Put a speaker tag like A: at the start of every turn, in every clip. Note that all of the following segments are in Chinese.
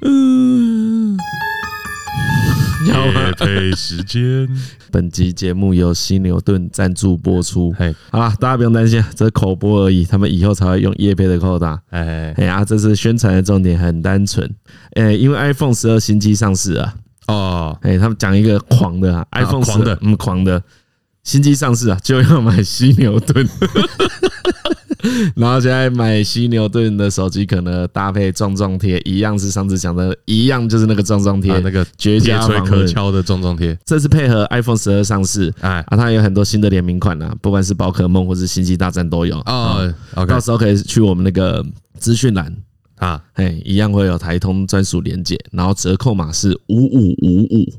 A: 嗯
B: 费时间。
A: 本集节目由犀牛顿赞助播出。
B: 嘿，
A: 好啦，大家不用担心，这是口播而已，他们以后才会用叶配的扣打。
B: 哎，
A: 哎呀，这次宣传的重点很单纯，哎，因为 iPhone 十二新机上市啊，
B: 哦，
A: 哎，他们讲一个狂的、啊、iPhone 十
B: 狂的
A: 嗯，狂的新机上市啊，就要买犀牛顿， 然后现在买犀牛顿的手机，可能搭配撞撞贴，一样是上次讲的，一样就是那个撞撞贴
B: 啊，那个
A: 绝
B: 铁
A: 佳
B: 锤
A: 防
B: 可
A: 蚊。
B: 敲的撞撞贴，
A: 这次配合 iPhone 十二上市
B: 哎，
A: 啊，它有很多新的联名款啊，不管是宝可梦或是星际大战都有。
B: 哦，OK
A: 到时候可以去我们那个资讯栏，
B: 啊，
A: 哎，一样会有台通专属连接，然后折扣码是五五五五。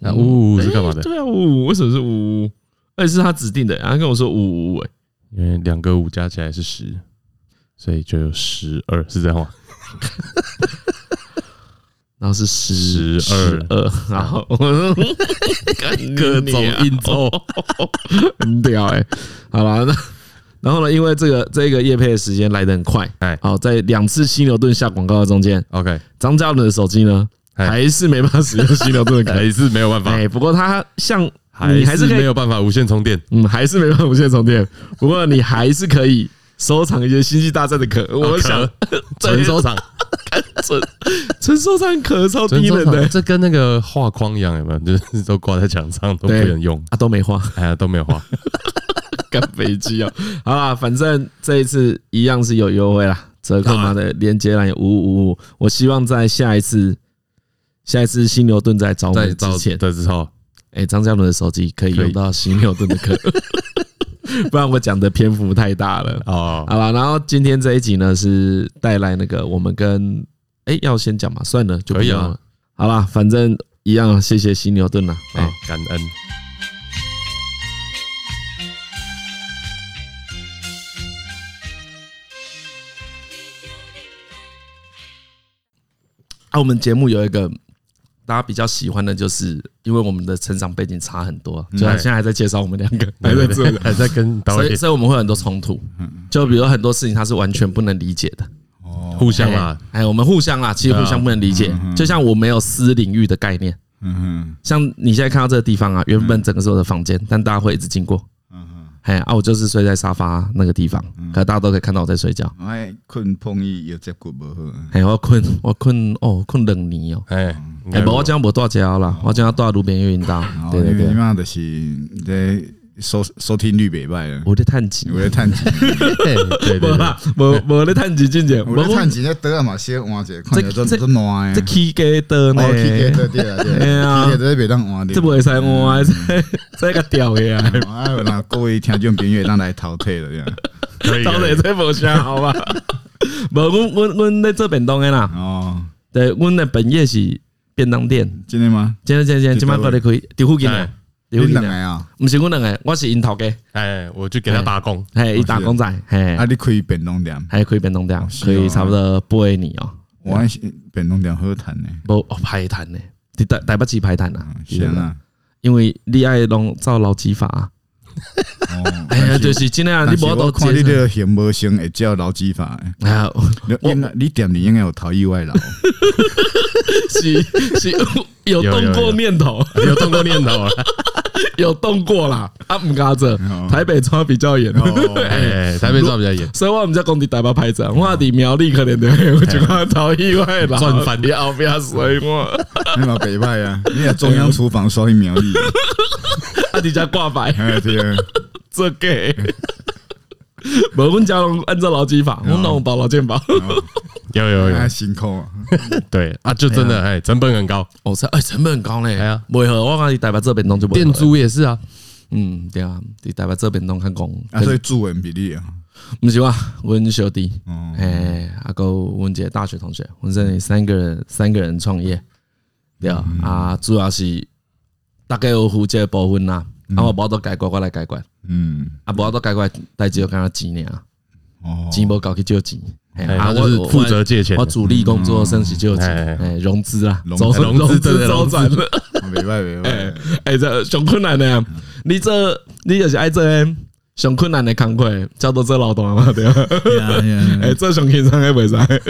B: 那
A: 嗯
B: 呜呜是干嘛的？
A: 对啊，五五为什么是五五？而且哎是他指定的，他跟我说五五，哎，
B: 因为两个五加起来是十，所以就有十二，是这样吗？
A: 然后是十
B: 十二
A: 二，然后 各
B: 各种音
A: 奏，很屌哎、好了，那然后呢？因为这个这个夜配的时间来得很快，
B: 哎
A: 好，在两次犀牛顿下广告的中间，
B: OK，
A: 张嘉伦的手机呢
B: 哎
A: 还是没办法使用犀牛顿的 卡。
B: 还是没有办法，
A: 哎，不过他像你还
B: 还
A: 是
B: 是
A: 可
B: 没
A: 以，
B: 有办法无线充电。
A: 嗯，还是没办法无线充电。不过你还是可以收藏一些星际大战的壳，
B: 哦
A: 我想
B: 纯收藏，
A: 纯纯收藏壳超
B: 纯
A: 低
B: 收
A: 能
B: 藏，
A: 的
B: 这跟那个画框一样，有没有？就是都挂在墙上都不
A: 对
B: 能用，
A: 啊，都没花，
B: 哎呀都没有 画。
A: 干飞机啊！好啦，反正这一次一样是有优惠啦，折扣码的连接栏有五五五。我希望在下一次。下一次犀牛顿在找我
B: 在
A: 们之
B: 照
A: 前，
B: 的时候，
A: 哎，张嘉伦的手机可以
B: 可以
A: 用到犀牛顿 的壳，不然我讲的篇幅太大了。
B: 哦，
A: 好了，然后今天这一集呢是带来那个我们跟哎、要先讲嘛，算了就不
B: 可以啊
A: 讲了。好啦，反正一样，谢谢犀牛顿啦。哎、
B: 啊，感恩。
A: 啊，我们节目有一个大家比较喜欢的，就是因为我们的成长背景差很多，所以现在还在介绍我们两个，还在做，
B: 还在跟导
A: 所以
B: 演
A: 所以我们会有很多冲突。就比如很多事情他是完全不能理解的，
B: 互相啊，
A: 哎，我们互相啦，其实互相不能理解。就像我没有私领域的概念，
C: 嗯
A: 像你现在看到这个地方啊，原本整个是我的房间，但大家会一直经过。
C: 哼，
A: 哎啊，我就是睡在沙发那个地方，可大家都可以看到我在睡觉。
C: 我爱哎困碰伊有接骨无好，
A: 哎，我困，我困哦，困冷泥哦。
B: 哎，
A: 哎，不，我
B: 讲
A: 今天不大家啦，我今天大路边运到。对对
C: 哦因为你
A: 对，
C: 嘛就是这收收听率袂歹了，
A: 我在探钱
C: 我。咧趁钱， 啊
B: 对对对
A: 无
B: 对，
A: 啦， 无无咧趁钱进前，
C: 我咧
A: 无
C: 趁钱咧倒啊嘛，先换者，看着
A: 这
C: 都
A: 这
C: 都烂
A: 这
C: 诶。
A: 起价多呢
C: 哦，，去个对啊对啊，
A: 哎呀
C: 去个都袂当换的
A: 这。不会使我这
C: 嗯
A: 这个屌的啊！
C: 哎，有那各位听众朋友，咱来淘汰了啊呀。
B: 可以
A: 到底
B: 可以
A: 这无啥好 吧？无，阮阮阮咧做便当的啦，
C: 哦，
A: 对，阮的本业是便当店。
C: 真的吗？
A: 今天今天今晚过来开，伫附近的
B: 哎，
A: 伫
C: 你
A: 附近
C: 两个
A: 的，
C: 啊？
A: 毋是阮两个，我是因头家，
B: 哎，我去给他打工，
A: 嘿，伊打工仔，嘿
C: 哦啊，，你开便当店，
A: 还可以便当店，
C: 是哦
A: 可以差不多八年哦，
C: 我那是便当店好趁呢。
A: 无哦排摊呢，伫台台北市排摊啊，
C: 是啊，
A: 因为你爱拢照劳基法啊，
C: 哦，
A: 哎 呀，就是真的啊，你
C: 但是
A: 无
C: 我
A: 都
C: 看你
A: 接
C: 这
A: 受。
C: 个行无行会叫劳基法的。
A: 哎呀，
C: 你应该你店里应该有逃逸外劳，
A: 是是
B: 有
A: 有动
B: 有
A: 过
B: 有
A: 念头，
B: 哎有动过念头 啊，
A: 有动过啦，啊毋敢做，台北抓比较严，哦
B: 哎，台北抓比较严，
A: 所以我们在工地台北拍照，我伫苗栗可能就会有一款逃意外啦，
B: 赚翻
A: 你后壁水我，
C: 你嘛北派啊，你也中央厨房刷一苗 栗，
A: 啊伫遮挂牌
C: 哎对啊，
A: 做假。无，阮家拢按照劳基法，阮拢有保劳健保。
B: 有有有
C: 哎，辛苦啊，
B: 对啊，就真的哎，成本很高，
A: 哦，成哎成本很高呢。
B: 哎呀
A: 袂好，我讲伫台北这边弄就袂。
B: 店，租也是啊，
A: 嗯，对啊，伫台北这边弄较戆。
C: 啊所以主人比例啊，
A: 毋是我，阮小弟，
C: 哦，
A: 哎，阿哥，阮一个大学同学，阮这里三个人，三个人创业，对啊，啊，主要是大概有负责部分啦，啊，我无都解决，我来解决，
C: 嗯，
A: 啊，无都解决，代志就干他钱尔，
C: 哦，
A: 钱无够去借钱，嘿啊
B: 哎，他就是负责借钱
A: 我，嗯主力工作算是就钱
B: 哎，
A: 哎，融资啊，
C: 融
A: 周
C: 资
B: 融资真
A: 资
B: 的
A: 周
B: 融资
A: 转了，
C: 北派北派，
A: 哎，这上困难的啊，你这你就是爱这上困难的工课，叫做做老大嘛，对吧？
C: 对啊对啊
A: 哎，做上轻松的袂使。哎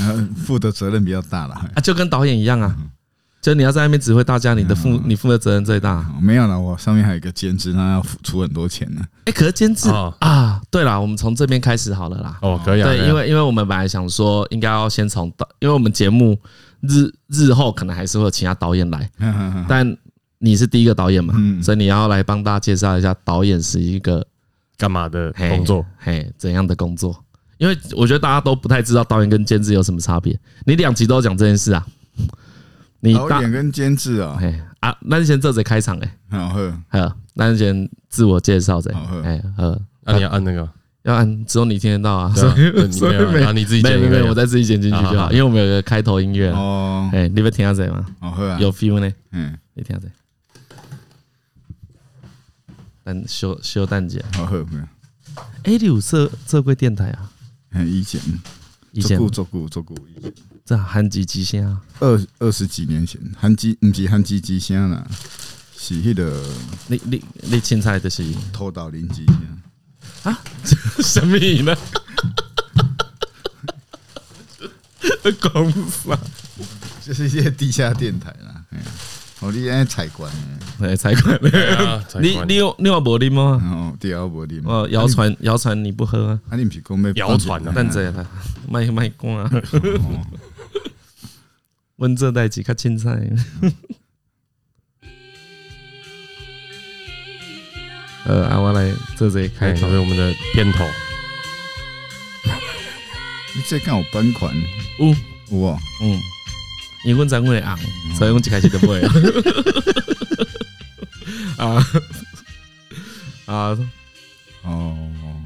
C: 然后负的责任比较大了，嗯
A: 啊，就跟导演一样啊，就是你要在那边指挥大家，你的负你负的责任最大。
C: 哦没有了，我上面还有一个兼职，那要付出很多钱呢。
A: 哎，可是监制
B: 哦
A: 啊，对啦，我们从这边开始好了啦。
B: 哦，可以啊，可以啊
A: 对，因为因为我们本来想说，应该要先从导，因为我们节目日日后可能还是会有其他导演来，但你是第一个导演嘛，
C: 嗯
A: 所以你要来帮大家介绍一下导演是一个
B: 干嘛的
A: 嘿
B: 工作？
A: 嘿怎样的工作？因为我觉得大家都不太知道导演跟监制有什么差别。你两集都有讲这件事啊，你
C: 导
A: 大
C: 演跟监制啊，
A: 嘿啊，那就先这则开场哎、
C: 好喝，
A: 欸，呵，那就先自我介绍者，
C: 好喝，
A: 哎呵，
B: 啊，你要按那个，
A: 要按只有你听得到啊，
B: 对
A: 所
B: 啊
A: 以
B: 对你
A: 所以
B: 没有
A: 没
B: 啊，你自己
A: 没
B: 剪
A: 有
B: 一
A: 没
B: 个
A: 有，
B: 呀
A: 我再自己剪进去就
B: 好好
A: 好，
B: 好
A: 因为我们有个开头音乐啊。
C: 哦，
A: 哎，你不听下谁吗？
C: 好喝啊，
A: 有 feel 呢？
C: 嗯，
A: 你听下谁？但修修蛋姐，
C: 好喝，没有，
A: 哎，你有设设过电台啊？
C: 很以前，
A: 以前
C: 做顾做顾做顾，以前
A: 这韩籍极限啊，
C: 二二十几年前，韩基不是韩基机声啦，是迄个
A: 你你你青菜就是
C: 偷盗林机声。
A: 什么 呢？公司啊，
C: 就是一些地下电台啦。哎呀哦，你爱采管的，
A: 哎，才怪！
B: 啊才
A: 你
B: 管
A: 你有你有无啉啊吗？
C: 然后第二波的，啊，
A: 哦，谣传谣传你不喝 啊？
C: 你不是讲要
B: 谣传啊
A: 蛋仔啦，卖卖光啊！ 温这代志较凊彩。 呃，啊，我来做这
B: 看这
A: 开头。
B: 是我们的片头，
C: 你这敢有版权？
A: 有，
C: 有哦，
A: 嗯，因为阮长会红，所以阮一开始就买 啊。啊 啊，
C: 哦，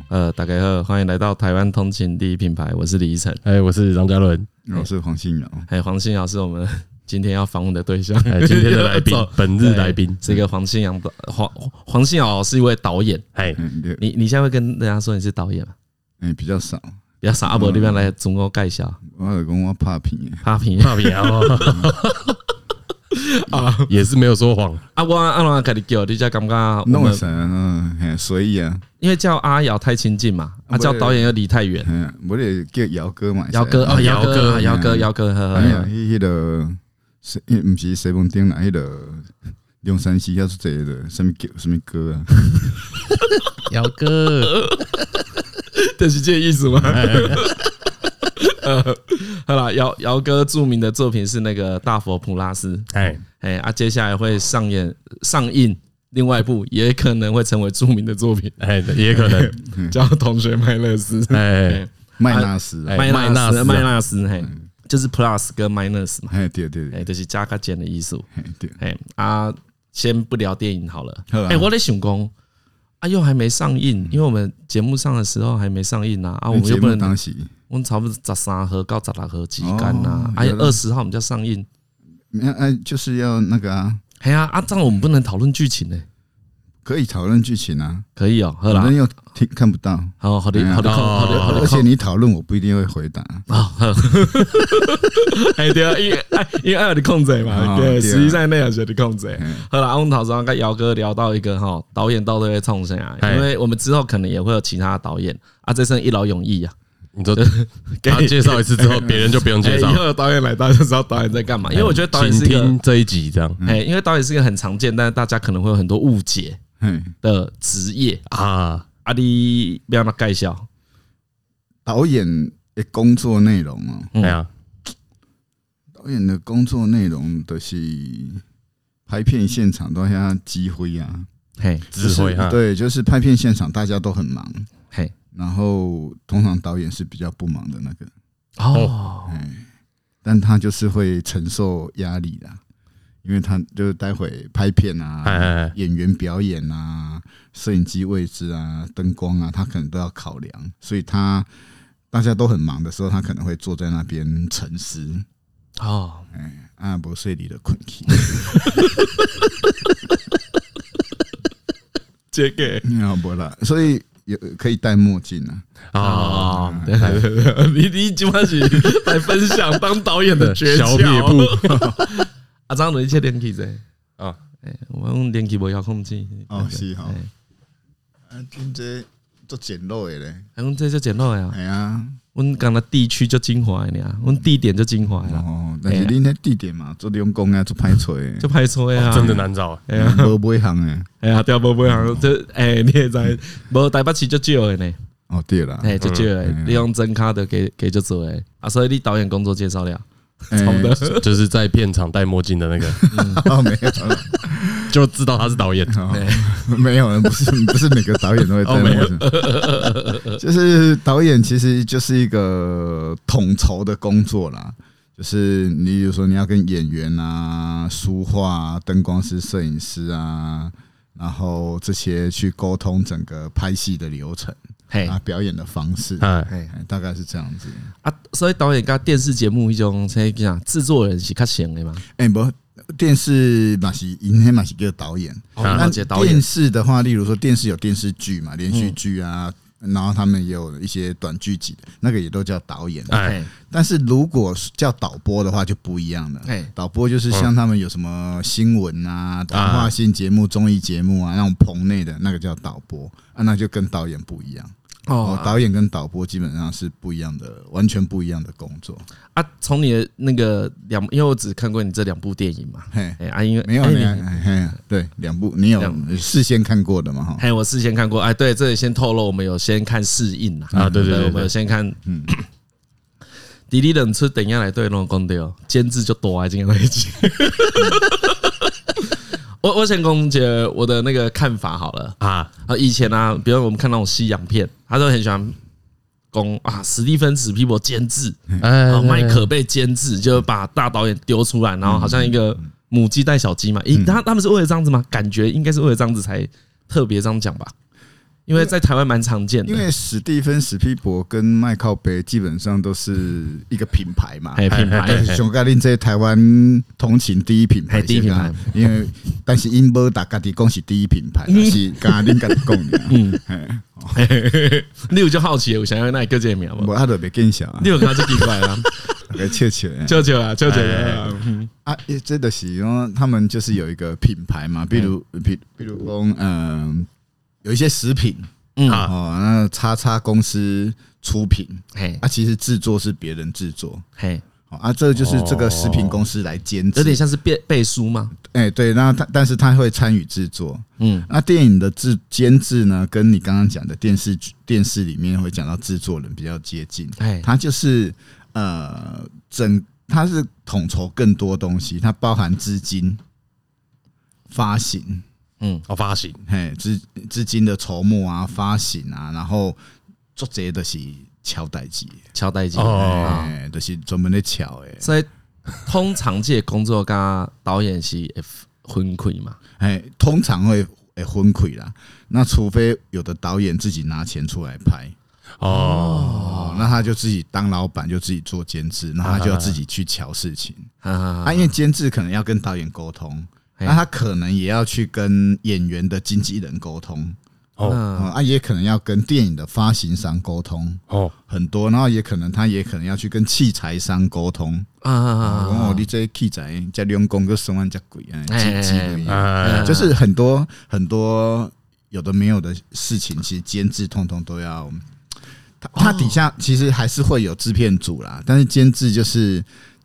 A: 呃，大家好，欢迎来到台湾通勤第一品牌，我是李依晨，
B: 哎，我是张嘉伦，
C: 我是黄信尧，
A: 还哎有黄信尧是我们 今天要访问的对象，
B: 哎，今天的来宾
A: 走，
B: 本日来宾
A: 对，是一个黄信尧的黄黄信尧是一位导演，
B: 哎，
C: 嗯，对，
A: 你你现在会跟大家说你是导演吗？
C: 哎，比较少，
A: 啊不要傻阿伯那边来
C: 嗯
A: 中国介绍，
C: 我有讲我拍片的，
A: 哈平
B: 差 别啊，也是没有说谎，
A: 啊，我阿龙跟你叫，你才感觉我
C: 弄
A: 们
C: 啥啊？嘿，随意啊，
A: 因为叫阿瑶太亲近嘛，啊
C: 不
A: 叫导演又离太远，
C: 嗯，我得叫姚哥嘛，
A: 姚哥
B: 啊
A: 啊
B: 姚
A: 姚
B: 哥
A: 哥啊姚哥
C: 嗯
A: 姚哥，呵
C: 哎呀，
A: 呵，
C: 迄迄个是，迄毋是西门町啦，迄个龙山寺遐出这个什么叫什么歌啊？
B: 姚哥，
A: 就是这个意思吗？
C: 哎
A: 呃，好了，姚姚哥著名的作品是那个《大佛普拉斯》，
B: 哎，
A: 哎啊，接下来会上演上映另外一部，也可能会成为著名的作品，
B: 哎，也可 能，
C: 嗯
A: 叫《同学麦乐斯》。
B: 哎，
C: 麦纳斯嗯啊，
B: 哎
A: 麦纳斯，
B: 麦
A: 麦纳斯，嘿，就是 plus 跟 minus 嘛，
C: 哎，对对
A: 哎，
C: 对，
A: 就是加个减的意思。
C: 哎对，
A: 哎啊，先不聊电影好了。
C: 好啊
A: 哎，我在想讲，啊，又还没上映，因为我们节目上的时候还没上映啊，啊，我们又不
C: 节目当
A: 能，
C: 时
A: 我们差不多十三号到十六号之间呐
C: 哦，
A: 哎，
C: 有了
A: 二十号我们就要上映。
C: 那哎就是要那个啊，
A: 哎呀，啊，这样我们不能讨论剧情呢，
C: 可以讨论剧情啊，
A: 可以哦，好
C: 反
A: 啦
C: 正，又听看不到，
A: 好好的，
C: 哎呀
A: 好的，
B: 哦
A: 好的，好的，
C: 而且你讨论我不一定会回答。
A: 啊，呵 哎对啊，因为哎 因为爱有你控制嘛，
C: 啊
A: 对，
C: 对啊
A: 实际上那样是你控制
C: 嗯。
A: 好了，阮头先跟姚哥聊到一个吼，导演到底会创啥？
B: 哎
A: 因为我们之后可能也会有其他的导演啊，这身一劳永逸啊。
B: 你说他介绍一次 之后，别人就不用
A: 哎
B: 介
A: 以
B: 绍，哎
A: 后有导演来，大家就知道导演在干嘛。因为我觉得导演是
B: 请
A: 一个
B: 听这一集这样
A: 哎，因为导演是一个很常见，但是大家可能会有很多误解
C: 嘿，
A: 的职业。
B: 啊，
A: 啊，你不要那介绍，
C: 导演的工作内容哦，
B: 哎呀，
C: 导演的工作内容都是拍片现场都要机会啊，
A: 嘿
B: 指挥哈，
C: 对，就是拍片现场大家都很忙，
A: 嘿，
C: 然后通常导演是比较不忙的那个，
A: 哦，
C: 但他就是会承受压力的，因为他就是待会拍片
B: 哎
C: 啊，
B: 哎，哎
C: 演员表演啊，摄影机位置啊，灯光啊，他可能都要考量，所以他大家都很忙的时候，他可能会坐在那边沉思。
A: 哦，
C: 啊，不睡你的困气，
A: 这个。
C: 啊，不啦，所以有可以戴墨镜啊，
B: 啊，
A: 啊，对对对， 你你基本上是来分享当导演的诀
B: 小撇
A: 窍。
B: 步
A: 啊，张伦一切练起者，
B: 啊，
A: 我用练起不遥控器。
C: 哦是吼，啊，今这做简陋的嘞，
A: 哎，用这就简陋呀。
C: 哎呀，
A: 我们讲的地区就精华呀，我们地点就精华呀，
C: 哦，但是恁迄地点嘛，做用工啊，做派出的，
A: 就拍错呀，
B: 哦真的难 找。
A: 哎呀，
C: 无买行诶。
A: 哎呀，对啊，无无人这哎，你也知，无台北市就少的呢，
C: 哦，对啦，
A: 哎，就少的
C: 嗯，
A: 你用真卡的给给就做诶，啊，所以你导演工作介绍了，
C: 哎
A: 好的，
B: 嗯就是在片场戴墨镜的那 个，
C: 哦，没有啦
B: 就知道他是导演。
C: 哦，没有，不是不是每个导演都会在那个，就是导演其实就是一个统筹的工作啦。就是你，比如说你要跟演员啊、书画啊、灯光师、摄影师啊，然后这些去沟通整个拍戏的流程
A: 嘿
C: 啊、表演的方式，
B: 哎，
C: 哎，大概是这样子。
A: 啊，所以导演跟电视节目迄种，即讲制作人是较闲的嘛，
C: 哎、不，电视嘛是，银黑嘛是一个导演。
A: 哦
B: 啊
A: 了解导演嗯
C: 电，视的话，例如说电视有电视剧嘛，连续剧啊，然后他们也有一些短剧集的，那个也都叫导演。
B: 哎
A: 哎
C: 但是如果是叫导播的话，就不一样了。
A: 哎
C: 导播就是像他们有什么新闻啊、谈话性节目、综艺节目啊，那种棚内的那个叫导播啊，那就跟导演不一样。哦，
A: 哦
C: 导演跟导播基本上是不一样的，完全不一样的工作。
A: 啊，从你的那个两，因为我只看过你这两部电影嘛，
C: 嘿，
A: 哎啊，因为
C: 没有
A: 哎
C: 呢
A: 你，
C: 嘿嘿对，两部你有
A: 两
C: 事先看过的嘛？哈，
A: 哎，我事先看过，哎，对，这里先透露，我们有先看试映啦，
B: 啊，对对
A: 我
B: 对
A: 们
B: 对，
A: 有先看，嗯
C: 嗯。
A: 迪丽冷出等一下来对拢讲对哦，监制就多啊，今天那一集。我我先讲一个我的那个看法好了，
B: 啊，
A: 啊，以前啊，比如我们看那种西洋片，他都很喜欢攻啊，史蒂芬史皮博监制，
B: 哎
A: 啊，麦克被监制，就是把大导演丢出来，然后好像一个母鸡带小鸡嘛，咦，他他们是为了这样子吗？感觉应该是为了这样子才特别这样讲吧，因为在台湾蛮常见
C: 因
A: 的，
C: 为史蒂芬史皮博跟麦靠贝基本上都是一个品牌嘛。
A: 哎，品牌
C: 就是熊盖令这台湾同情第一品牌，
A: 嘿第一品牌
C: 是这样，因为但是因波打家己讲是第一品牌，
A: 嗯
C: 是咖喱家己讲 的，嗯，
A: 你有就好奇，我想要那个见面嘛，
C: 我阿都别见笑啊
A: 你， 有跟他就 奇怪啦，
C: 大概切切的
A: 舅舅啊，舅舅啊，嗯
C: 啊，诶这就是因为他们就是有一个品牌
A: 嗯
C: 嘛，比如比比如讲，嗯，有一些食品
A: 嗯，
B: 啊，
C: 哦，那叉叉公司出品，
A: 嘿
C: 啊，其实制作是别人制作。
A: 嘿，
C: 哦啊，这就是这个食品公司来监制，
A: 哦有点像是背背书嘛，
C: 哎、对，那他但是他会参与制作。
A: 嗯，
C: 那电影的制监制呢，跟你刚刚讲的电视剧电视里面会讲到制作人比较接近，
A: 哎，
C: 他就是呃整他是统筹更多东西，它包含资金、发行，
A: 嗯，
B: 哦，发行
C: 嘿，资资金的筹募啊、发行啊，然后做这些都是敲代机，
A: 乔代金
B: 哦
A: 啊。
C: 哎、都、就是专门在敲诶，
A: 所以通常这个工作跟导演是会分开嘛，
C: 哎，通常会会昏溃啦。那除非有的导演自己拿钱出来拍，
B: 哦，
C: 哦，那他就自己当老板，就自己做监制，那他就要自己去瞧事情。
A: 啊
C: 啊，因为监制可能要跟导演沟通，
A: 哎
C: 那啊他可能也要去跟演员的经纪人沟通，
B: 哦
A: 嗯
C: 啊，也可能要跟电影的发行商沟通。
B: 哦，
C: 很多，然后也可能他也可能要去跟器材商沟通，
A: 啊
C: 哦，你这器材加两公个三万加贵，哎，几几个亿
B: 哎，
C: 就是很多很多有的没有的事情，其实监制通通都要。他他底下其实还是会有制片组啦，但是监制就是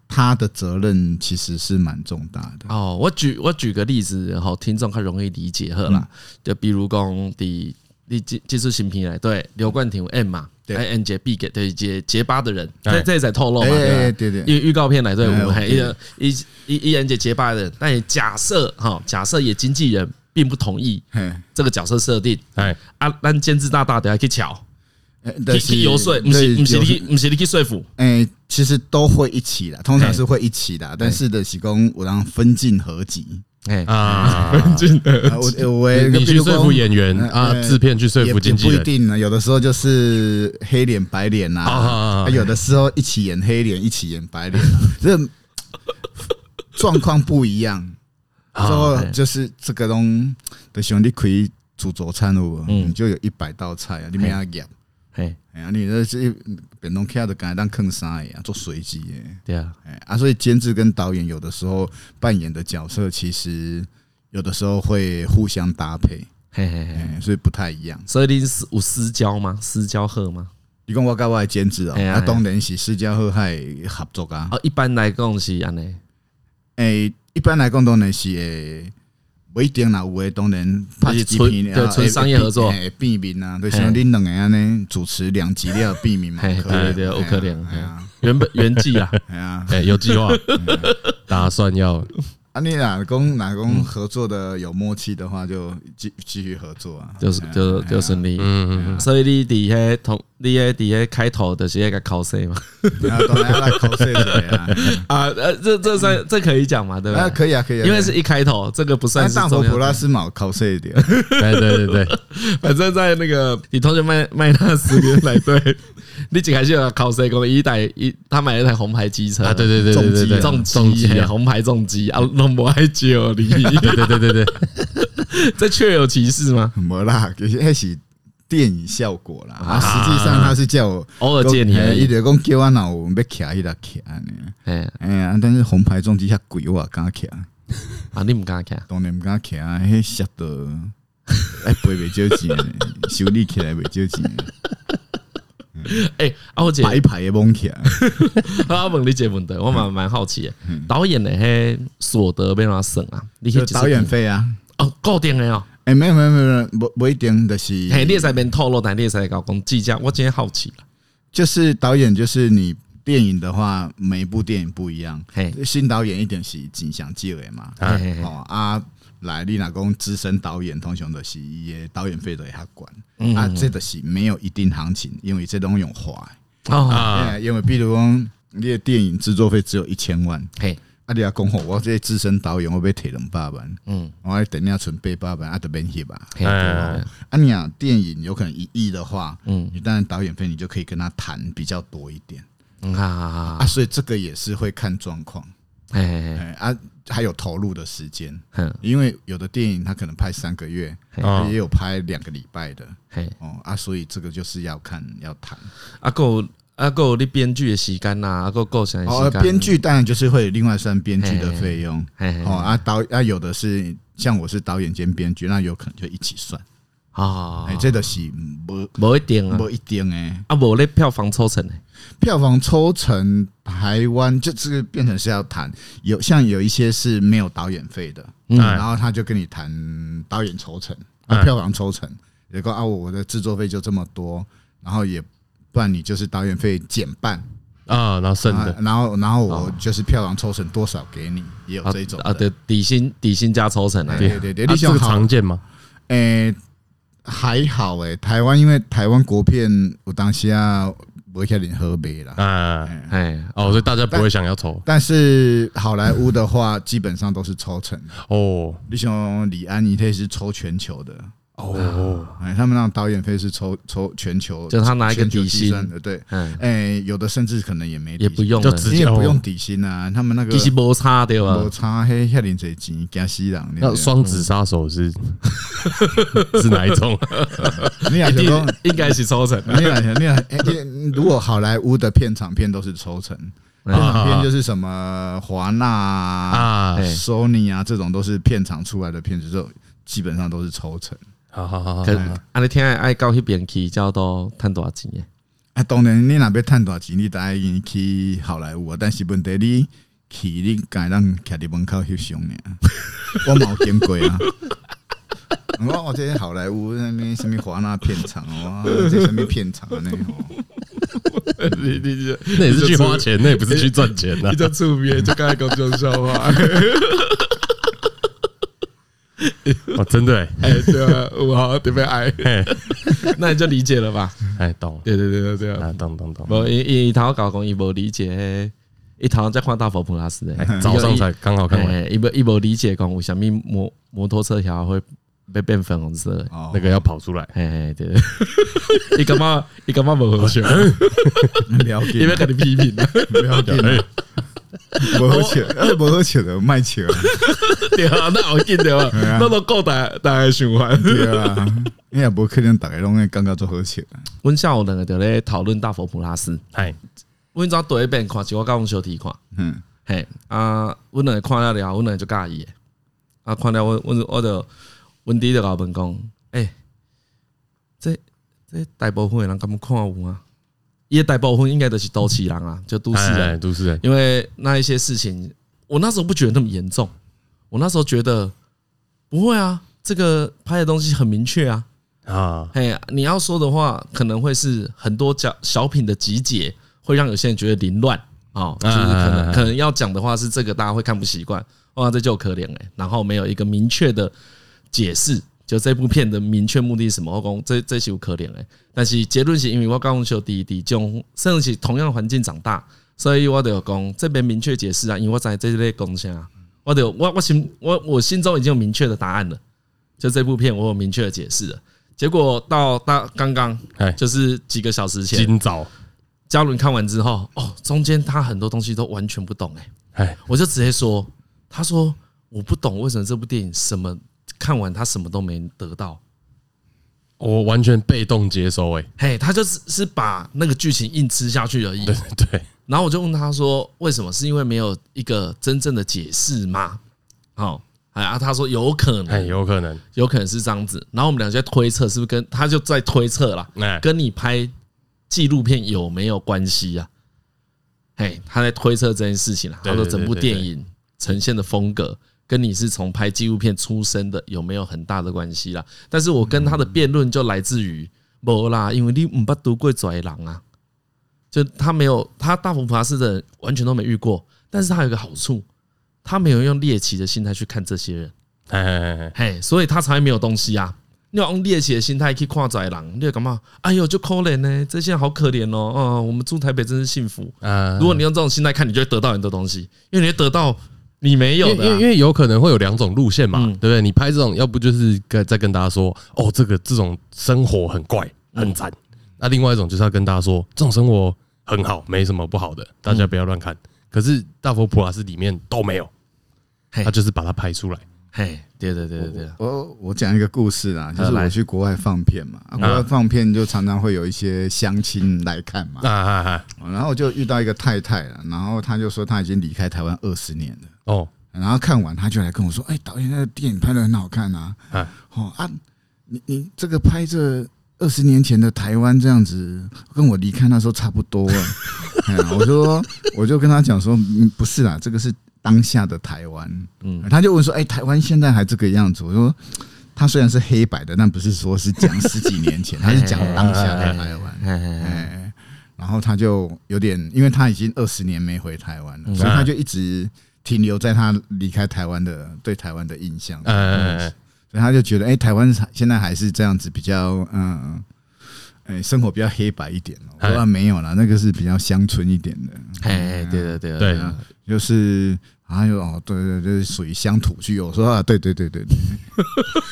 C: 他的责任其实是蛮重大的。
A: 哦，我举我举个例子，然后听众较容易理解好
C: 嗯
A: 啦，就比如讲伫你技技术新品来对刘冠廷有 M 嘛，
C: 对
A: 哎 M 姐 B 给对结结巴的人，
B: 哎
A: 这这也在透露嘛，
C: 哎
A: 对吧
C: 哎，对对，
A: 因为预告片来对，我
C: 哎
A: 们
C: 我
A: 还一个一一一人姐结巴的人，但也假设哈，假设也经纪人并不同意
C: 嘿，
A: 这个角色设定
B: 哎，
A: 啊，咱监制大大的还去巧，
C: 哎
A: 去
C: 但是
A: 去游说，不是
C: 对
A: 不是
C: 游
A: 你
C: 说
A: 去不是你去说服，
C: 哎、其实都会一起的，
B: 哎
C: 通常是会一起的，但是的是讲我让分进合集。
A: 哎
B: 啊，
C: 啊我我
B: 你去说服演员
C: 嗯
B: 啊，
C: 嗯
B: 制片去说
C: 也
B: 服经纪
C: 也不一
B: 人，
C: 定啊呢，有的时候就是黑脸白脸呐、
B: 啊啊啊啊
C: 啊有的时候一起演黑脸，一起演白脸、啊，这状况不一样。之
B: 啊
C: 后
A: 哎
C: 就是这个东的兄弟可以煮早餐哦，
A: 嗯
C: 你就有一百道菜啊，你没要夹。
A: 嘿，
C: 哎呀，你这这本东看的敢当坑杀呀，做随机耶，
A: 对啊，
C: 哎啊，所以监制跟导演有的时候扮演的角色，其实有的时候会互相搭配，
A: 嘿嘿嘿。
C: 哎，所以不太一样。
A: 所以你是有私交吗？私交贺吗？
C: 你讲我跟我的兼职哦，
A: 哎呀
C: 啊，当然是私家好海合作啊。
A: 哦，一般来讲是安尼，
C: 诶，一般来讲当然是诶，不一定啦，有诶当然拍一支
A: 就是纯
C: 片
A: 对
C: 啊，
A: 纯商业合作哎
C: 诶，避免啊，就像恁两个安尼主持两集了，避免嘛，
A: 嘿
C: 有可能
A: 哎对对有可能
C: 哎呀，
A: 原本原计啊，
C: 哎呀，
B: 哎、有计 划，打算要
C: 啊，你哪公哪
A: 嗯
C: 公合作的有默契的话，就继继续合作啊，
A: 就是
C: 哎呀
A: 就就顺利。
B: 嗯，
A: 所以你伫迄同你迄伫迄开头就是迄个考试嘛。
C: 啊，当然要来口水水啊，
A: 啊，呃，这这算这可以讲嘛，对
C: 啊，
A: 吧？
C: 可以啊，可以啊，
A: 因为是一开头，这个不算
C: 但
A: 是
C: 大
A: 重
C: 佛普
A: 要。
C: 拉斯嘛，口水一点，
B: 哎、对对对，
A: 反正在那个你同学麦麦纳斯牛奶队，你一开始有考谁讲一台一，他买了一台红牌机车
B: 啊，对对对对对对，
A: 重机哎
B: 重机
A: 嘿
B: 啊，
A: 红牌重机啊，弄不爱救你，
B: 对对对对对，
A: 这确有其事吗？
C: 没啦，其实那是电影效果啦，啊，实际上他是叫我。
A: 偶尔见你而
C: 伊
A: 已。
C: 就讲叫我若有要徛迄搭徛呢。
A: 哎，
C: 哎呀，但是红牌重机遐贵，我也敢徛，
A: 啊，你唔敢看？
C: 当然毋敢徛，迄摔到哎赔袂少钱呢，修理起来袂少钱呢，
A: 哎，啊，我姐，
C: 白牌也蒙起来。
A: 我问你一个问题，我蛮蛮好奇的，嗯导演的迄所得变哪省啊？你可以
C: 嗯就
A: 解释
C: 导演
A: 给我
C: 费啊，
A: 哦，固定的哦。
C: 哎，没有没有没有，不不一定就是
A: 嘿，你也在边透露，但你也在搞讲计价。我今天好奇了，
C: 就是导演就是你电影的话，每一部电影不一样，
A: 嘿，
C: 新导演一定是真想积累嘛，
A: 嘿嘿嘿
C: 哦啊，来你若讲资深导演，通常就是伊的导演费都会较悬，
A: 嗯
C: 啊，这就是没有一定行情，因为这拢用花
A: 哦，
C: 的，
B: 啊，
C: 哎因为比如讲你的电影制作费只有一千万，
A: 嘿，
C: 啊，你若讲吼，我这个资深导演我要摕两百万，
A: 嗯，
C: 我等下存八百万，啊，都免翕啊。
A: 嘿，
B: 哎
C: 啊，你啊，电影有可能一亿的话，
A: 嗯
C: 嗯，你当然导演费你就可以跟他谈比较多一点
A: 嗯，好好好
C: 啊，
A: 好，
C: 所以这个也是会看状况，
A: 嘿嘿嘿，
C: 哎啊，还有投入的时间，
A: 哼
C: 因为有的电影它可能拍三个月，
A: 嗯
B: 啊
C: 也有拍两个礼拜的
A: 嘿，
C: 哦啊，所以这个就是要看要谈。
A: 啊够啊够，还有你编剧的时间呐，啊够够想的
C: 哦
A: 时，间，嗯
C: 编，剧当然就是会另外算编剧的费用
A: 嘿嘿，
C: 哦
A: 好
C: 啊导啊有的是像我是导演兼编剧，那有可能就一起算，
A: 好
C: 哎，，这个是不
A: 无哦一定啊，
C: 不一定诶。
A: 啊无咧票房抽成的，
C: 票房抽成台湾就这个变成是要谈，有像有一些是没有导演费的，
A: 嗯
B: 哎
C: 然后他就跟你谈导演抽成、啊、
B: 嗯
C: 票房抽成，也说啊我的制作费就这么多，然后也不然你就是导演费减半，
B: 啊，然后剩
C: 啊
B: 的，
C: 然后然后我
A: 哦
C: 就是票房抽成多少给你，也有
A: 啊
C: 这种
A: 啊，
C: 的
A: 对，底薪底薪加抽成啊，
C: 哎对对对，
B: 啊
C: 你
B: 这
C: 想
B: 个
C: 好
B: 常见吗？
C: 诶还好诶，台湾因为台湾国片我当时啊不会联合杯啦。
B: 啊，
A: 哎，
B: 哦，所以大家不会想要抽
C: 但是好莱坞的话，基本上都是抽成。
B: 哦
C: 你像李安，一他是抽全球的，
B: 哦，
C: 哎，他们让导演费是抽抽全球，
A: 就他拿一个
C: 全球
A: 底薪
C: 计算的，对，
A: 嗯，
C: 哎，有的甚至可能也没底
A: 也
C: 薪
A: 不，用
B: 就
A: 了，
B: 直
C: 你
B: 接
C: 也不用
B: 哦
C: 底薪啊，他们那个
A: 其实啊无差对吧
C: 摩？擦黑下点这钱，加西人，你
B: 那双子杀
A: 嗯
B: 手是是哪一种 啊？
C: 你
A: 一
C: 想
A: 定
C: 说，
A: 应该是抽成的，
C: 你想想，你想， 哎，你如果好莱坞的片场片都是抽成，
A: 哎
C: 片
A: 啊
C: 场片就是什么华纳啊、
B: 啊，
A: 哎
C: Sony 啊这种都是片场出来的片子，就基本上都是抽成。
B: 好好好好
A: 可，啊，你听爱爱到迄边去，叫到趁多少钱的？
C: 啊，当然，你若要趁大钱，你当然去好莱坞啊。但是问题你去，你该人徛伫门口翕相 呢。我嘛有经过啊。我我这好莱坞那边什么华纳片场哦，这什么片场啊那哦，
A: 你你就
B: 那也是去花钱，那也不是去赚钱啊的
A: 你。就出面就刚才讲这种笑 话，
B: 哦，真的欸，
A: 哎，对啊，我好像特别爱， 那你就理解了吧？
B: 哎，懂了
A: 对对对对对啊，
B: 啊，懂懂懂。
A: 无伊伊头搞讲伊无理解，伊头在看大佛普拉 斯
B: 哎
A: 的，
B: 早上才刚好看完，
A: 哎，伊无伊无理解讲为什么摩摩托车条会被变粉红色的，
C: 哦
B: 那个要跑出来。
A: 嘿嘿 对，伊感觉伊感觉无合学，
C: 了
A: 伊
C: 解
A: 要跟你批评啊，
C: 了解， 不好笑，呃不好笑的卖笑啊，
A: 对啊，那好 紧对啊吧？那都够大大家循环。
C: 对啊，你也无可能大家拢会感觉做好笑啊。
A: 阮下午两个就咧讨论大佛普拉斯，
B: 哎，
A: 阮早对一遍看，是我甲阮小弟看，
C: 嗯，
A: 嘿啊，阮两个看了了，阮两个就介意的，啊，看了我阮我就阮弟就欸甲我问讲，诶、这这大部分的人敢要看有啊？也大部分应该都是都市人啊，就都市
B: 哎，
A: 人，
B: 都市人，
A: 因为那一些事情，我那时候不觉得那么严重，我那时候觉得不会啊，这个拍的东西很明确啊，
B: 啊，
A: 嘿，你要说的话，可能会是很多小小品的集结，会让有些人觉得凌乱哦，就是可
B: 啊
A: 能可能要讲的话是这个，大家会看不习惯，哇，这就可怜哎、然后没有一个明确的解释，就这部片的明确目的是什么，我讲这这是有可怜哎、但是结论是因为我高中修第一滴，种甚至是同样的环境长大，所以我就讲这边明确解释啊，因为我在这类贡献啊，我就我我心我我心中已经有明确的答案了，就这部片我有明确的解释了。结果到大刚刚
B: 哎，
A: 就是几个小时前，
B: 今早，
A: 嘉伦看完之后，哦，中间他很多东西都完全不懂哎、
B: 哎，
A: 我就直接说，他说我不懂为什么这部电影什么看完他什么都没得到，
B: 我完全被动接收，哎，
A: 嘿，他就是是把那个剧情硬吃下去而已。
B: 对对，
A: 然后我就问他说：“为什么？是因为没有一个真正的解释吗？”好，哎啊，他说有可
B: 哎，
A: 能，
B: 有可能，
A: 有可能是这样子。然后我们俩就在推测，是不是跟他就在推测啦，
B: 哎，
A: 跟你拍纪录片有没有关系啊？哎，他在推测这件事情啊。
B: 对
A: 他
B: 对
A: 说
B: 对
A: 整部
B: 对
A: 电
B: 对
A: 影呈现的风格跟你是从拍纪录片出身的有没有很大的关系啦？但是我跟他的辩论就来自于没啦，因为你唔捌读过跩狼啊，就他没有他大佛普拉斯的人完全都没遇过，但是他有一个好处，他没有用猎奇的心态去看这些人。
B: 哎哎哎，
A: 嘿，所以他才没有东西啊。你要用猎奇的心态去看豺狼，你会感觉哎呦，就可怜呢，这些人好可怜哦。嗯，我们住台北真是幸福。
B: 啊
A: 如果你用这种心态看，你就会得到很多东西，因为你会得到你没有
B: 因为因
A: 的
B: 为
A: 啊、嗯
B: 因为有可能会有两种路线嘛，对不对？你拍这种，要不就是跟再跟大家说，哦，这个这种生活很怪
A: 嗯
B: 很惨；那另外一种就是要跟大家说，这种生活很好，没什么不好
A: 嗯
B: 的，大家不要乱看。可是大佛普拉斯里面都没有，
A: 嘿
B: 他就是把它拍出来。
A: 嘿，对对对对
B: 哦
A: 对，
C: 我我讲一个故事啦，就是
A: 来
C: 我去国外放片嘛，啊国外放片就常常会有一些乡亲来看嘛，
B: 啊啊啊！
C: 然后就遇到一个太太了，然后她就说她已经离开台湾二十年了，
B: 哦，
C: 然后看完她就来跟我说，哎、导演那个电影拍的很好看啊，
B: 啊
C: 哦啊，你你这个拍这二十年前的台湾这样子，跟我离开那时候差不 多啊。哎呀，我就说，我就跟他讲说，嗯不是啦，这个是当下的台湾。嗯，他就问说，哎、台湾现在还这个样子？我说，他虽然是黑白的，但不是说是讲十几 年前，他是讲当下的台湾。
A: 嘿嘿嘿，
C: 哎，然后他就有点，因为他已经二十年没回台湾
A: 嗯
C: 了，所
A: 啊
C: 以他就一直停留在他离开台湾的对台湾的印象。
A: 嗯
B: 呃，
C: 所以他就觉得，哎、台湾现在还是这样子，比较嗯，哎、生活比较黑白一点哦。我
B: 哎
C: 说、啊、没有啦，那个是比较乡村一点的，
A: 嘿，对对对
B: 对，
C: 就是啊，有哦，对对对，属于乡土剧。我说啊，对对对 对对，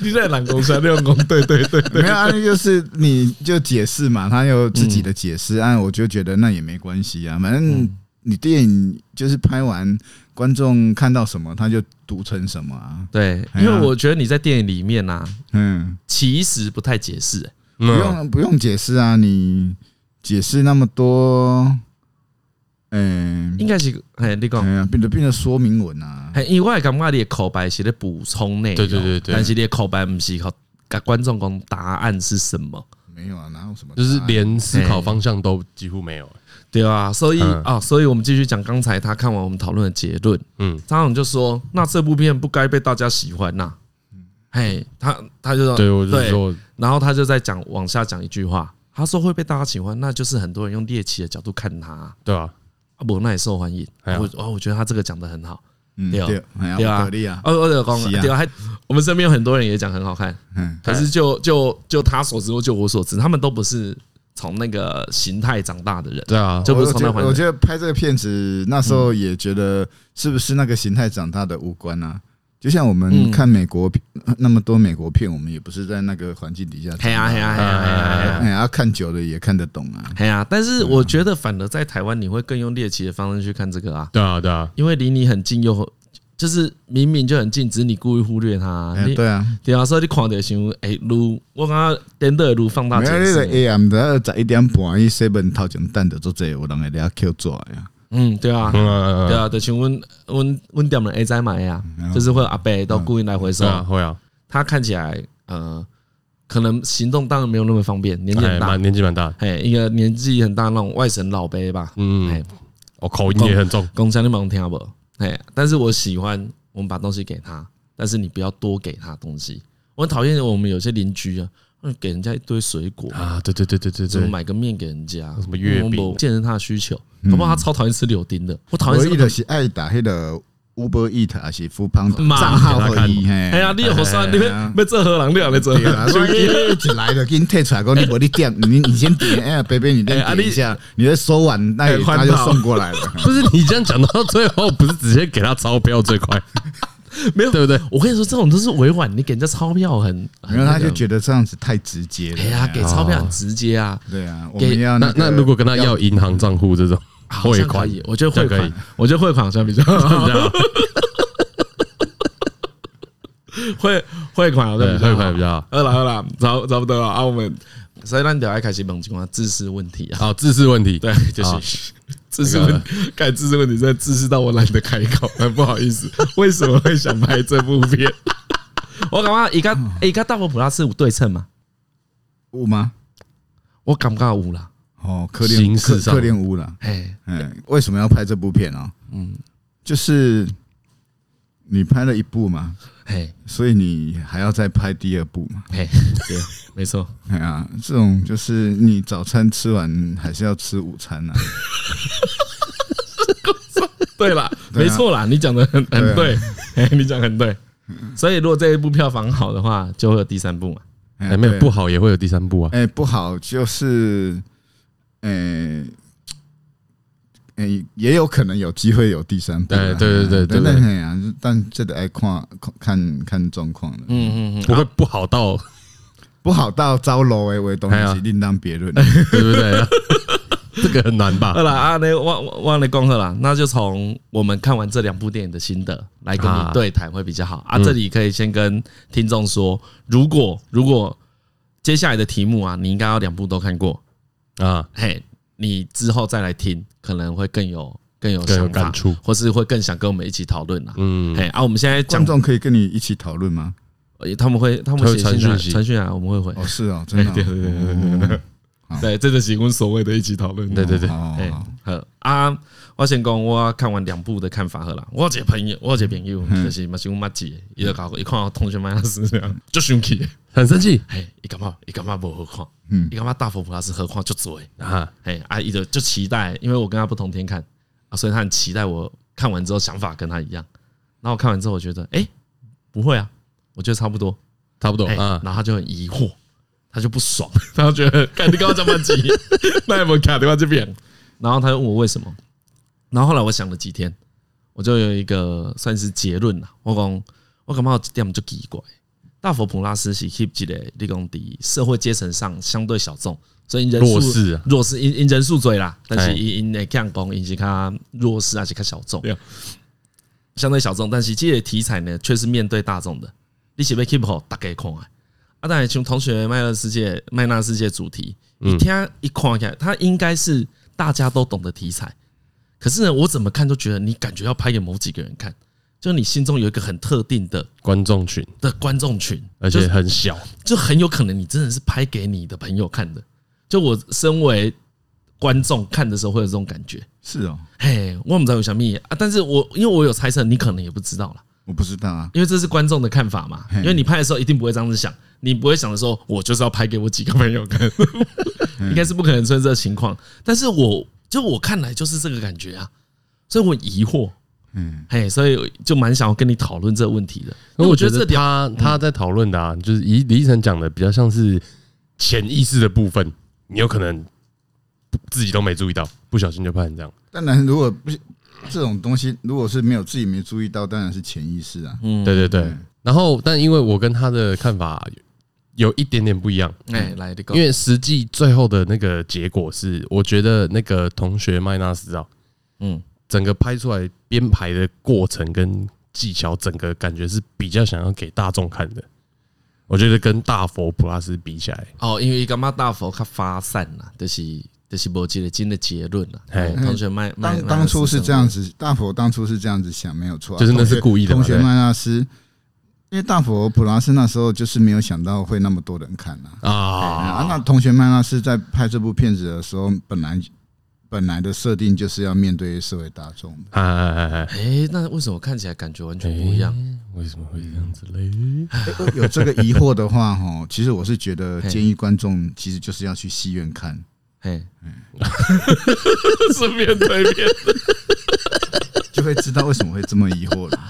A: 你在蓝公山，蓝公对对对，
C: 没有啊，那就是你就解释嘛，他有自己的解
B: 嗯
C: 释，啊，我就觉得那也没关系啊，反正你电影就是拍完，观众看到什么他就读成什么啊，
A: 对，
B: 哎
A: 因为我觉得你在电影里面呐、啊，
C: 嗯。
A: 其实不太解释、欸
B: 嗯
C: 不用不用解释啊，你解释那么多，嗯、
A: 应该是嘿，你
B: 嗯
A: 讲
C: 哎。呀，变得变得说明文啊，
A: 嘿，因为我会感觉你的口白是咧补充内容，
B: 对对对对
A: 但是你的口白不是靠甲观众讲答案是什么，
C: 没有啊，哪有什么
B: 就
C: 答案，
B: 是连思考方向都几乎没有。
A: 对啊，所以
B: 嗯
A: 啊、所以我们继续讲刚才他看完我们讨论的结论，
B: 嗯，
A: 张总就说，那这部片不该被大家喜欢呐、嘿，他他就说，
B: 对，我就是说，
A: 然后他就在讲往下讲一句话，他说会被大家喜欢，那就是很多人用猎奇的角度看他，啊，
B: 对啊，
A: 不，那也受欢迎，
B: 哎呀
A: 我哦，我觉得他这个讲的很好，
C: 嗯
A: 对啊
C: 对，哎呀，
A: 对啊
C: 得力啊，
A: 哦，我有讲
C: 是啊
A: 对啊，还我们身边有很多人也讲很好看，
C: 嗯，
A: 可是就就就他所知或就我所知，他们都不是从那个形态长大的人，
B: 对啊，
A: 就不
C: 我
A: 是从
C: 觉
A: 那嗯
C: 得
A: 环
C: 我
A: 境。
C: 觉得拍这个片子那时候也觉得是不是那个形态长大的无关啊。就像我们
A: 嗯
C: 看美国片那么多美国片，我们也不是在那个环境底下长大
A: 嘿呀嘿呀嘿呀嘿呀嘿呀！
C: 哎呀，看久了也看得懂啊。
A: 哎呀，但是我觉得反而在台湾，你会更用猎奇的方式去看这个啊，
B: 对啊，对啊，
A: 因为离你很近又就是明明就很近，只是你故意忽略它。
C: 哎，
A: 你
C: 对啊，
A: 对啊，所以你看到想，哎，如我刚刚点的如放大
C: 没
A: 解
C: 有那个
A: 释，
C: AM 的十一点半，伊 seven 头前等着做这，有人会了 Q 抓呀。
A: 嗯，对啊。
B: 嗯
A: 对，啊，就像阮阮阮店的 A
B: 嗯
A: 仔买啊，就是会有阿伯都故意来回收
B: 对，啊，会啊，
A: 他看起来呃可能行动当然没有那么方便，年纪
B: 哎，
A: 很大
B: 蛮，年纪蛮大的，
A: 哎，一个年纪很大那种外省老伯吧，
B: 嗯
A: 哎，
B: 哦，口音也很重，
A: 公山你忙听不？哎，但是我喜欢我们把东西给他，但是你不要多给他东西。我很讨厌我们有些邻居啊，会给人家一堆水果，
B: 啊，对对对对对
A: 怎
B: 对
A: 么，买个面给人家，
B: 什么月饼嗯
A: 我们见人他的需求，好不好？他超讨厌吃柳丁的，我讨
C: 我
A: 厌吃
C: 伊
A: 柳
C: 就
A: 丁。
C: 是爱打迄个 Uber Eat 还是 Food Panda
A: 嘛
C: 账号互伊嘿。
A: 哎呀，你有好酸，你们被这荷兰料来这
B: 啊
C: 对啦，所以一来就给你退出来，讲你无你点，你你先点，哎呀，贝贝你
A: 哎啊
C: 先
A: 你
C: 点一下，你再收完，那
A: 哎
C: 也
A: 环
C: 他就
A: 保
C: 送过来了。
B: 不是你这样讲到最后，不是直接给他钞票最快，
A: 没有
B: 对不对？
A: 我跟你说，这种都是委婉，你给人家钞票很，很
C: 然后他
A: 那个
C: 就觉得这样子太直接了。
A: 哎呀，给钞
B: 哦
A: 票很直接啊，
C: 对啊，我
A: 给
C: 们要
B: 那
C: 个
B: 那如果跟他要银行账户这种
A: 好
B: 汇
A: 像可
B: 款，
A: 以，我觉得汇
B: 这样可
A: 款
B: 以，
A: 我觉得汇款好像比较
B: 这样比较好
A: 汇汇款好像
B: 对，
A: 比较
B: 汇
A: 好
B: 款比较好。
A: 好啦好啦，差不差不多了啊，我们所以咱就要开始问一下知识问题啊，
B: 好，自私问题，
A: 对，就
B: 好
A: 是知识问题，看知识问题，真的知识到我懒得开口， 很不好意思，为什么会想拍这部片？ 我感觉伊欸甲伊甲大佛普拉斯有对称嘛？
C: 有吗？
A: 我感觉有啦，
C: 哦，可
B: 形
C: 怜
B: 式
C: 可
B: 上
C: 可怜屋了。
A: 哎，
C: 嗯，为什么要拍这部片啊？嗯，就是你拍了一部嘛，
A: 嘿，
C: 所以你还要再拍第二部嘛。
A: 嘿，对，没错，
C: 哎呀，这种就是你早餐吃完还是要吃午餐呐、啊。
A: 对啦，
C: 对啊
A: 没错啦，你讲的很很
C: 对
A: 对，嘿你讲得很对，所以如果这一部票房好的话，就会有第三部嘛。
C: 哎
B: 哎，
C: 呀
B: 没有
C: 对
B: 不好也会有第三步啊。
C: 哎、不好，就是，哎、哎、也有可能有机会有第三部啊啦。
B: 哎对对对对
C: 但
B: 对
C: 但哎呀，但这得爱看看看状况了。
A: 嗯嗯
B: 不会不好到，
C: 不好到糟楼哎，为东
B: 哎呀
C: 西另当别论。
B: 对不对？ 这个很难吧
A: 好？啦，啊，那忘忘忘了恭贺啦，那就从我们看完这两部电影的心得来跟你
B: 啊
A: 对谈会比较好啊。这里可以先跟听众说，如果如果接下来的题目啊，你应该要两部都看过，
B: 啊，
A: 嘿，你之后再来听，可能会更有更有
B: 更有
A: 想法
B: 感触
A: 或是会更想跟我们一起讨论啦。
B: 嗯，
A: 嘿啊，我们现在
C: 观
A: 讲，
C: 众可以跟你一起讨论吗？
A: 呃他们会他们
B: 他
A: 会
B: 会
A: 写
B: 传
A: 信来
B: 讯息
A: 传讯啊，我们会回。
C: 哦，是哦，
A: 哎
C: 真的哦。哦对对对对
A: 对，这就是我们所谓的一起讨论。
B: 对对对，
A: 哎
C: 哦，，
A: 好啊！我先讲我看完两部的看法好了。我有一个朋友，我有一个朋友，就是嘛是阮妈姐，伊就搞，伊看我同学麦斯这样，就生气的。
B: 很生气
A: 嘿，伊感觉伊感觉无好看，
C: 嗯
A: 伊感觉大佛普拉斯好看就多的。
B: 啊，
A: 嘿，啊，伊就就期待，因为我跟他不同天看啊，所以他很期待我看完之后想法跟他一样。然后我看完之后，我觉得哎、不会啊，我觉得差不多。
B: 差不多
A: 哎，
B: 啊
A: 然，后他就很疑惑， 他就不爽， 他就觉得，看你跟我讲 么急，那有没有卡电话这边？然后他就问我为什么，然后后来我想了几天，我就有一个算是结论啦。我讲，我感觉有一点就奇怪，大佛普拉斯是 keep 一个你讲伫社会阶层上相对小众，所以人数
B: 弱势啊
A: 弱势因因人数最啦，但
B: 哎
A: 是因因的讲讲因是较弱势还是较小众
B: 对啊，
A: 相对小众，但是这个题材呢却是面对大众的，你是要 keep 好大家看的。啊，当然从同学麦乐世界麦纳世界主题，
B: 嗯
A: 一听一看起来，它应该是大家都懂的题材。可是呢，我怎么看都觉得你感觉要拍给某几个人看，就你心中有一个很特定的
B: 观众群，
A: 的观众群，
B: 而
A: 就
B: 且
A: 是
B: 很小，
A: 就很有可能你真的是拍给你的朋友看的。就我身为观众看的时候会有这种感觉，
C: 是哦，
A: 嘿，我不知道有什么意义啊，但是我因为我有猜测，你可能也不知道啦。
C: 我不知道啊。
A: 因为这是观众的看法嘛。
C: 嘿
A: 因为你拍的时候一定不会这样子想，你不会想的说，我就是要拍给我几个朋友看， 应该是不可能出现这个情况。但是我就我看来就是这个感觉啊，所以我疑惑，
C: 嗯，
A: 嘿，所以就蛮想要跟你讨论这个问题的。因
B: 因为
A: 为
B: 我
A: 我觉
B: 觉
A: 得这嗯
B: 得
A: 两，
B: 他他在讨论的啊，就是以李依晨讲的比较像是潜意识的部分，你有可能不自己都没注意到，不小心就拍成这样。
C: 当然，如果不是这种东西，如果是没有自己没注意到，当然是潜意识啊。
A: 嗯，
B: 对，对对，然后但因为我跟他的看法有一点点不一样，
A: 哎，来，你讲
B: 因为实际最后的那个结果是，我觉得那个同学麦纳斯啊，
A: 嗯，
B: 整个拍出来编排的过程跟技巧，整个感觉是比较想要给大众看的。我觉得跟大佛普拉斯比起来，
A: 哦，因为干嘛大佛他发散了，就是就是无这个真的结论了。
B: 嘿
A: 哎，同学麦麦
C: 当当初是这样
A: 子。
C: 子，大佛当初是这样子想，没有错啊、
B: 就是那是
C: 同学
B: 故意的嘛
C: 同学
B: 对
C: 曼纳斯因为大佛普拉斯那时候就是没有想到会那么多人看啊。
A: 哎
C: 啊，
B: 啊，
C: 那同学麦娜是在拍这部片子的时候，本来本来的设定就是要面对社会大众。
B: 哎哎哎哎，
A: 哎，那为什么看起来感觉完全不一样？
B: 为什么会这样子嘞？
C: 有这个疑惑的话，哈，其实我是觉得
A: 嘿
C: 建议观众其实就是要去戏院看。
A: 嘿，顺便推便。
C: 就会知道为什么会这么疑惑了。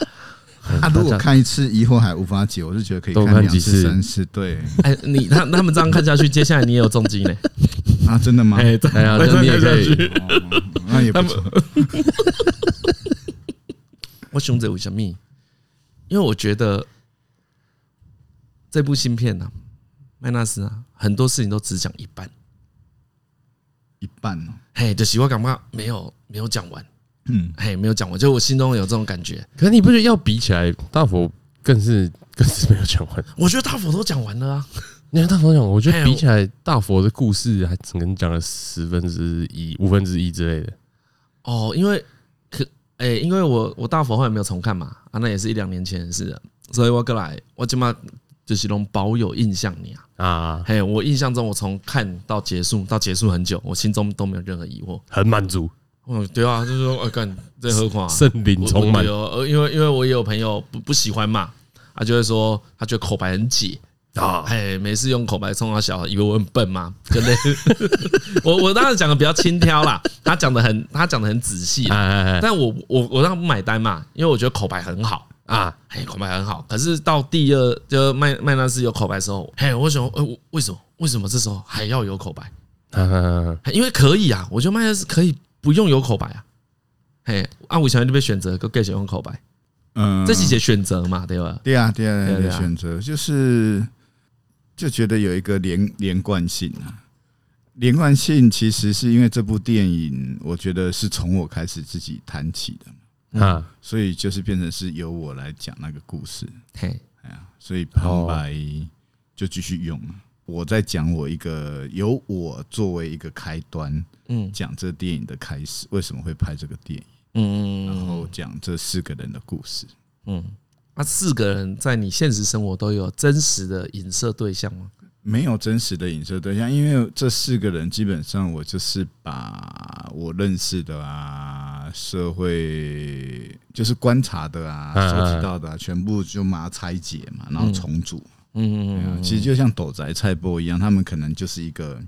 C: 啊，如果看一次疑惑还无法解，我是觉得可以
B: 多
C: 看
B: 看
C: 两
B: 几次
C: 次、三次。对
A: 哎，你他他们这样看下去，接下来你也有重击呢。
C: 啊，真的吗？
A: 哎，对
B: 哎呀，
A: 这
B: 那
A: 样
B: 你也
A: 看
B: 可
A: 下
B: 以
A: 去，
C: 哦那也不错。
A: 我熊仔为什么？因为我觉得这部芯片呢、啊，麦纳斯啊，很多事情都只讲一半。
C: 一半哦，
A: 嘿，就是我感觉没有没有讲完，
C: 嗯，
A: 嘿，没有讲完，就我心中有这种感觉。
B: 可是你不觉得要比起来，大佛更是更是没有讲完？
A: 我觉得大佛都讲完了啊，
B: 你看大佛讲，我觉
A: 哎
B: 得
A: 呦
B: 比起来，大佛的故事还只能讲了十分之一、五分之一之类的。
A: 哦，因为可哎、因为我我大佛后来没有重看嘛，啊，那也是一两年前的事了，所以我过来我起码就是拢保有印象你啊，
B: 啊，
A: 嘿，我印象中我从看到结束到结束很久，我心中都没有任何疑惑。
B: 很满足，
A: 嗯，对啊，就是说，呃，干这何况啊
B: 圣灵充满
A: 我。我有呃，因为因为我也有朋友不不喜欢嘛，他就会说他觉得口白很解啊，哎，每次用口白冲他小，以为我很笨嘛，就类似。 我我当时讲的比较轻佻啦，他讲的很他讲的很仔细
B: 哎
A: 啦，
B: 哎
A: 但我我我让他不买单嘛，因为我觉得口白很好。
B: 哎啊！
A: 嘿，口白很好，可是到第二就麦麦纳斯有口白的时候，嘿，我想，呃，我为什么为什么这时候还要有口白？
B: 啊
A: 因为可以啊，我觉得麦克斯可以不用有口白啊。嘿，啊，我想就被选择个 gay 选用口白，
C: 嗯，
A: 这是一个选择嘛，对吧？
C: 对啊，对啊，
A: 对啊对
C: 对
A: 啊
C: 啊，选择就是就觉得有一个连连贯性啊。连贯性其实是因为这部电影，我觉得是从我开始自己谈起的，
B: 啊！
C: 所以就是变成是由我来讲那个故事。
A: 嘿，
C: 所以旁白
A: 哦
C: 就继续用了。我在讲我一个由我作为一个开端，
A: 嗯
C: 讲这电影的开始，为什么会拍这个电影，
A: 嗯
C: 然后
A: 嗯
C: 讲这四个人的故事。
A: 嗯。那四个人在你现实生活都有真实的影射对象吗？
C: 没有真实的影射对象，因为这四个人基本上我就是把我认识的啊，社会就是观察的啊，
B: 嗯嗯
C: 收集到的啊，全部就把它拆解嘛，然后重组。对啊
A: 嗯嗯
C: 其实就像斗宅菜波一样，他们可能就是一个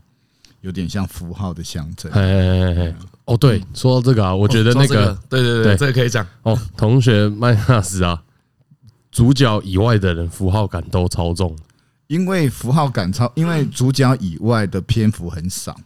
C: 有点像符号的象征。
A: 嗯
B: 哎哎哎哎！哦，对，说到这个啊，我
A: 我
B: 觉得那
A: 个
B: 个
A: 对对对，
B: 对
A: 哦这个可以讲。
B: 哦，同学麦纳斯啊，主角以外的人符号感都超重。
C: 因为符号感
A: 嗯
C: 超，因为主角以外的篇幅很少，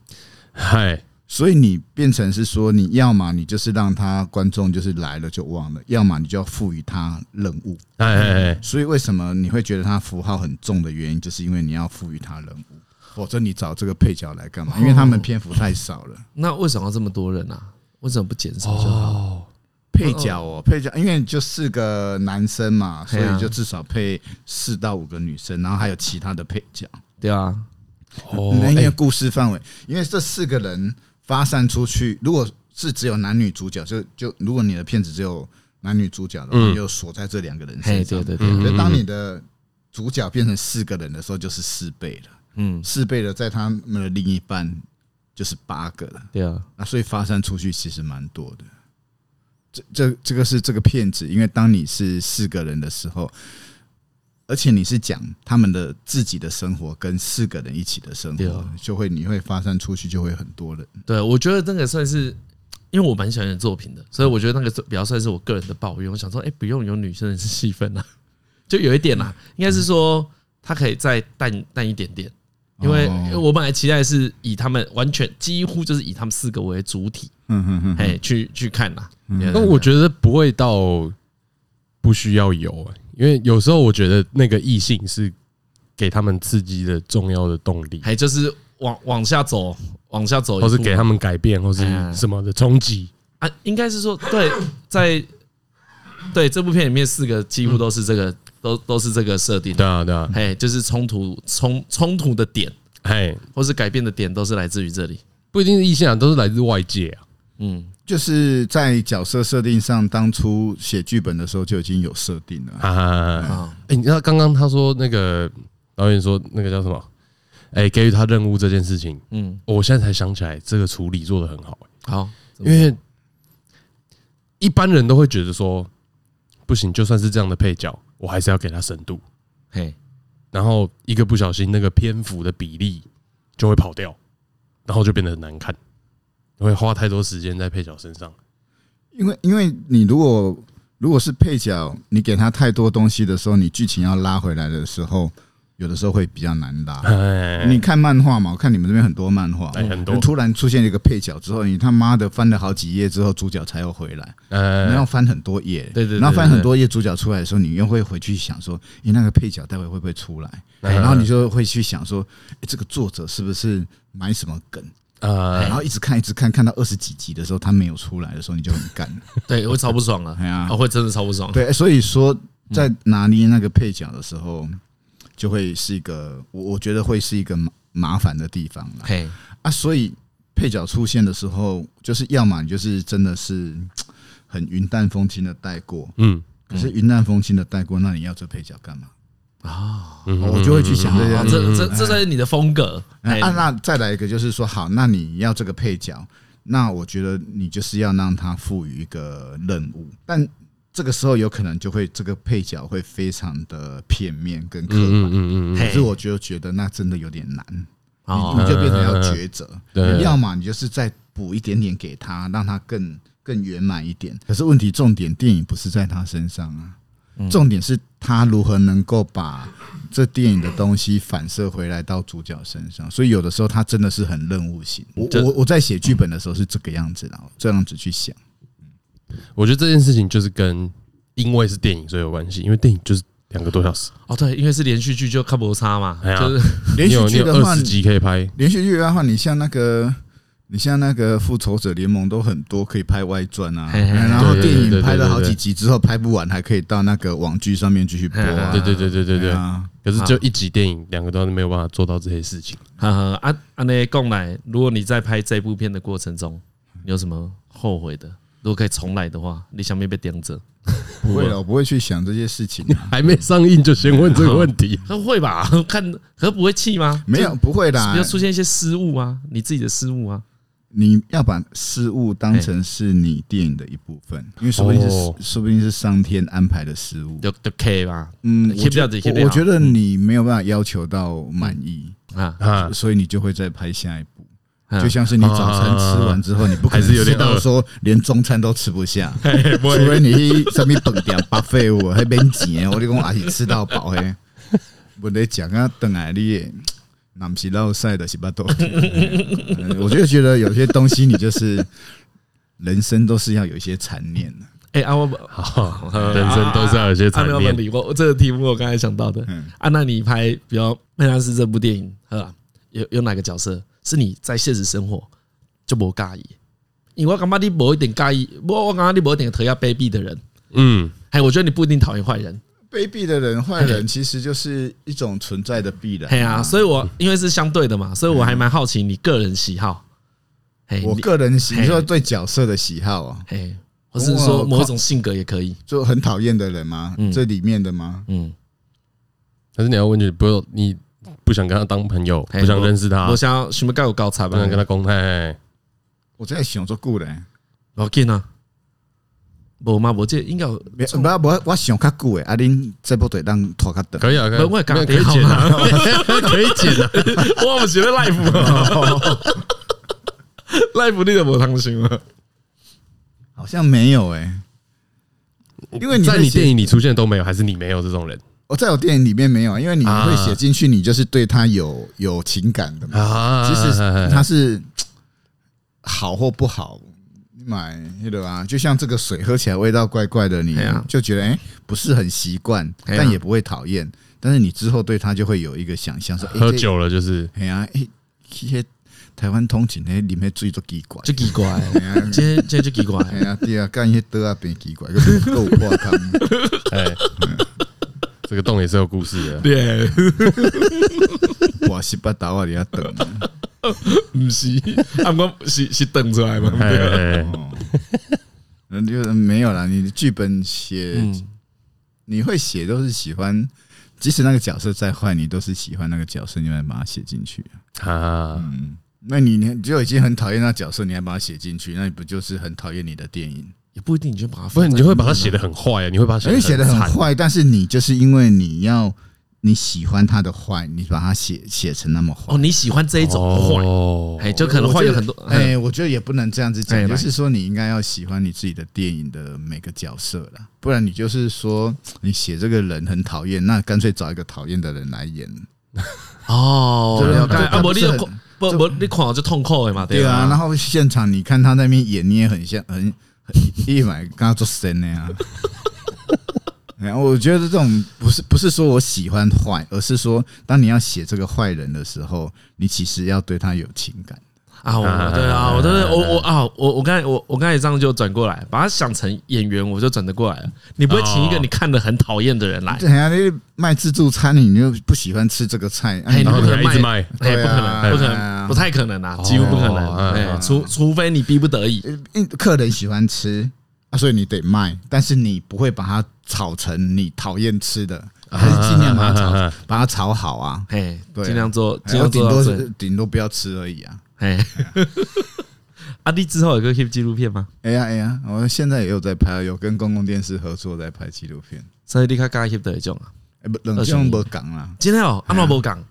B: 嗨，
C: 所以你变成是说，你要么你就是让他观众就是来了就忘了，要么你就要赋予他任务。
B: 哎哎 哎，
C: 所以为什么你会觉得他符号很重的原因，就是因为你要赋予他任务，否则你找这个配角来干嘛？因为他们篇幅太少了。
A: 那为什么要这么多人啊？为什么不减少就好？
B: 哦
C: 配角哦，配角，因为就四个男生嘛，所
A: 对啊
C: 以就至少配四到五个女生，然后还有其他的配角。
A: 对啊，
B: 哦，
C: 那因为
B: 哎
C: 故事范围，因为这四个人发散出去，如果是只有男女主角，就就如果你的片子只有男女主角的话，
B: 嗯
C: 就锁在这两个人
A: 嘿，对
C: 身上。
A: 对对，
B: 嗯
C: 可是当你的主角变成四个人的时候，就是四倍了。
A: 嗯，
C: 四倍的在他们的另一半就是八个了，
A: 对啊，
C: 那所以发散出去其实蛮多的。这这这个是这个片子，因为当你是四个人的时候，而且你是讲他们的自己的生活跟四个人一起的生
A: 对
C: 活
A: 啊，
C: 就会你会发散出去，就会很多人。
A: 对，我觉得那个算是，因为我蛮喜欢你的作品的，所以我觉得那个是比较算是我个人的抱怨。我想说，哎、不用有女生的戏份啊， 就有一点啦、应该是说他可以再淡淡一点点，因为
C: 哦
A: 因为我本来期待是以他们完全几乎就是以他们四个为主体，
C: 嗯哼哼，
A: 哎，去去看啦。对
B: 那我觉得不会到不需要有、欸，因为有时候我觉得那个异性是给他们刺激的重要的动力，
A: 还就是往往下走，往下走一步啊
B: 或
A: 嘛，
B: 是给他们改变，或是什么的冲击。
A: 啊，应该是说对，在对这部片里面四个几乎都是这个，都都是这个设定。
B: 对啊，对啊，
A: 哎，就是冲突冲冲突的点，
B: 哎，
A: 或是改变的点，都是来自于这里。
B: 不一定是异性啊，都是来自外界啊。
A: 嗯，
C: 就是在角色设定上，当初写剧本的时候就已经有设定了。
B: 哈哈哈哈。
A: 啊，
B: 哎、你知道刚刚他说那个导演说那个叫什么？哎、给予他任务这件事情，
A: 嗯，
B: 我现在才想起来，这个处理做的很好、
A: 好，
B: 因为一般人都会觉得说，不行，就算是这样的配角，我还是要给他深度。
A: 嘿，
B: 然后一个不小心，那个篇幅的比例就会跑掉，然后就变得很难看，会花太多时间在配角身上。
C: 因为因为你如果如果是配角，你给他太多东西的时候，你剧情要拉回来的时候，有的时候会比较难拉。
B: 哎，
C: 你看漫画嘛，我看你们这边很多漫画，
B: 哎很多
C: 突然出现一个配角之后，你他妈的翻了好几页之后，主角才又回来，你要
B: 呃，
C: 翻很多页，
A: 对对对
C: 然后翻很多页，主角出来的时候，你又会回去想说，诶，那个配角待会会不会出来？
B: 嗯
C: 然后你就会去想说，诶，这个作者是不是埋什么梗？然
B: 呃，
C: 后一直看，一直看，看到二十几集的时候，他没有出来的时候，你就很干。
A: 对，会超不爽了，
C: 哎呀
A: 哦，，会真的超不爽，
C: 对，所以说在拿捏那个配角的时候，就会是一个我我觉得会是一个麻麻烦的地方啦。
A: 嘿，
C: 啊，所以配角出现的时候，就是要么你就是真的是很云淡风轻的带过，
B: 嗯，
C: 可是云淡风轻的带过，那你要这配角干嘛？哦
A: 啊，
B: 嗯
C: 我就会去想这
A: 啊
C: 些。
A: 这这这才是你的风格，
C: 那
A: 哎
C: 啊，那再来一个就是说，好，那你要这个配角，那我觉得你就是要让他赋予一个任务，但这个时候有可能就会这个配角会非常的片面跟刻
B: 嗯嗯
C: 板。
B: 嗯嗯嗯，
A: 嘿
C: 可是我就觉得那真的有点难，你
A: 哦
C: 你就变成
B: 嗯
C: 要抉择，
B: 对
C: 要么你就是再补一点点给他，让他更更圆满一点。可是问题重点，电影不是在他身上啊，
B: 嗯
C: 重点是他如何能够把这电影的东西反射回来到主角身上。所以有的时候他真的是很任务型。我
A: 这
C: 我我在写剧本的时候是这个样子的，这样子去想。
B: 我觉得这件事情就是跟因为是电影所以有关系，因为电影就是两个多小时，
A: 哦，对，因为是连续剧就看不差嘛，
B: 哎呀
A: 就是
C: 连
B: 你有
C: 续
B: 你
C: 剧
B: 有
C: 的话
B: 二十，集可以拍，
C: 连续剧的话，你像那个。你像那个复仇者联盟都很多可以拍外传啊，
A: 嘿嘿嘿
C: 然后
B: 对对
C: 电
B: 对
C: 影
B: 对
C: 拍了好
B: 对
C: 几
B: 对
C: 集之后拍不完，还可以到那个网剧上面继续播
A: 嘿嘿
C: 啊。
A: 嘿
B: 对对对对对对。
C: 啊，
B: 可是就一集电影，两个都没有办法做到这些事情。
A: 呵呵，啊啊，那共来，如果你在拍这部片的过程中，你有什么后悔的？如果可以重来的话，你想不想被盯着？
C: 不会了，我不会去想这些事情啊。
B: 还没上映 就先问这个问题，
A: 他会吧？ 看，可不会气吗？
C: 没有，不会啦
A: 比如。出现一些失误啊，你自己的失误啊，
C: 你要把失误当成是你电影的一部分，因为说不定
B: 哦
C: 是说不定是上天安排的失误。
A: 就就 K 吧？
C: 嗯，我
A: keep
C: 觉
A: 掉自己，keep
C: 我
A: 掉
C: 我觉得你没有办法要求到满意，
A: 啊，
B: 啊，
C: 所以你就会再拍下一部。
A: 嗯
C: 就像是你早餐吃完之后，你不可
B: 还
C: 能
B: 是有点
C: 吃到
B: 饿哎
C: 说连中餐都吃 不下，
B: 不
C: 除非你去上面蹦点巴费我还边钱， 我就讲阿是吃到饱嘿。我得讲啊，等来你的，那不是老塞的是巴多。嗯 我就觉得有些东西你就是人生都是要有一些残念的。
A: 哎啊，我
B: 好， 人生都是要有些
A: 啊
B: 残
A: 没有问
B: 念。
A: 题，我我这个题目我刚才想到的
C: 嗯
A: 啊，那你拍比较《麦当斯》这部电影，呵啊，有有哪个角色是你在现实生活就无介意？因为我感觉你无一点介意，我我感觉你无一点讨厌卑鄙的人，
B: 嗯，
A: 哎，我觉得你不一定讨厌坏人，
C: 卑鄙的人、坏
B: 哎
C: 人，其实就是一种存在的必然。
A: 嘿啊，所以我因为是相对的嘛，所以我还蛮好奇你个人喜好，嘿，
C: 我
A: 你
C: 个人喜，
A: 嘿
B: 哎
C: 你说对角色的喜好啊，
A: 嘿，或是说
C: 我
A: 某一种性格也可以，
C: 就很讨厌的人吗
A: 嗯？
C: 这里面的吗？
A: 嗯，
B: 但是你要问你不用你不想跟他当朋友，
A: 嘿
B: 不想认识他
A: 我，想要什么高有高差
B: 不
A: 吧
B: 想，啊跟他公开。
C: 我在想做故人，
A: 我见啊，无嘛，我这应该有
C: 不要不要，我想较久诶，啊，恁这部队当拖较长。
B: 可以啊，可以，
A: 我也
B: 可
A: 讲
B: 以
A: 得好
B: 剪啊，
A: 嘛， 可以剪啊，我唔是要 live，live 你都无通想啊，
C: 好像没有诶、因为你
B: 在
C: 会
B: 你
C: 写
B: 电影里出现都没有，还是你没有这种人
C: 我在我电影里面没有，因为你
B: 啊
C: 会写进去，你就是对他有有情感的嘛。
B: 啊？
C: 其实他是好或不好，你买那个啊，就像这个水喝起来味道怪怪的，你
A: 哎
B: 啊
A: 呀
C: 就觉得哎、不是很习惯，
A: 哎呀
C: 但也不会讨厌，但是你之后对他就会有一个想象，说
B: 喝，酒了就是
C: 哎呀，哎，这些台湾通勤那里面最多奇怪。
A: 就奇怪，
C: 哎呀
A: 这这就奇怪，
C: 哎呀，对啊，干一些刀啊，变奇怪，个豆破汤。
B: 哎，这个洞也是有故事的。
A: 对，
C: 我是八刀啊，你要等。
A: 唔是，啊，我是是等出来嘛，
B: 哎哎，哎
C: 哦嗯， 就是没有啦。你的剧本写，
A: 嗯，
C: 你会写都是喜欢，即使那个角色再坏，你都是喜欢那个角色，你会把它写进去。
B: 啊，
C: 嗯，那你你就已经很讨厌那角色，你还把它写进去，那你不就是很讨厌你的电影？
A: 也不一定，你就把它，
B: 不然你就会把它写的，很坏啊，你会把它
C: 所以
B: 写
C: 写
B: 的
C: 的很
B: 惨。
C: 坏，但是你就是因为你要你喜欢他的坏，你把它写写成那么坏
A: 哦，。你喜欢这一种坏，
B: 哦
A: 哎，就可能坏有很多，
C: 哎、
A: 哎，
C: 我觉得也不能这样子
A: 哎
C: 讲，
A: 来
C: 就是说你应该要喜欢你自己的电影的每个角色啦，不然你就是说你写这个人很讨厌，那干脆找一个讨厌的人来演，
A: 哦，
C: 这
A: 了解
C: 这
A: 啊，
C: 这
A: 不，你就
C: 这
A: 看不不，你看就痛苦的嘛，
C: 对啊。然
A: 吧？
C: 后现场你看他那边演，你也很像很很一买跟他做神那 样。然后我觉得这种不是不是说我喜欢坏，而是说当你要写这个坏人的时候，你其实要对他有情感。
A: 啊，我
B: 啊
A: 对啊，我都是我我啊，我我刚才我我刚才这样就转过来，把它想成演员，我就转得过来了。你不会请一个
B: 哦
A: 你看的很讨厌的人来，
C: 对啊，你卖自助餐，你又不喜欢吃这个菜，啊
A: 哎，你
B: 然后
A: 不可能
B: 你还一直
A: 卖，
B: 卖
A: 哎，不可
C: 对
A: 能，
C: 啊
A: 不可
C: 对啊
A: 能，不太可能啊，几乎不可
B: 哦
A: 能，哎，
B: 嗯
A: 除除非你逼不得已，
C: 因客人喜欢吃啊，所以你得卖，但是你不会把它炒成你讨厌吃的，还是尽量把
B: 啊啊啊
C: 它炒
B: 啊，
C: 把它炒好啊，
A: 哎，
C: 对啊
A: 尽量做，尽
C: 然后
A: 量
C: 顶
A: 做到
C: 多
A: 最
C: 是顶多不要吃而已啊。
A: 哎， 阿弟之后有个 hip 纪录片吗？
C: 哎呀哎呀，我现在也有在拍，有跟公共电视合作在拍纪录片。
A: 所以你较介 hip 的一种啊。
C: 哎，不，冷静不讲啦，
A: 今天哦，阿诺无讲，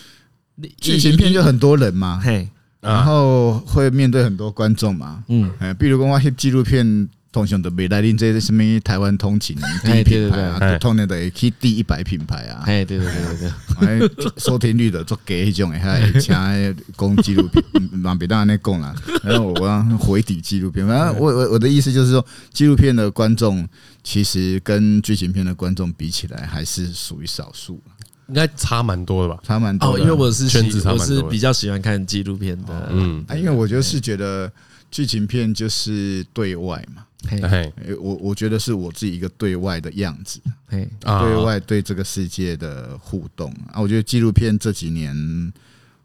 C: 剧情片就很多人
B: 嗯
C: 嘛，
A: 嘿，
B: 啊
C: 然后会面对很多观众嘛。
A: 嗯，
C: 哎，比如讲我翕纪录片，通常都袂来恁这什么台湾通勤第一品牌
B: 哎对对对
C: 啊，通常都会去第一百品牌啊。
A: 哎，对对对对 对，
C: 哎，收听率的做给迄种的，还请那讲纪录片，嗯蛮别当安尼讲 啦。然后我要回抵纪录片，反正我我我的意思就是说，纪录片的观众其实跟剧情片的观众比起来，还是属于少数，
B: 应该差蛮多的吧？
C: 差蛮多
A: 哦，
C: 的。
A: 因为我是喜
B: 圈子差蛮
A: 我
B: 多的
A: 是比较喜欢看纪录片的，
B: 嗯，
C: 啊，因为我就是觉得剧情片就是对外嘛，
A: 嘿
B: 哎
C: 哎我我觉得是我自己一个对外的样子。
A: 嘿，
B: 啊，
C: 对外对这个世界的互动啊。我觉得纪录片这几年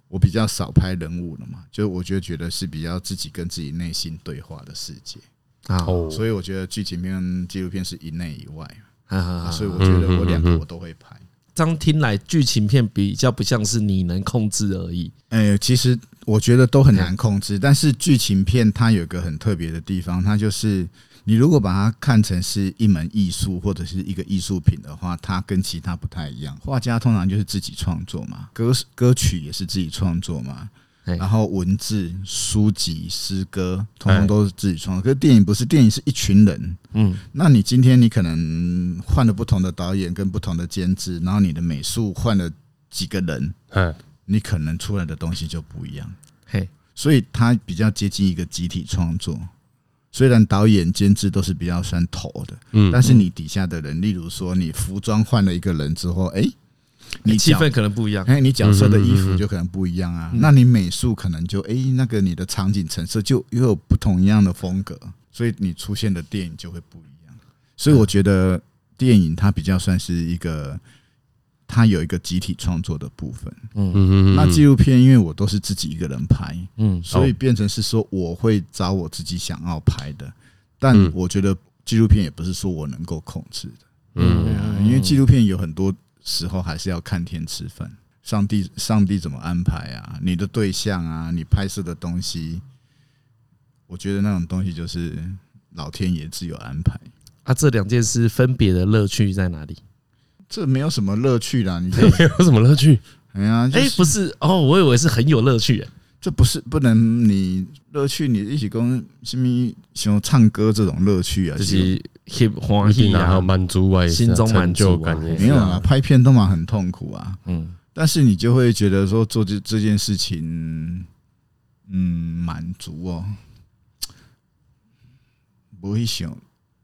C: 我比较少拍人物了嘛，就我觉得觉得是比较自己跟自己内心对话的世界，
A: 啊，
B: 哦，
C: 所以我觉得剧情片、纪录片是一内一外，
A: 啊
C: 啊
A: 啊
C: 所以我觉得我两个我都会拍。
A: 这样听来，剧情片比较不像是你能控制而已。
C: 哎，其实我觉得都很难控制，但是剧情片它有一个很特别的地方，它就是。你如果把它看成是一门艺术或者是一个艺术品的话，它跟其他不太一样。画家通常就是自己创作嘛，歌歌曲也是自己创作嘛，
A: 哎
C: 然后文字、书籍、诗歌，通通都是自己创作。可是电影不是，电影是一群人。
A: 嗯，
C: 那你今天你可能换了不同的导演跟不同的监制，然后你的美术换了几个人，
B: 嗯，
C: 你可能出来的东西就不一样。
A: 嘿，
C: 所以它比较接近一个集体创作。虽然导演、监制都是比较算头的，
B: 嗯
C: 但是你底下的人，例如说你服装换了一个人之后，哎、你
A: 气
C: 角
A: 氛可能不一样。
C: 哎，你角色的衣服就可能不一样啊。那你美术可能就哎、那个你的场景陈设就又有不同一样的风格，所以你出现的电影就会不一样。所以我觉得电影它比较算是一个，它有一个集体创作的部分。
B: 嗯嗯嗯，
C: 那纪录片因为我都是自己一个人拍，
A: 嗯，
C: 所以变成是说我会找我自己想要拍的，但
B: 嗯
C: 我觉得纪录片也不是说我能够控制的，对
B: 嗯
C: 啊，因为纪录片有很多时候还是要看天吃饭，上帝上帝怎么安排啊，你的对象啊，你拍摄的东西，我觉得那种东西就是老天爷自有安排，
A: 啊，这两件事分别的乐趣在哪里？
C: 这没有什么乐趣啦，你
B: 没有什么乐趣，
C: 哎呀，就
A: 哎，
C: 是
A: 不是哦，我以为是很有乐趣。哎
C: 这不是不能你乐趣，你一起跟什么像唱歌这种乐趣啊，
A: 就
C: 其实
A: 是 hip 欢
B: 一定
A: 喜
B: 啊还
A: 啊
B: 有，满足啊，也是啊
A: 心中
B: 成
A: 满足啊
B: 就感也是
C: 没有
B: 啊
C: 啦，拍片都嘛很痛苦啊，
A: 嗯，
C: 但是你就会觉得说做这这件事情，嗯，满足哦，不会想，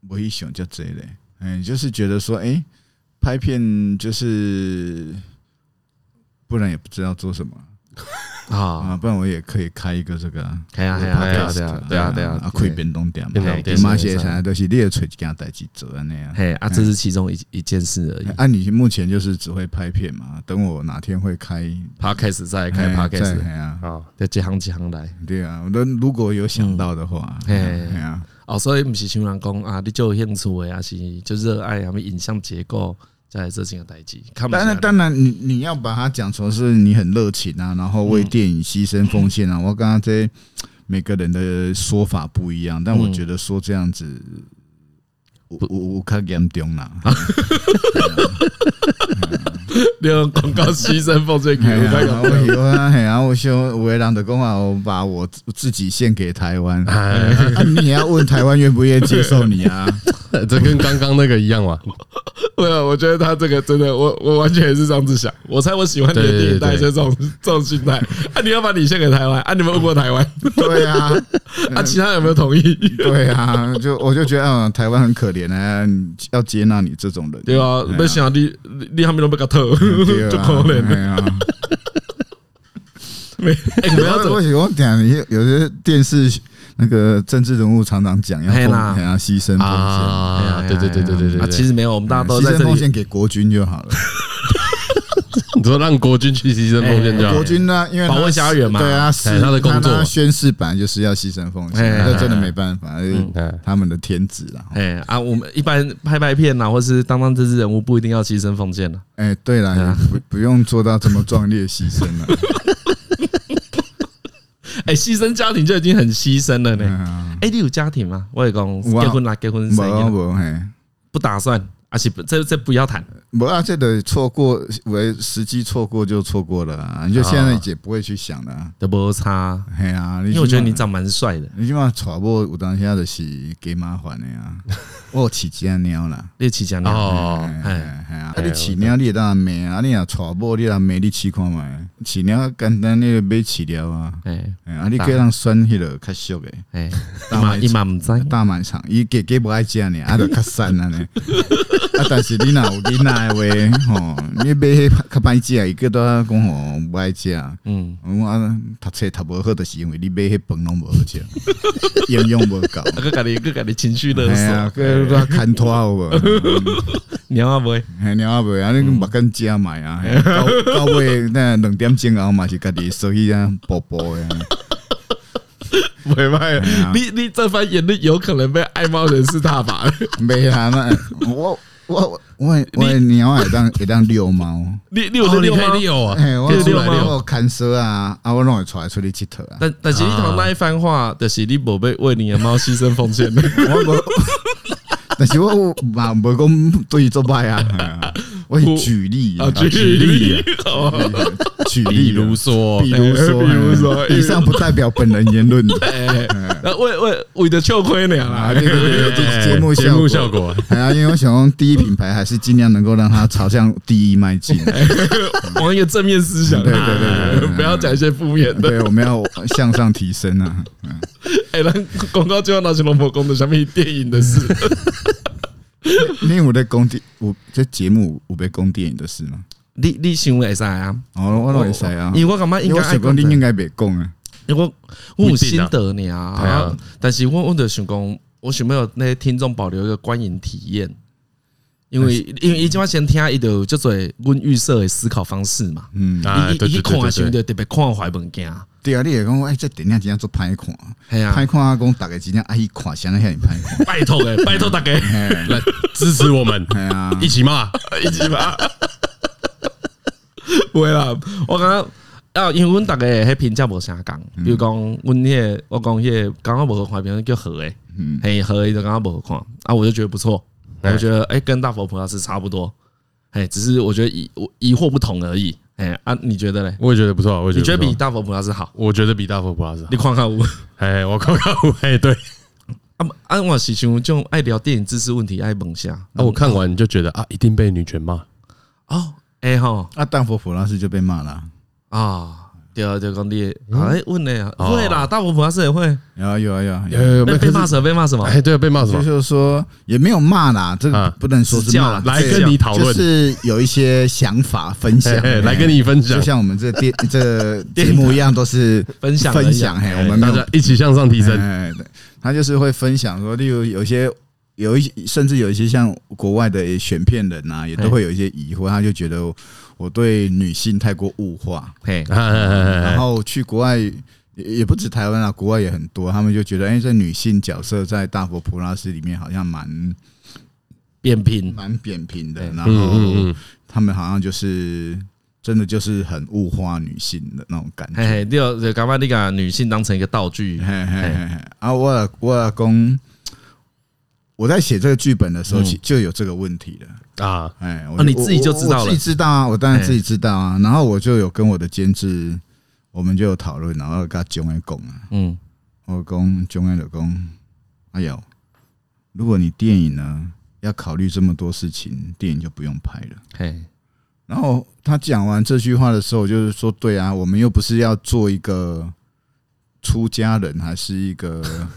C: 不会想就这嘞，嗯，就是觉得说，哎、拍片就是，不然也不知道做什么。
A: 啊，
C: 啊，不然我也可以开一个这个啊。
A: 可以啊，可以啊，对啊，对啊，对啊，对啊，
C: 可以变动点
B: 便当
C: 嘛。
B: 店
C: 马些啥都是你的锤给他带几折那样。
A: 嘿啊，这是其中一一件事而已。
C: 啊，你目前就是只会拍片嘛？等我哪天会开
A: Podcast 再开 Podcast，
C: 啊，
B: 啊，
A: 再几行几行来。
C: 对啊，我都如果有想到的话，
A: 嗯
C: 哎呀，
A: 哦，所以不是像人讲啊，你就有兴趣的，还是就热爱他们影像结构，在这几个代际。看不
C: 当
A: 起来
C: 然，当然，你你要把它讲成是你很热情啊，然后为
A: 嗯
C: 电影牺牲奉献啊。我刚刚这每个人的说法不一样，
A: 嗯
C: 但我觉得说这样子，我我我看严重啦。
A: 啊你用广告牺牲奉献给
C: 嘿
A: 我
C: 啊
A: 看看。
C: 我喜欢，嘿啊，我想有的人就讲啊，我把我自己献给台湾，啊
B: 哎，
C: 你也要问台湾愿不愿意接受你啊？
B: 这跟刚刚那个一 样嘛，
A: 没有，我觉得他这个真的，我我完全也是这样子想。我猜我喜欢你的第一代
B: 对对对
A: 是这种这种心态。啊，你要把你献给台湾，啊，你们问过台湾，
C: 对啊，
A: 啊，其他有没有同意？
C: 对啊，就我就觉得，嗯，台湾很可怜啊，你要接纳你这种人，
A: 对啊，
C: 嘿
A: 没想到你你你还没有被搞透，
C: 对啊
A: 就可怜
C: 嘿 啊。
A: 没，哎，你们要怎
C: 我
A: 么？
C: 我我讲，有有些电视那个政治人物常常讲要
A: 嘿
C: 奉
A: 啦
C: 献啊，牺牲奉
B: 啊，对对对对对对
A: 哎啊
B: 对，
A: 其实没有，我们大家
C: 献，
A: 都
C: 牺
A: 在
C: 牲
A: 这
C: 奉
A: 里。
C: 献给国军就好了。
B: 你说让国军去牺牲奉献就好哎
C: 国，军呢，因为他
A: 啊保卫家园嘛
C: 对啊，是
B: 他的工作
C: 他宣誓本来就是要牺牲奉
A: 嘿
C: 献，啊这真的没办法，
B: 嗯
C: 他们的天职啦。
A: 哎啊，我们一般拍拍片啊呐，或是当当政治人物，不一定要牺牲奉献了。啊
C: 哎，对啦， 也不不用做到这么壮烈牺牲啊了。
A: 哎，牺牲家庭就已经很牺牲了呢。
C: 嗯
A: 哎，你有家庭吗？我也讲
C: 有啊
A: 结婚啦，结婚
C: 无
A: 生
C: 啊
A: 了
C: 无嘿，
A: 不打算，而且这这不要谈。
C: 无啊，这得错过，为时机错过就错过了啊，你就现在也不会去想了啊。
A: 的摩擦，
C: 嘿啊，因
A: 因为我觉得你长蛮帅的，
C: 你即马娶某有当下就是给麻烦的 啊，我有饲只猫啦，
A: 猎奇讲的，
B: 哦，
C: 哎
A: 哎
C: 哎啊，啊你饲猫你会当骂啊，你若娶某你若骂你试看卖，啊饲猫简单你就买饲料啊，
A: 哎
C: 哎啊你叫人选迄落较俗的
A: 哎，
C: 大
A: 嘛
C: 卖
A: 伊嘛唔知，
C: 大卖场，伊家家无爱食呢，啊就较瘦安 尼。啊，但是你若有囡仔的话，吼，你买迄较歹食，伊个都讲吼无爱食。
A: 嗯，
C: 我啊，读册读无好，就是因为你买迄饭拢无好食， 营养无够。
A: 个啊家己个家己情绪勒
C: 哎
A: 索
C: 呀，，佮都牵拖 有无？嗯
A: 你要不会？
C: 嘿，鸟仔袂啊，你目镜遮买啊，
A: 哎
C: 嘿到到尾那两点钟后嘛是家己手机啊， 薄薄的。
A: 袂歹，你你这番言论有可能被爱猫人士踏伐。
C: 袂啊，那我我我我的鸟会 当会当遛猫，
A: 你你有在
B: 你
A: 遛
B: 可
A: 吗
B: 以？遛啊，
C: 哎嘿，我
A: 可以遛
C: 我
A: 猫
C: 我牵蛇啊，啊，我拢会带出去佚佗啊。
A: 但但是你讲那一番话，就是你无被为你的猫牺牲奉献。
C: 我无，但是我有嘛无讲对伊做歹啊嘿啊，我是举例
A: 啊，
C: 啊，
A: 举例，好啊
C: 举
B: 比
C: 例的，
B: 如说哎
C: 比如说，哎
A: 比如说
C: 嘿以上不代表本人言论。
A: 哎，那为为为的秋亏了
C: 啊，
A: 啦，
C: 对对对，这节目
B: 哎节目效
C: 果。
B: 果，
C: 哎呀，因为我想用第一品牌，还是尽量能够让它朝向第一迈进。
A: 往一个正面思想，啊
C: 对对对对对
A: 不要讲一些负面的。
C: 对，我们要向上提升啊！
A: 哎，咱广告就要拿起龙婆公的什么电影的事。
C: 因为我在工地，我这节目有被供电影的事吗？
A: 你你想会使啊？
C: 哦，我拢会使啊，
A: 因为我感觉应
C: 因
A: 该
C: 为我
A: 爱
C: 想
A: 讲
C: 讲你
A: 这
C: 应该袂讲啊。
A: 因为我我有心得你啊，
B: 对啊
A: 但是我我就想讲，我想要有那些听众保留一个观影体验，因为因为伊即马先听伊就叫做阮预设的思考方式嘛，
C: 嗯，
B: 啊，
A: 伊
B: 对
A: 伊
B: 对
A: 伊看的
B: 对
A: 时候
B: 对
A: 就特别看怀物件，
C: 对啊，你会讲哎，这电影真正做歹看，
A: 系啊
C: 歹，看啊，讲大家真正爱去看，谁人遐尼歹看？
A: 拜托诶，拜托大家
B: 对， 来支持我们，
C: 哎呀，
B: 一起骂，
A: 一起吧，会啦，我感觉。啊，因为阮大家迄评价无啥共，
B: 嗯
A: 比如讲，阮迄个我讲迄个感觉无好看，别人叫好诶，
C: 嗯，
A: 嘿，合一的刚刚不合框啊，我就觉得不错，
B: 哎
A: 我觉得哎、跟大佛菩萨是差不多，哎，只是我觉得疑我疑惑不同而已，哎啊，你觉得嘞？
B: 我也觉得不错，我也
A: 你觉
B: 觉
A: 得
B: 得
A: 比
B: 不错，
A: 大佛菩萨是好？
B: 我觉得比大佛普拉斯好
A: 你，看看我，
B: 哎，我看看，哎，对，
A: 啊啊，我是想就爱聊电影知识问题，爱问下
B: 那啊我看完就觉得啊，一定被女权骂，
A: 哦，哎吼
C: 啊，丹佛普拉斯就被骂了啊，
A: 啊，对啊，对啊，讲你也
B: 嗯
A: 好哎问呢，会啦，大伯普拉斯也会
C: 有啊有啊有啊，有啊
B: 呃，
A: 被
B: 哦没
A: 被骂什么？被骂什么？
B: 哎，对，被骂什
C: 就
B: 么？
C: 是说也没有骂啦，这个
B: 啊
C: 不能说是骂，
A: 指教
B: 来跟你讨
C: 就
B: 论，
C: 是有一些想法分享
B: 嘿，嘿来
C: 嘿
B: 跟你分享
C: 就，像我们这电这
A: 电
C: 节目一样，都是
A: 分享啊
C: 分享，啊嘿，我们没
B: 大
C: 有
B: 家一起向上提升。
C: 哎，对，他就是会分享说，例如有些有一些甚至有一些像国外的选片人啊，也都会有一些疑惑，他就觉得我对女性太过物化，
A: 嘿，
B: 哎哎哎哎
C: 然后去国外。也也不止台湾啊，国外也很多，他们就觉得，哎、这女性角色在《大佛普拉斯》里面好像蛮
A: 扁平，
C: 蛮扁平的
A: 对，
B: 嗯
C: 然
B: 嗯
C: 后
B: 嗯，
C: 他们好像就是真的就是很物化女性的那种感觉。
A: 嘿嘿，第二，就赶快你把女性当成一个道具，
C: 嘿嘿嘿嘿啊，我老我老公，我在写这个剧本的时候，
A: 嗯
C: 其就有这个问题了。
B: 啊，
C: 哎，我
A: 啊你自己就
C: 我
A: 知道了
C: 我自己知道啊，我当然
A: 嘿
C: 自己知道啊。然后我就有跟我的监制，我们就有讨论，然后跟他囧安讲啊，
A: 嗯，
C: 我讲囧安老公，哎呦，如果你电影呢要考虑这么多事情，电影就不用拍了。
A: 嘿，
C: 然后他讲完这句话的时候，我就是说，对啊，我们又不是要做一个出家人，还是一个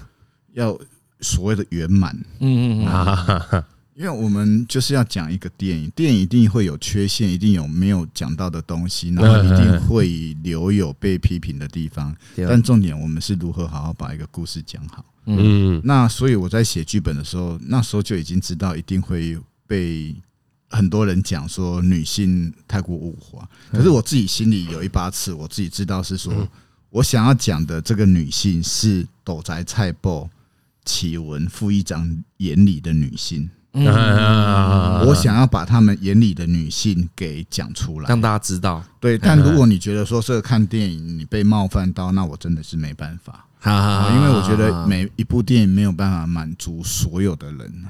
C: 要所谓的圆满，
A: 嗯嗯嗯，
B: 哈哈哈
C: 因为我们就是要讲一个电影，电影一定会有缺陷，一定有没有讲到的东西，然后一定会留有被批评的地方。
A: 对啊
C: 但重点，我们是如何好好把一个故事讲好。
B: 嗯，
C: 那所以我在写剧本的时候，那时候就已经知道一定会被很多人讲说女性太过物化，可是我自己心里有一把尺，我自己知道是说我想要讲的这个女性是斗宅菜报启文副议长眼里的女性，
B: 啊
A: 嗯，
B: 啊啊
C: 我想要把他们眼里的女性给讲出来
A: 让。大家知道，
C: 对，但如果你觉得说这个看电影你被冒犯到，那我真的是没办法。
A: 哈哈
C: 啊，因为我觉得每一部电影没有办法满足所有的人，
B: 嗯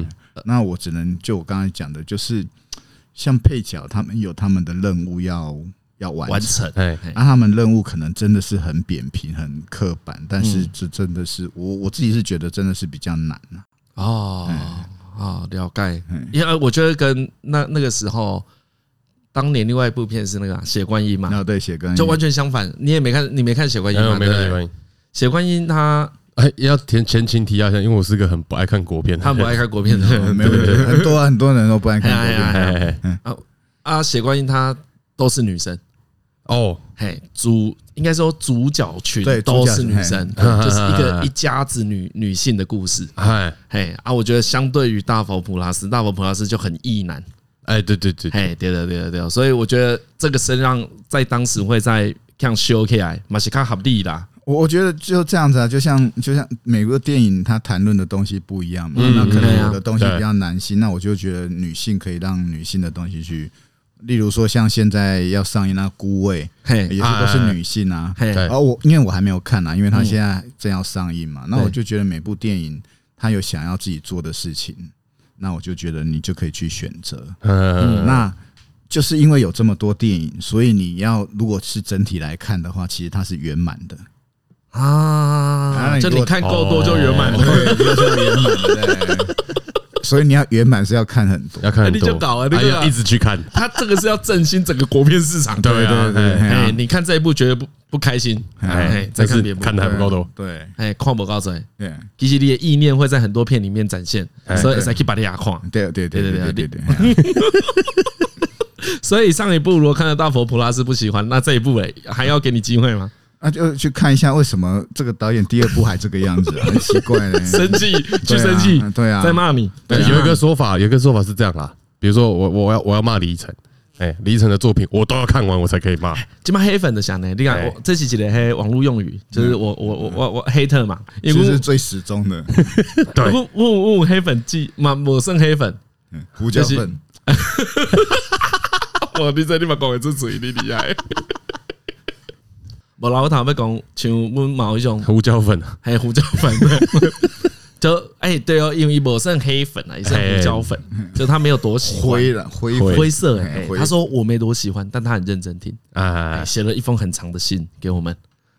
B: 嗯嗯
C: 那我只能就我刚才讲的，就是像配角他们有他们的任务要要完
A: 完
C: 成，
A: 成
B: 嗯，哎，
C: 那、他们任务可能真的是很扁平、很刻板，但
A: 嗯
C: 是这真的是我我自己是觉得真的是比较难啊。
A: 哦哦，了解
C: 嗯，
A: 因为我觉得跟那那个时候，当年另外一部片是那嗯个啊《血观音》嘛，
C: 那对写跟
A: 就完全相反，你也没看，你没看《血观音》
B: 哎
A: 嘛？
B: 我没
A: 对不
B: 关
A: 对
B: 系，没关系。
A: 血观音他
B: 哎，要前前情提要一下，因为我是个很不爱看国片的
A: 他
B: 人，
A: 不爱看国片的
C: 没有没有很多很多人都不爱看
A: 哎
C: 这
A: 呀
C: 个
A: 哎呀
B: 哎，哎哎
A: 啊，血观音他都是女生，
B: 哦，
A: 嘿，主应该说主角群
C: 对
A: 都
C: 主角
A: 是
C: 群
A: 女生，
B: 嘿
A: 对就是一个
B: 嗯
A: 一家子女女性的故事，
B: 哎
A: 嘿啊，我觉得相对于大佛普拉斯，大佛普拉斯就很异男，
B: 哎，对对对，
A: 嘿，对的对的对的，所以我觉得这个声浪在当时会在这样修起来，马西卡合理啦，
C: 我我觉得就这样子啊，就像就像每个电影它谈论的东西不一样嘛，
B: 嗯
C: 那可
A: 对
C: 能
A: 啊
C: 我的东西
B: 对
C: 比较男性，那我就觉得女性可以让女性的东西去，例如说像现在要上映那《孤味》，
A: 嘿
C: 也是都是女性啊。
A: 嘿，
B: 对
C: 而我因为我还没有看啊，因为它现在正要上映嘛，那我
A: 对
C: 就觉得每部电影它有想要自己做的事情，那我就觉得你就可以去选择。
B: 嗯，
C: 那就是因为有这么多电影，所以你要如果是整体来看的话，其实它是圆满的。
A: 啊，
C: 你
A: 就
C: 给
A: 你
C: 我
A: 看够多就圆满了。
C: 对，就是圆满。对，所以你要圆满是要看很多。
B: 要看很
A: 你
B: 多
A: 就搞啊你就
B: 哎要
A: 搞
B: 一直去看，
A: 他这个是要振兴整个国片市场，
B: 对
C: 对
B: 啊，
C: 对
B: 哎
C: 嘿啊
A: 哎，你看这一部觉得不不开心，哎，再
B: 但
A: 看
B: 是
A: 别部，
B: 看的还不够多，
C: 对
A: 哎，看不高嘴，
C: 对
A: 其实你的意念会在很多片里面展现，
B: 哎
A: 所以才可以把你牙框。
C: 对对对对对对对，
A: 所以上一部如果看得到佛普拉斯不喜欢，那这一部哎还要给你机 会吗？
C: 那就去看一下为什么这个导演第二部还这个 样子，啊很奇怪嘞。
A: 生气去生气，
C: 对啊，
A: 再骂你，
B: 对，有一个说法，有一个说法是这样啦，比如说我我要我要骂李晨，哎，李晨的作品我都要看完我才可以 骂，
A: 起码黑粉的想呢，你看
B: 哎
A: 我这是几个黑网络用语，就是我我我我我 hater 嘛，
C: 这
A: 因为
C: 是最始终的
B: 对
A: 问问问黑粉记嘛，我剩黑粉，
C: 嗯 胡椒粉。
A: 哇！你这你嘛讲的这嘴，你厉害。 无啦，我头要讲，像阮某迄种
B: 胡椒粉啊，
A: 黑胡椒 粉，就哎、对哦，因为伊无算黑粉啊，伊算胡椒粉，就他没有多喜欢
C: 灰了，灰
A: 灰色、欸
C: 哎灰
A: 他说我没多喜欢，但他很认真听，哎
B: 哎，
A: 写了一封很长的信给我们。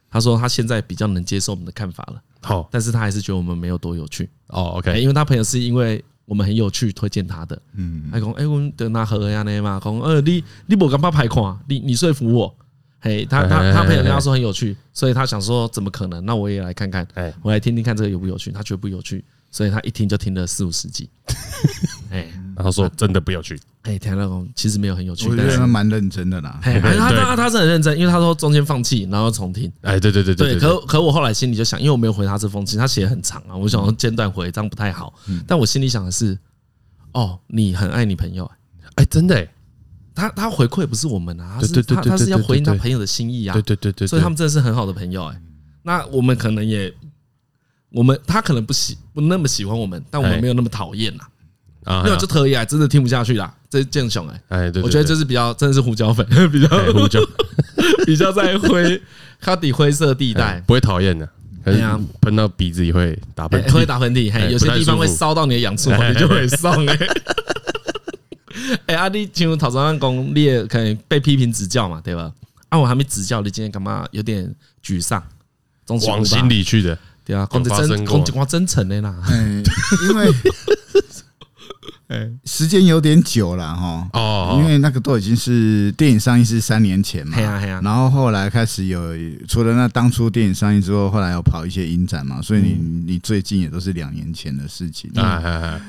A: 他说他现在比较能接受我们的看法了，
B: 好
A: 但是他还是觉得我们没有多有趣，
B: 哦
A: 哎、
B: ，OK，
A: 因为他朋友是因为我们很有趣推荐他的，
C: 嗯，
A: 还讲，哎、欸，阮在那好安尼嘛，讲，呃，你你无感觉歹看，你你说服我，嘿，
B: 嘿
A: 他
B: 嘿
A: 他
B: 嘿
A: 他朋友跟他说很有趣，所以他想说怎么可能？那我也来看看
B: 哎，
A: 我来听听看这个有不有趣。他觉得不有趣，所以他一听就听了四五十 集。哎
B: 然后说真的不有趣，
A: 哎，田老公其实没有很有趣
C: 我，觉
A: 但
C: 得
A: 是
C: 他蛮认真的啦。
A: 嘿，啊
B: 对
A: 他
B: 对
A: 他他是很认真，因为他说中间放弃，然后重听。
B: 哎，对对对
A: 对，
B: 对，
A: 可可我后来心里就想，因为我没有回他这封信，他写的很长啊，我想
B: 嗯
A: 要间断回，这样不太好。但我心里想的是，哦，你很爱你朋友、啊
B: 哎，真的，哎
A: 他他回馈不是我们啊，他是
B: 对对
A: 他
B: 对
A: 他
B: 对
A: 是要
B: 对对
A: 回应他
B: 对
A: 朋友的心意啊。
B: 对对对对，
A: 所以他们真的是很好的朋友哎、那我们可能也，我们他可能不喜不那么喜欢我们，但我们
B: 哎
A: 没有那么讨厌啦，
B: 啊，
A: 没有就特意哎，真的听不下去啦。这是剑雄哎，
B: 哎，对，对
A: 我觉得
B: 对
A: 这是比较真的是胡椒粉， 比较
B: 哎胡椒
A: 比较在灰咖底灰色地带
B: 哎。不会讨厌的，可是
A: 对啊
B: 喷到鼻子里会打喷
A: 哎会
B: 嚏，
A: 打喷嚏，嘿，
B: 哎
A: 有些地方
B: 不
A: 会
B: 太舒服
A: 烧到你的痒处，你就会送哎。 哎，啊，你像头上讲，你也可能被批评指教嘛，对吧？啊，我还没指教你，今天干嘛有点沮丧？总是有吧
B: 往心里去的，
A: 对啊，讲
B: 有
A: 一
B: 发
A: 真
B: 生过
A: 讲一寡真诚的啦。
C: 哎，因 为
A: 哎
C: 时间有点久了哈。
B: 哦哦，
C: 因为那个都已经是电影上映是三年
B: 嗯
C: 前嘛，
A: 嘿啊嘿啊
C: 然后后来开始有，除了那当初电影上映之后，后来有跑一些影展嘛，所以你
A: 嗯
C: 你最近也都是两年前的事
A: 啊
C: 情。
B: 哎哎哎，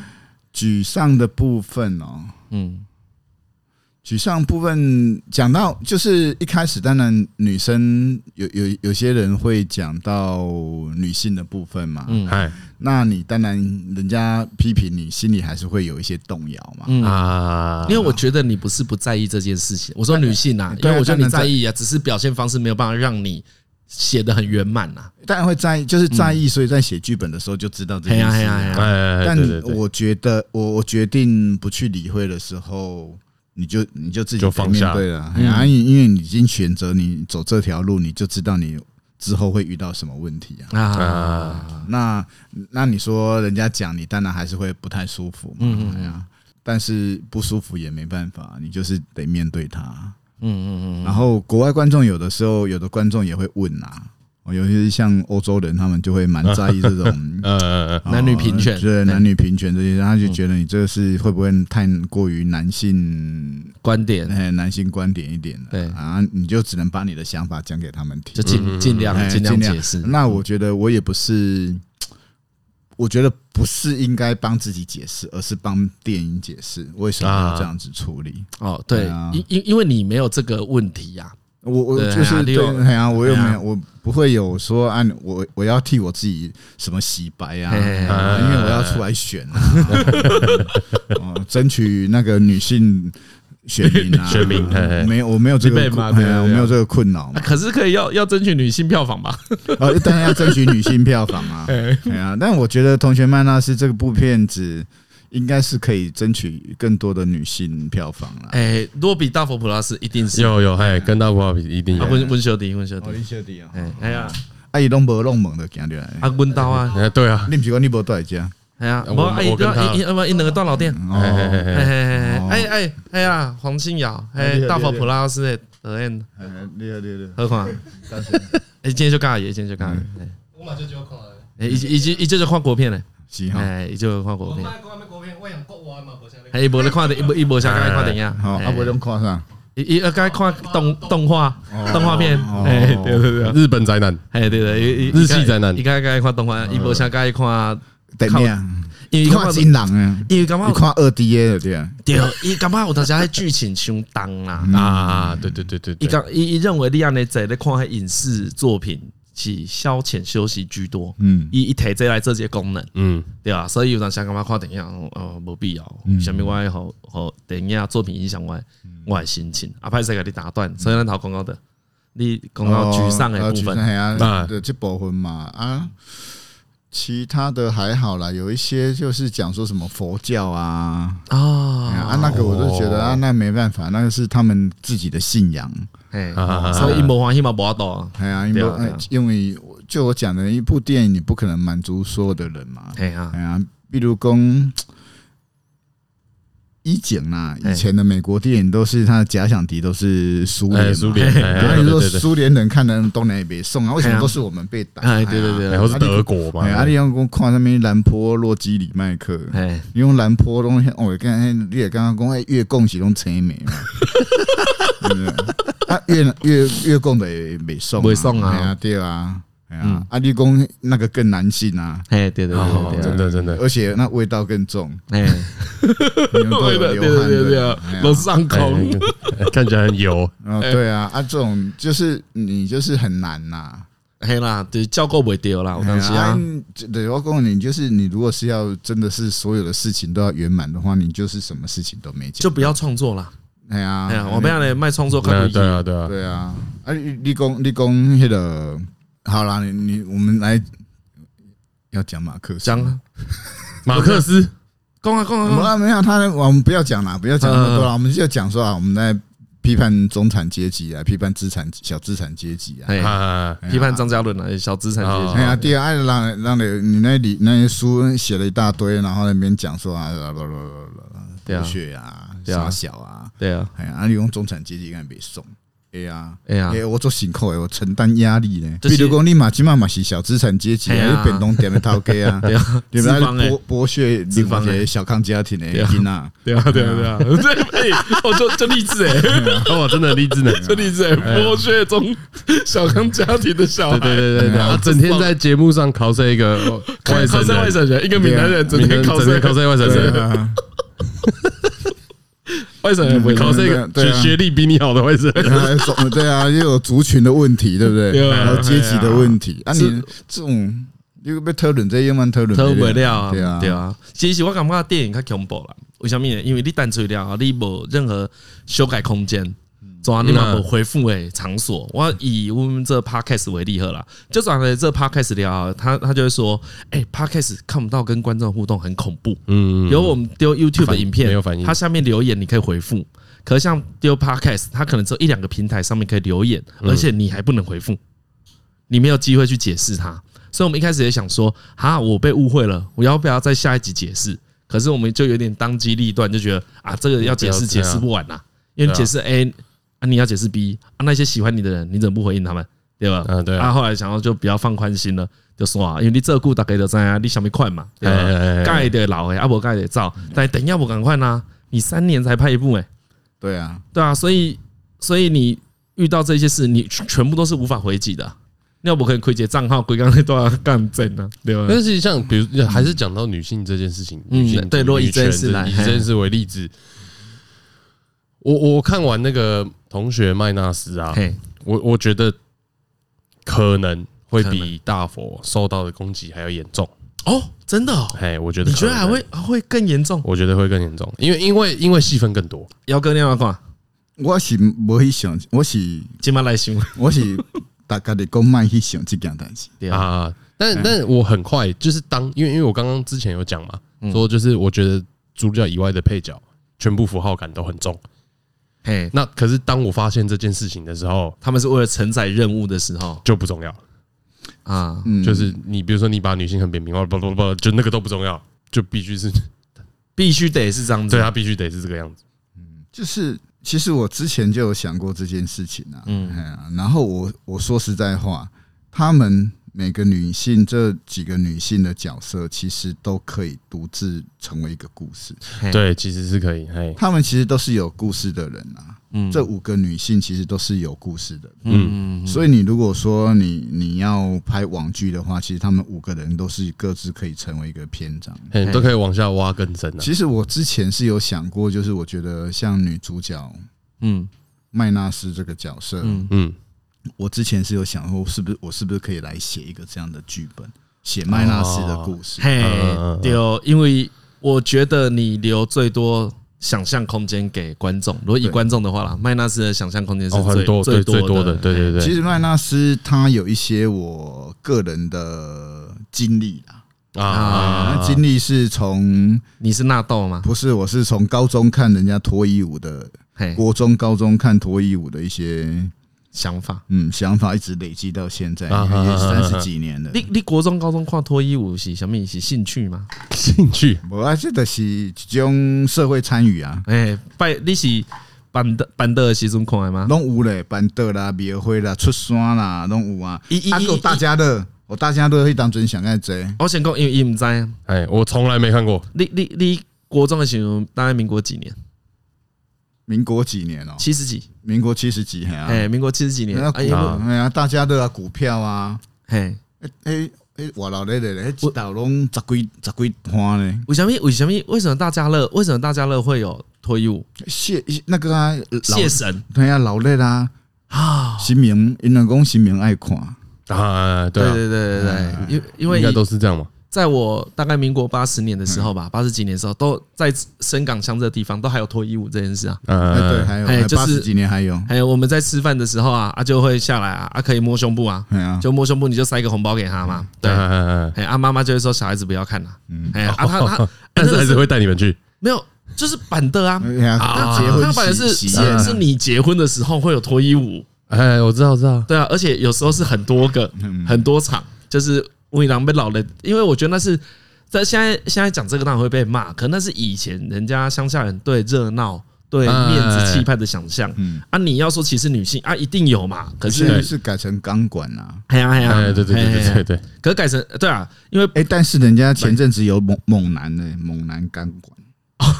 C: 沮丧的部分哦，
A: 嗯，
C: 沮丧部分讲到就是一开始，当然女生有有有些人会讲到女性的部分嘛，
A: 嗯
B: 哎
C: 那你当然人家批评你，心里还是会有一些动摇嘛。
A: 嗯
B: 啊
A: 因，为我觉得你不是不在意这件事情，我说女性
B: 哎
A: 啊，因
C: 对啊
A: 为我觉得你
C: 当然
A: 在意啊，只是表现方式没有办法让你写的很圆满啊呐。
C: 当然会在意，就是在意，所以在写剧本的时候就知道这件
A: 嘿
C: 事
A: 呀嘿呀
C: 啊、
A: 嘿
B: 哎哎，哎
C: 但
B: 对对对
C: 我觉得，我我决定不去理会的时候，你就你就自己
B: 就放下
C: 面
A: 嗯
C: 对了。哎呀因因为你已经选择你走这条路，你就知道你之后会遇到什么问题啊。
A: 啊，
B: 啊，
C: 那那你说人家讲你，当然还是会不太舒服嘛。
A: 嗯嗯
C: 哎呀，但是不舒服也没办法，你就是得面对它。
A: 嗯嗯
C: 然后国外观众有的时候，有的观众也会问啊，哦尤其是像欧洲人，他们就会蛮在意这种
B: 呃呃呃，
C: 哦
A: 男女平权
C: 对
A: 对
C: 男女平权这些，他就觉得你这个是会不会太过于男性
A: 嗯，观点
C: 哎男性观点一点了？
A: 对
C: 啊，你就只能把你的想法讲给他们
A: 就
C: 听，
A: 尽尽量
C: 哎
A: 啊尽量解释。嗯
C: 那我觉得我也不是。我觉得不是应该帮自己解释，而是帮电影解释为什么要这样子处理。
A: 哦，对
C: 对啊，
A: 因因因为你没有这个问题呀，
C: 我我
A: 对
C: 就
A: 哎呀
C: 是
A: 你
C: 对，
A: 有
C: 哎呀，我又
A: 哎
C: 没
A: 呀
C: 有，我不会有说按我我要替我自己什么洗白啊，
A: 嘿嘿哎嘿
C: 啊因为我要出来选啊， 哦，争取那个女性选 民啊，
B: 选民嘿嘿
C: 没有，我没有这个
A: 你被骂对
C: 困，哎
A: 对
C: 呀我没有这个困扰
A: 啊，
C: 嘛
A: 可是可以要要争取女性票房吧？
C: 哦，当然要争取女性票房啊， 哎呀，但我觉得《同学麦娜丝》这个部片子应该是可以争取更多的女性票房了。
A: 哎，如果比大佛普拉斯一定是
B: 有有，哎，跟大瓜比一定
A: 啊，
B: 有，
A: 温温修迪，温修迪，
C: 小弟啊
A: 哎哎呀，
C: 啊，伊拢无弄猛的，行着来。
A: 啊温刀啊，
B: 哎，对啊，
C: 你不是讲你无带家？
A: 哎呀，
B: 我
A: 无啊，伊
B: 我跟他
A: 伊伊不伊两个大老店。
B: 哎哎
C: 哦，
B: 哎哎，
A: 哎
C: 哦
A: 哎哎哎呀，黄信尧，哎，大佛普拉斯的导演，
C: 厉害厉害。
A: 何况，哎，今天就尬爷，今天就尬爷，
C: 嗯
D: 我马上就要看了。
A: 哎，已经已经伊这就看国片嘞，
C: 是哦哈，
A: 哎，伊就看国
D: 我
A: 片，
D: 卖看咩国片，我用国外嘛，无啥咧。
A: 哎，伊无咧看的，伊无伊无啥爱看电影，
C: 好，啊，无拢看啥？
A: 伊伊呃该看动动画动画片，哎，对对对，
B: 日本宅男，
A: 哎对对，伊
B: 日系宅男
A: 伊该该看动画，伊无啥该看，
C: 电影，啊
A: 因为
C: 你
A: 伊感
C: 看
A: 觉
C: 真人啊，
A: 因为感
C: 你
A: 觉
C: 看二 D 的对啊，
A: 对，伊感觉有当时迄剧情相当啦，
B: 啊，对对对对
A: 伊
B: 对，
A: 讲伊伊认为你安尼坐咧看迄影视作品是消遣休息居多，
C: 嗯，
A: 伊伊提这来做这个功能，
B: 嗯，
A: 对啊，所以有当时感觉看电影呃无必要，
C: 嗯
A: 啥物我爱互互电影作品影响我的我的心情，啊歹势甲你打
C: 嗯
A: 断，所以咱头讲到的，你讲到沮丧的部分，嗯
C: 哎呀，
B: 啊
C: 对这部分嘛啊。其他的还好啦，有一些就是讲说什么佛教啊，哎呀
A: 啊，
C: 啊那个我就觉得啊，那没办法，那个是他们自己的信仰。
A: 嘿
B: 啊啊啊
A: 所以伊无欢喜嘛无法度啊，
C: 哎呀，因
A: 对
C: 为
A: 啊对啊
C: 因为我就我讲的，一部电影你不可能满足所有的人嘛，
A: 嘿啊，
C: 哎呀，比如讲以前啊，
A: 哎
C: 以前的美国电影都是他的假想敌都是苏联
B: 哎，
C: 嘛，
B: 苏联，哎
C: 然
B: 哎
C: 后你
B: 对
C: 说
B: 对对，
C: 苏联人看的东南也别送啊，为什
A: 哎呀
C: 么都是我们被打？
A: 哎对对对
B: 然后是德国嘛
C: 嗯哎，呀，啊你用讲看上面兰坡、洛基里麦克，
A: 嘿，
C: 你用兰坡东西，哦，刚才你也刚刚讲，哎，越共是拢青梅嘛，对不对？啊，越越越供的也没送，
A: 不会送啊
C: 哎呀对啊，哎呀
A: 嗯，
C: 啊，立功那个更难信啊，
A: 哎，对对
B: 哦
A: 对对对，
B: 真的真的
C: 而且那味道更重，
A: 哎，
C: 你们都
A: 对
C: 有
A: 对对
C: 流
A: 对对
C: 汗的，哎
A: 对，
C: 呀
A: 楼上空，
B: 哎看起来很油。
C: 啊，对啊，啊，这种就是你就是很难呐。
A: 嘿啦，就是叫够不会丢啦，我
C: 哎
A: 当
C: 呀
A: 时啊，
C: 啊这对，我告诉你，就是你如果是要真的是所有的事情都要圆满的话，你就是什么事情都没讲，
A: 就不要创作啦。
C: 哎呀
A: 哎，呀，我们要来卖创作
B: 那
A: 看
B: 对啊，对啊，
C: 对啊，啊，你你讲你讲那个，好啦，你你我们来要讲马克思
A: 讲啊，
B: 马克思
A: 讲啊讲啊
C: 没
A: 讲啊，
C: 有没有，他我们不要讲啦，不要讲那
A: 嗯
C: 么多了，我们就讲说啊，我们在批判中产阶级啊，批判资产小资产阶级啊，
A: 哎，
B: 啊，
A: 批判张嘉伦啊，小资产阶级
C: 哎，呀，第二，哎，让让你你那里那些书写了一大堆，然后那边讲说啊，啦啦啦啦啦，
A: 对啊
C: 剥削啊，
A: 对啊
C: 傻小啊，
A: 对啊，
C: 哎呀，啊，你用中产阶级应该没送，哎呀。
A: 哎呀
C: 哎、，我做辛苦诶，我承担压力呢。
A: 就是
C: 比如讲，你嘛，起码嘛是小资产阶级
A: 嘿啊
C: 啊，你本东点的头家 啊，
A: 对啊，
C: 你们
A: 资方哎
C: 剥剥削
A: 资
C: 另外
A: 方
C: 一
A: 欸
C: 些小康家庭的
A: 对啊
C: 囡仔。
A: 对啊，对啊，对啊，对，哎，我就就励志哎，
B: 哇，真的很励志呢。
A: 就励志哎，剥削中小康家庭的小
B: 对
A: 孩，
B: 对对对对，他整天在节目上考这一个哦外省
A: 考生外
B: 人，
A: 省人，一个闽南人整天考
B: 整天
A: 生
B: 考这外省
C: 对
B: 人，
C: 啊，
A: 外省人不会
B: 考
A: 考生，
B: 这个
C: 对
B: 学
C: 啊
B: 学历比你好的外省人。
C: 还有种对啊，又有族群的问题，对不对？
A: 对啊
C: 还有阶级的问题啊，
A: 是
C: 你这种又被特伦在夜晚特伦
A: 偷不了啊，
C: 对啊，
A: 对啊。其实我感觉电影较恐怖啦，为什么呢？因为你单纯了，你无任何修改空间。
C: 嗯
A: 总啊，你嘛无回复诶场所，我以我们这 podcast 为例好了，就转了这 podcast 聊，他他就会说，哎、p o d c a s t 看不到跟观众互动很恐怖，
B: 嗯，
A: 有我们丢 YouTube 的
B: 反
A: 影片，
B: 没有反应
A: 它下面留言你可以回复。可是像丢 Podcast，它可能只有一两个平台上面可以留言，
B: 嗯
A: 而且你还不能回复，你没有机会去解释它。所以我们一开始也想说，哈，我被误会了，我要不要在下一集解释？可是我们就有点当机立断，就觉得啊，这个要解释
B: 不要这
A: 解
B: 样
A: 释不
B: 啊
A: 完呐、啊因为解释 A 啊，你要解释 B 啊，那些喜欢你的人，你怎么不回应他们？对吧？
B: 嗯对啊
A: 啊，后来想要就比较放宽心了，就说啊，因为你这顾大概就知啊，你想没款嘛，对吧
B: 哎哎哎哎？
A: 盖的啊老诶，阿伯盖的照，但等一下我赶快啦，啊你三年才拍一部诶，
C: 对啊，
A: 对啊，所以所以你遇到这些事，你全全部都是无法回击的啊。那我可以亏结账号，归刚才都要干正啊，对吧？
B: 但是像比如还是讲到女性这件事情，
A: 嗯
B: 女性
A: 对若以
B: 女权
A: 这件事来
B: 以这件事为例子，我我看完那个同学麦纳斯啊，
A: 嘿，
B: 我我觉得可能会
A: 可能
B: 比大佛受到的攻击还要严重。
A: 哦，真的哦，
B: 哎，我觉得
A: 你觉得
B: 可能
A: 还会还会更严重？
B: 我觉得会更严重，因为因为因为戏份更多，
A: 姚哥，你要讲，
C: 我是无去想，我是
A: 今晚来新闻，
C: 我是大家的讲卖去想这件代志，
A: 对啊，
B: 啊，但但我很快就是当，因为因为我刚刚之前有讲嘛，
A: 嗯
B: 说就是我觉得主角以外的配角全部符号感都很重。
A: 嘿，
B: 那可是当我发现这件事情的时候，
A: 他们是为了承载任务的时候
B: 就不重要了。
A: 啊，
C: 嗯，
B: 就是你比如说你把女性很扁平化，不不不，就那个都不重要，就必须是
A: 嗯必须得是这样子，
B: 对他啊必须得是这个样子。
C: 就是，其实我之前就有想过这件事情啊，
A: 嗯
C: 嗯，然后我我说实在话，她们每个女性这几个女性的角色，其实都可以独自成为一个故事，
A: 嘿，
B: 对，其实是可以。嘿，
C: 她们其实都是有故事的人啊，
A: 嗯
C: 这五个女性其实都是有故事的人，
A: 嗯嗯，
C: 所以你如果说你你要拍网剧的话，其实她们五个人都是各自可以成为一个篇章。
B: 嘿，
A: 嗯
B: 你都可以往下挖更深了。啊
C: 其实我之前是有想过，就是我觉得像女主角
A: 嗯
C: 麦纳斯这个角色，
A: 嗯。
B: 嗯，
C: 我之前是有想过，是不是我是不是可以来写一个这样的剧本，写麦纳斯的故事？
A: 哦嘿
B: 嗯嗯嗯，
A: 对哦，因为我觉得你留最多想象空间给观众。如果以
C: 对
A: 观众的话啦，麦纳斯的想象空间是
B: 哦，
A: 最
B: 很多对
A: 最
B: 最多的，
A: 的，
B: 对对
C: 其
B: 对
C: 实麦纳斯他有一些我个人的经历啦，
B: 啊
C: 那，经历是从
A: 你是纳豆吗？
C: 不是我是从高中看人家脱衣舞的，
A: 嘿，
C: 国中、高中看脱衣舞的一些
A: 想法。
C: 嗯想法，一直累积到现在，
B: 啊啊啊
C: 也
B: 啊啊
C: 三十几年了。
A: 你你国中、高中跨脱衣舞是什么？是兴趣吗？
B: 兴趣
C: 我啊，这就是一种社会参与啊，
A: 哎，拜你是板的板的时阵看的吗？
C: 拢有嘞，板凳啦、庙会啦、出山啦，拢有啊。
A: 伊伊
C: 啊，还有
A: 伊，
C: 大家乐，我大家乐迄当阵上爱坐，
A: 我想讲，因为伊唔知啊。
B: 哎，我从来没看过，
A: 你你你国中的时候，大概民国几年？
C: 民国几年哦、
A: 七十几，
C: 民国七十几年啊，
A: 哎，民国七十几年，
C: 那股
A: 哎呀，
C: 哎呀，大家都啊股票啊，
A: 嘿，
C: 哎哎哎，我老咧咧咧，一道拢十几十几摊咧，
A: 为什么？为什么？为什么大家乐？为什么大家乐会有退伍？
C: 谢那个啊，老
A: 谢神
C: 对啊，老咧啦，
A: 啊！
C: 新民，因为讲新民爱看，
B: 啊，对
A: 对
B: 啊，嗯
A: 对对对对，因因为
B: 应该都嗯是这样嘛。
A: 在我大概民国八十年的时候吧，八十几年的时候，都在深港乡这个地方都还有脱衣舞这件事啊。
C: 哎对，
B: 呃，
C: 还有
A: 哎
C: 还
A: 就是
C: 八十几年还有，
B: 嗯
A: 还有我们在吃饭的时候啊，啊就会下来啊，啊可以摸胸部啊，
C: 哎呀，
A: 就摸胸部你就塞一个红包给他嘛。对，
B: 嗯嗯嗯
A: 哎啊妈妈就会说小孩子不要看啦，哎啊他他哎
B: 哦但是还
A: 那个
B: 是会嗯带你们去
A: 没有，就是板的啊。
C: 哎呀，
A: 啊
C: 结婚
A: 他本来是
C: 喜
A: 是
C: 喜宴啊
A: 是你结婚的时候会有脱衣舞，
B: 哎，我知道，我知道，
A: 对啊，而且有时候是很多个、
B: 嗯
A: 很多场，就是乌云狼被老人，因为我觉得那是在现在现在讲这个当然会被骂，可那是以前人家乡下人对热闹、对
B: 哎
A: 面子气派的想象
C: 嗯
A: 啊。你要说歧视女性啊，一定有嘛。可
C: 现在
A: 是，
C: 是改成钢管啦、啊。
A: 哎呀哎呀
B: 哎，，对对对
A: 嘿
B: 对对，对，
A: 可是改成对啊，因为
C: 哎、但是人家前阵子有猛猛男呢、猛男钢管，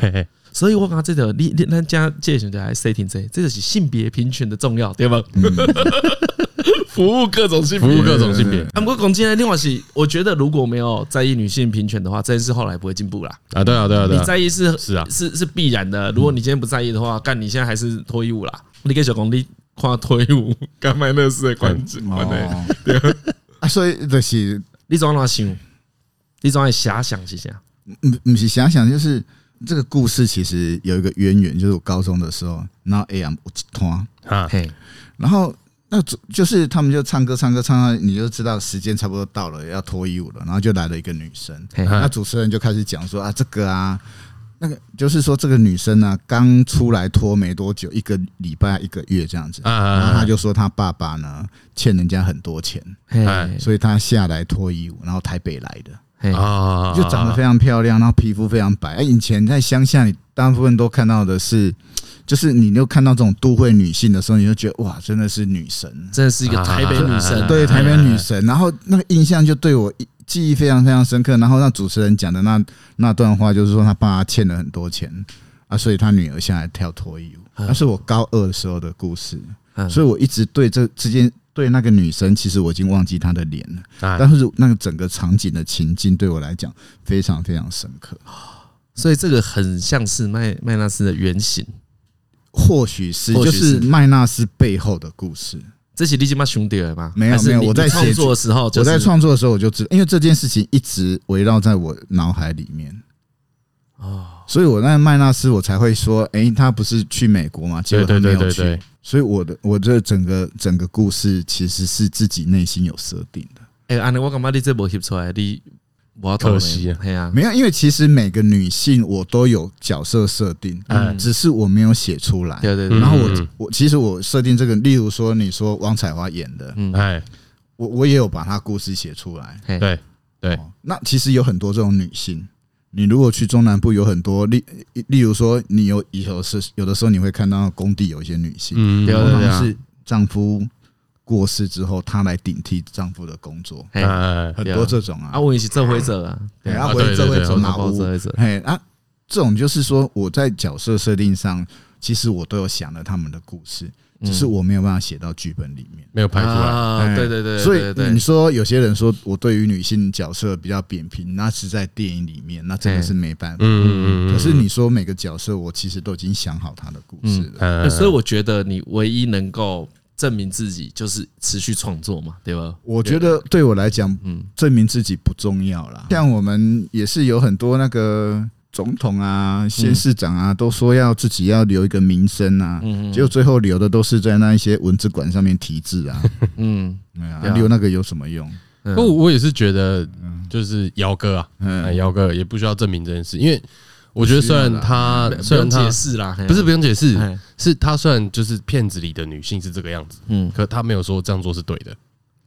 B: 嘿嘿
A: 所以我讲这个，你你咱家这选择还 setting 这，这就是性别平权的重要，对吧？ 服务各种性
B: 嗯服
A: 别
B: 务。各种性别
A: 啊，不过讲真的，另外是我觉得，如果没有在意女性平权的话，这件事后来不会进步啦。
B: 啊，对啊，对啊，对
A: 你
B: 啊，
A: 在意是
B: 是啊
A: 是是必然的。如果你今天不在意的话，干你现在还是脱衣舞啦。你给小公你跨脱衣舞， 干卖那是的关
B: 哎
A: 键关键。
C: 哦，啊，所以就是
A: 你总要想，你总要遐想一下。
B: 啊
C: 不不是想想，就是这个故事其实有一个渊源，就是我高中的时候，然后 AM 我一团，
B: 啊，
A: 嘿，
C: 然后那组就是他们就唱歌唱歌唱到你就知道时间差不多到了，要脱衣舞了，然后就来了一个女生，
A: 嘿
B: 啊
C: 那主持人就开始讲说啊，这个啊。那个就是说，这个女生呢、刚出来脱没多久，一个礼拜、一个月这样子，
B: 啊啊
C: 然后
B: 啊
C: 她就说她爸爸呢欠人家很多钱，
A: 嘿
B: 哎
C: 所以她下来脱衣舞，然后台北来的，
A: 嘿
B: 啊，啊，
C: 就长得非常漂亮，然后皮肤非常白。哎，以前在乡下，你大部分都看到的是，就是你又看到这种都会女性的时候，你就觉得哇，真的是女神，
A: 真的是一个台北女
B: 啊
A: 神。哎
C: 对，台北女神。然后那个印象就对我记忆非常非常深刻。然后那主持人讲的那那段话，就是说他爸欠了很多钱啊，所以他女儿下来跳脱衣舞。那是我高二的时候的故事，
A: 嗯
C: 所以我一直对这之间。对那个女生，其实我已经忘记她的脸了，
B: 啊
C: 但是那个整个场景的情境对我来讲非常非常深刻。
A: 所以这个很像是麦麦纳斯的原型。
C: 或许是，
A: 或
C: 就
A: 许是
C: 是麦纳斯背后的故事。
A: 这是你已经兄弟了吗？
C: 没有
A: 还是
C: 没有
A: 你
C: 我在写
A: 创作的时候，
C: 我在
A: 就是
C: 创作的时候，我就知，因为这件事情一直围绕在我脑海里面哦，所以我那麦纳斯我才会说，诶，他不是去美国嘛？结
B: 对
C: 果他
B: 对对
C: 没有
B: 对
C: 去
B: 对，，
C: 所以我的我这整个整个故事其实是自己内心有设定的。
A: 哎，安尼我感觉你这部翕出来，你我
B: 可惜啊
A: 系啊，
C: 没有，因为其实每个女性我都有角色设定，
A: 嗯
C: 只是我没有写出来。
A: 对对对，
B: 嗯
C: 然后我
B: 嗯
C: 我其实我设定这个，例如说你说王彩华演的，
A: 嗯
B: 哎，
C: 我我也有把她故事写出来。
A: 嘿
B: 对对
C: 哦那其实有很多这种女性，你如果去中南部，有很多例例如说，你有有时有的时候你会看到工地有一些女性，
B: 嗯，
A: 对啊
C: 通
A: 对
C: 常
A: 啊
C: 是丈夫过世之后，她来顶替丈夫的工作，
A: 嘿
B: 哎，
C: 很多这种啊
A: 啊，，我也是这回者啊，
C: 对啊，
B: 啊
C: 或者
B: 对
C: 这
B: 对
C: 会
B: 对
C: 走
B: 我
C: 哪
A: 我
C: 屋
A: 这？回者，
C: 嘿啊，这种就是说我在角色设定上，其实我都有想了他们的故事，只是我没有办法写到剧本里面。
B: 没有拍出来，
A: 嗯啊，
C: 哎
A: 对对对，
C: 所
A: 对
C: 以
A: 对
C: 你说有些人说我对于女性角色比较扁平，那是在电影里面，那真的是没办法。
B: 嗯嗯嗯，
C: 可是你说每个角色，我其实都已经想好他的故事了。
B: 嗯，
A: 对
B: 嗯
A: 所以我觉得你唯一能够证明自己就是持续创作嘛，对吧？
C: 我觉得对我来讲，
A: 嗯
C: 证明自己不重要啦。像我们也是有很多那个总统啊、县市长啊，都说要自己要留一个名声啊，
A: 嗯
C: 结果最后留的都是在那一些文字馆上面题字啊，
A: 嗯，
C: 对啊
A: 对啊
C: 留那个有什么用？
A: 嗯
B: 不，我也是觉得，就是姚哥啊，哎
C: 嗯，
B: 姚哥也不需要证明这件事，因为我觉得虽然他
A: 嗯不
B: 虽然
A: 用
B: 他
A: 解释啦，嘿啊
B: 不是不用解释，
A: 哎
B: 是他虽然就是片子里的女性是这个样子，
A: 嗯
B: 可他没有说这样做是对的，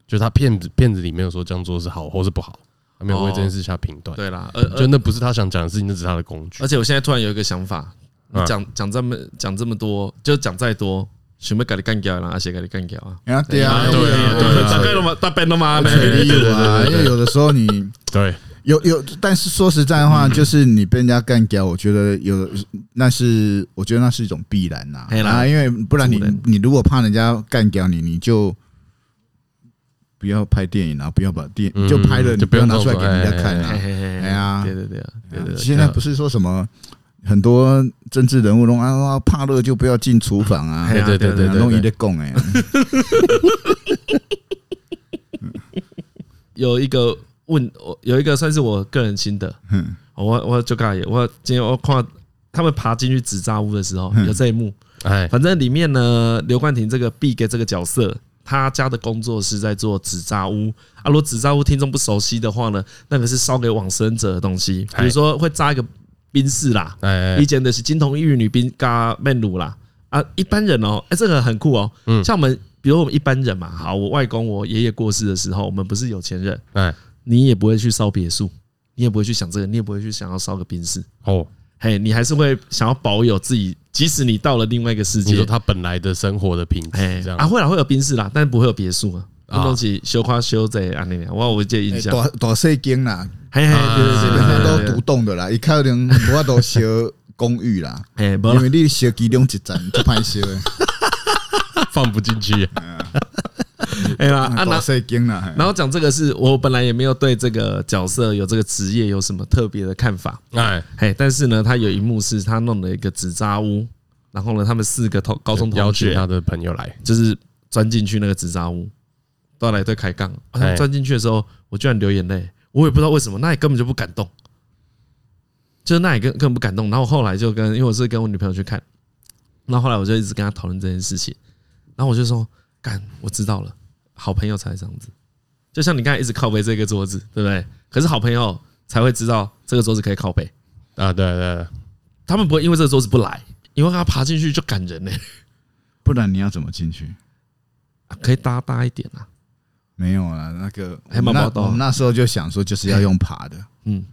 B: 就是他片子片子里没有说这样做是好或是不好，他没有为这件事下评断。
A: 哦对呃啦，而
B: 就
A: 而
B: 那不是他想讲的事情，那只是他的工具
A: 而。且我现在突然有一个想法，你
B: 嗯
A: 讲讲这么讲这么多，就讲再多，想要给你干掉啦，而且给你干掉啊。
C: 啊，对啊，
B: 对啊对啊
A: 大概了嘛，大半了嘛，
C: 没有啊，因为有的时候你
B: 对，
C: 有有，但是说实在的话，就是你被人家干掉，我觉得有那是，我觉得那是一种必然呐、
A: 嘿
C: 啊，
A: 啦
C: 因为不然你
A: 主人
C: 你如果怕人家干掉你，你就不要拍电影啊，不要把电
B: 嗯
C: 就拍了，你
B: 就
C: 不
B: 不
C: 要
B: 用
C: 拿出来给人家看
A: 嘿
C: 啊。
A: 嘿嘿
C: 哎呀
A: 对对对啊对对，
C: 现在不
A: 是
C: 是说什么很多政治人物弄啊怕热就不要进厨房啊，
A: 嘿
B: 对
A: 啊
B: 对对
C: 对
B: 对
C: 啊，
B: 对
C: 弄一
B: 对
C: 堆供哎，
A: 有一个问我有一个算是我个人心得，
C: 嗯
A: 我我就刚才我今天我看他们爬进去纸扎屋的时候有这一幕，
B: 哎，
A: 反正里面呢，刘冠廷这个 B 给这个角色，他家的工作是在做纸扎屋啊。如果纸扎屋听众不熟悉的话呢，那个是烧给往生者的东西，比如说会扎一个冰室啦，
B: 哎
A: 以，前的是金童玉女冰加面乳啦啊，一般人哦，哎，这个很酷哦，像我们。比如我们一般人嘛，好，我外公我爷爷过世的时候，我们不是有钱人，
B: 哎，
A: 你也不会去烧别墅，你也不会去想这个，你也不会去想要烧个冰室，
B: 哦，
A: 嘿，你还是会想要保有自己，即使你到了另外一个世
B: 你
A: 界
B: 说，他本来的生活的品
A: 哎
B: 质这，样
A: 啊，会啦，会有宾室啦，但不会有别墅啊。
B: 啊
A: 啊，东西修夸修这安尼俩，我有这印象。
C: 大大细间啦，
A: 嘿嘿，对
C: 基
A: 对
C: 本上
A: 对
C: 都
A: 对对
C: 独
A: 对，
C: 栋的啦，一看人不要都小公寓啦。
A: 哎，不
C: 因为你小其中一站就歹烧 的，
B: 放不进去，
A: 哎啦，啊
C: 大
A: 那
C: 细间啦。嘿
A: 然后讲这个是我本来也没有对这个角色有这个职业有什么特别的看法，
B: 哎，
A: 嘿，但是呢，他有一幕是他弄了一个纸扎屋，然后呢，他们四个同 高中
B: 邀
A: 同
B: 请
A: 学
B: 他的朋友来，
A: 就是钻进去那个纸扎屋，都要来对开杠。啊他们
B: 哎
A: 钻进去的时候，我居然流眼泪，我也不知道为什么，那也根本就不感动，就是那也根根本不感动。然后后来就跟，因为我是跟我女朋友去看，然后后来我就一直跟她讨论这件事情，然后我就说，干，我知道了，好朋友才会这样子，就像你刚才一直靠背这个桌子，对不对？可是好朋友才会知道这个桌子可以靠背，
B: 啊，对对，对
A: 他们不会因为这个桌子不来，因为他爬进去就感人呢、
C: 不然你要怎么进去？
A: 啊可以搭搭一点啊，
C: 没有啊，那个
A: 还蛮
C: 我们
A: 宝
C: 那
A: 岛啊
C: 我们那时候就想说，就是要用爬的，
A: 嗯。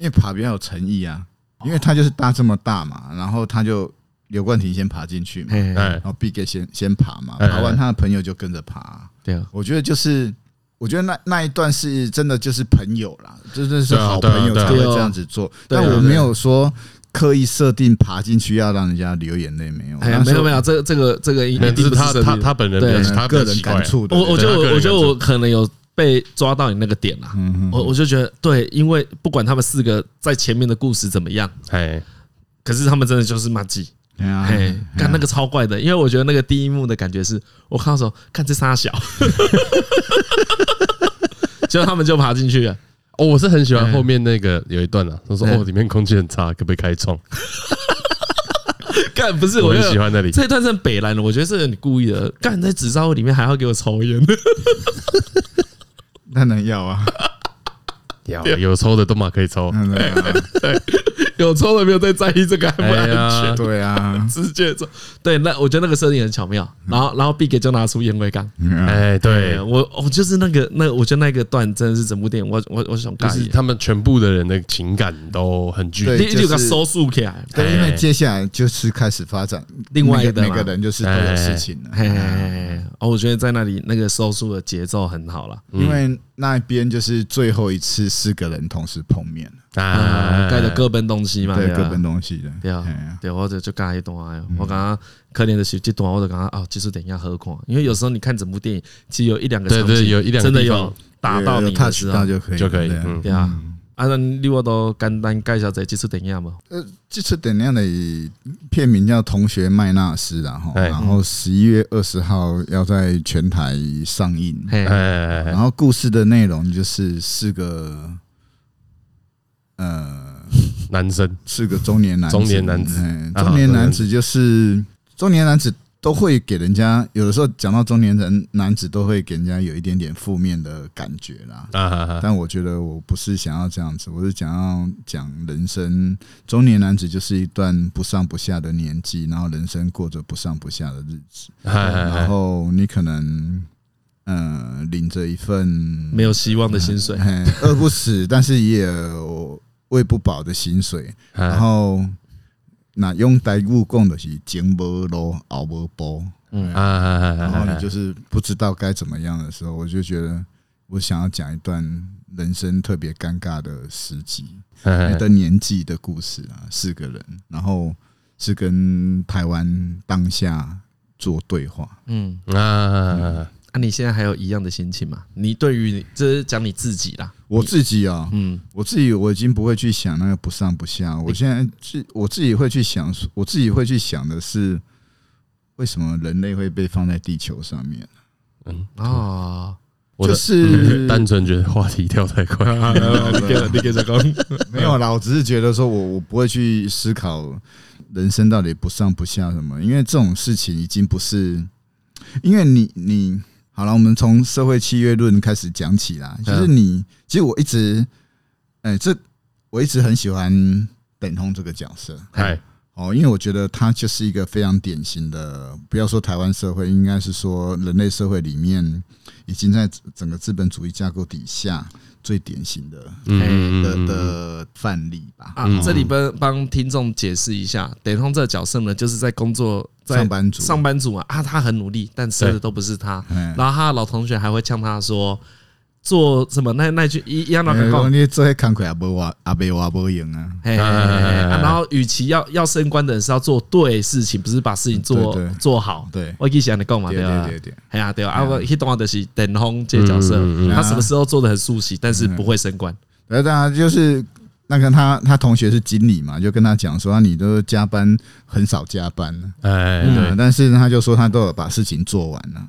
C: 因为爬比较有诚意啊，因为它就是搭这么大嘛，然后他就刘冠廷先爬进去嘛，
A: 嘿，
B: 哎
C: 然，后 B 给先先爬嘛，
B: 哎哎
C: 爬完他的朋友就跟着爬啊。
A: 对啊，
C: 我觉得就是。我觉得那那一段是真的就是朋友啦，真的是
B: 对啊
C: 好
B: 对啊
C: 朋友
B: 对
C: 才
B: 啊
C: 会
A: 对啊
C: 这样子做。
A: 对啊
C: 但我
A: 对啊
C: 没有说刻意设定爬进去要让人家流眼泪，没有，
A: 哎呀，
C: 那
A: 没
C: 时
A: 有
C: 候
A: 没有，这这个这个一
B: 那
A: 定
B: 这是
A: 不是
B: 他
A: 设
B: 他
A: 定
B: 他本人
A: 对
B: 比较
C: 嗯
B: 他比较
C: 个人
B: 奇怪啊
C: 感触的。
A: 我我觉得
B: 对他个人
A: 我我觉得
B: 感受
A: 我可能有被抓到你那个点啦，
C: 嗯
A: 我我就觉得对，因为不管他们四个在前面的故事怎么样，
B: 哎，
A: 可是他们真的就是马吉，
C: 对啊
A: 哎，
B: 嗯
A: 看那个超怪的，因为我觉得那个第一幕的感觉是，我看到时候看这仨小， 结果他们就爬进去了，
B: 哦，我是很喜欢后面那个有一段啊，他说哦，里面空气很差，可不可以开窗？
A: 干不是
B: 我
A: 我
B: 很
A: 就
B: 喜欢那里，
A: 这一段是很北蓝的，我觉得这个你故意的，干在纸钞里面还要给我抽烟，
C: 当然要啊，
B: 有有抽的都嘛可以抽，
C: 当 然要啊
A: 有抽的没有在在意这个安不安
B: 哎
A: 全
B: 呀。
C: 对 啊，
A: 直接做。对，那我觉得那个设定很巧妙。然后，然后 B 给就拿出烟灰缸。
C: 嗯
B: 哎，对
A: 对，我，我就是那个那，我觉得那个段真的是整部电影，我我我想
B: 就
A: 尬
B: 是他们全部的人的情感都很具
C: 对
B: 体，
A: 你
C: 就是
A: 你有个收束起来。
C: 对，因
B: 哎
C: 为接下来就是开始发展
A: 另外一个嘛
C: 每个人就是都有事情了，
A: 嘿嘿嘿嘿哦，我觉得在那里那个收束的节奏很好了。
C: 因为那边就是最后一次四个人同时碰面了，
A: 啊，
B: 啊，
A: 盖的各奔东西嘛，
C: 对，
A: 啊
C: 各奔东西的，
A: 对
C: 嘿嗯
A: 啊，对，我就就尬一段啊，我刚刚可怜的是这段，我就刚刚哦，技术点一下何况，因为有时候你看整部电影，其实有一两个
B: 对
A: 场
B: 对
A: 景
B: 有一两个
A: 真的
B: 地
A: 有
B: 方
A: 打到
C: 有
A: 你
C: 有
A: 的
C: touch
A: 时候
C: 到，就可以了，
B: 就可以
C: 对啊。
B: 嗯
A: 对啊，啊，咱另外都简单介绍一下这次电影嘛。
C: 呃，这次等量的片名叫《同学麦纳斯》，然后
B: 哎
C: 然后十一月二十号要在全台上映，
A: 嘿，
B: 哎
C: 然，后故事的内容就是四个，呃，
B: 男生
C: 是个中年男子
B: 中年男子
C: 嗯
B: 啊
C: 中年男子就是中年男子都会给人家，有的时候讲到中年人男子都会给人家有一点点负面的感觉啦。
B: 啊哈哈，
C: 但我觉得我不是想要这样子，我是想要讲人生。中年男子就是一段不上不下的年纪，然后人生过着不上不下的日子，
B: 哎
C: 然
B: 哎
C: 后你可能呃领着一份
A: 没有希望的薪水，
C: 嘿饿不死，但是也有喂不饱的薪水，
B: 哎
C: 然后那用台语讲的是前无路后无步，
B: 啊，
C: 然后
B: 然
C: 你就是不知道该怎么样的时候，我就觉得我想要讲一段人生特别尴尬的时机
B: 嘿嘿嘿
C: 的年纪的故事啊，四个人，然后是跟台湾当下做对话。
A: 嗯，
B: 啊，
A: 那、你现在还有一样的心情吗？你对于你这是讲你自己啦，
C: 我自己啊，
A: 嗯，
C: 我自己我已经不会去想那个不上不下，我现在自我自己会去想，我自己会去想的是，为什么人类会被放在地球上面？
B: 嗯，
A: 哦，
B: 我
C: 就
B: 的
C: 是 哎
B: 单纯觉得话题跳太快，
A: 你给你给这个，
C: 没有啦，我只是觉得说我我不会去思考人生到底不上不下什么，因为这种事情已经不是，因为你你好了，我们从社会契约论开始讲
A: 嗯
C: 起啦，就是你其实我一直，哎、这我一直很喜欢本通这个角色，
B: 哎，
C: 哦，因为我觉得他就是一个非常典型的，不要说台湾社会，应该是说人类社会里面已经在整个资本主义架构底下最典型的
B: 嗯
C: 哎的
B: 嗯嗯
C: 的范例吧。
A: 啊，这里帮帮听众解释一下，等通这个角色呢，就是在工作在
C: 上班族
A: 上班族嘛，啊，他很努力，但吃的
B: 对
A: 都不是他，
C: 嗯
A: 然后他的老同学还会呛他说做什么那那句一一样的广告
C: 讲。你做些工课也无话，也没话无用啊。
A: 嘿嘿嘿嘿嘿啊然后，与其要要升官的人是要做对事情，不是把事情做
C: 对对
A: 做好。
C: 对
A: 我以前你讲嘛，
C: 对
A: 对吧
C: 对？对对，
A: 哎呀，对啊，啊，我迄段就是等红这个角色
B: 嗯
C: 嗯，嗯
A: 他什么时候做的很熟悉，但是不会升官。
C: 然后当然就是那个他他同学是经理嘛，就跟他讲说啊你都加班很少加班啊
B: 哎，
C: 嗯
B: 对，
C: 但是他就说他都有把事情做完了。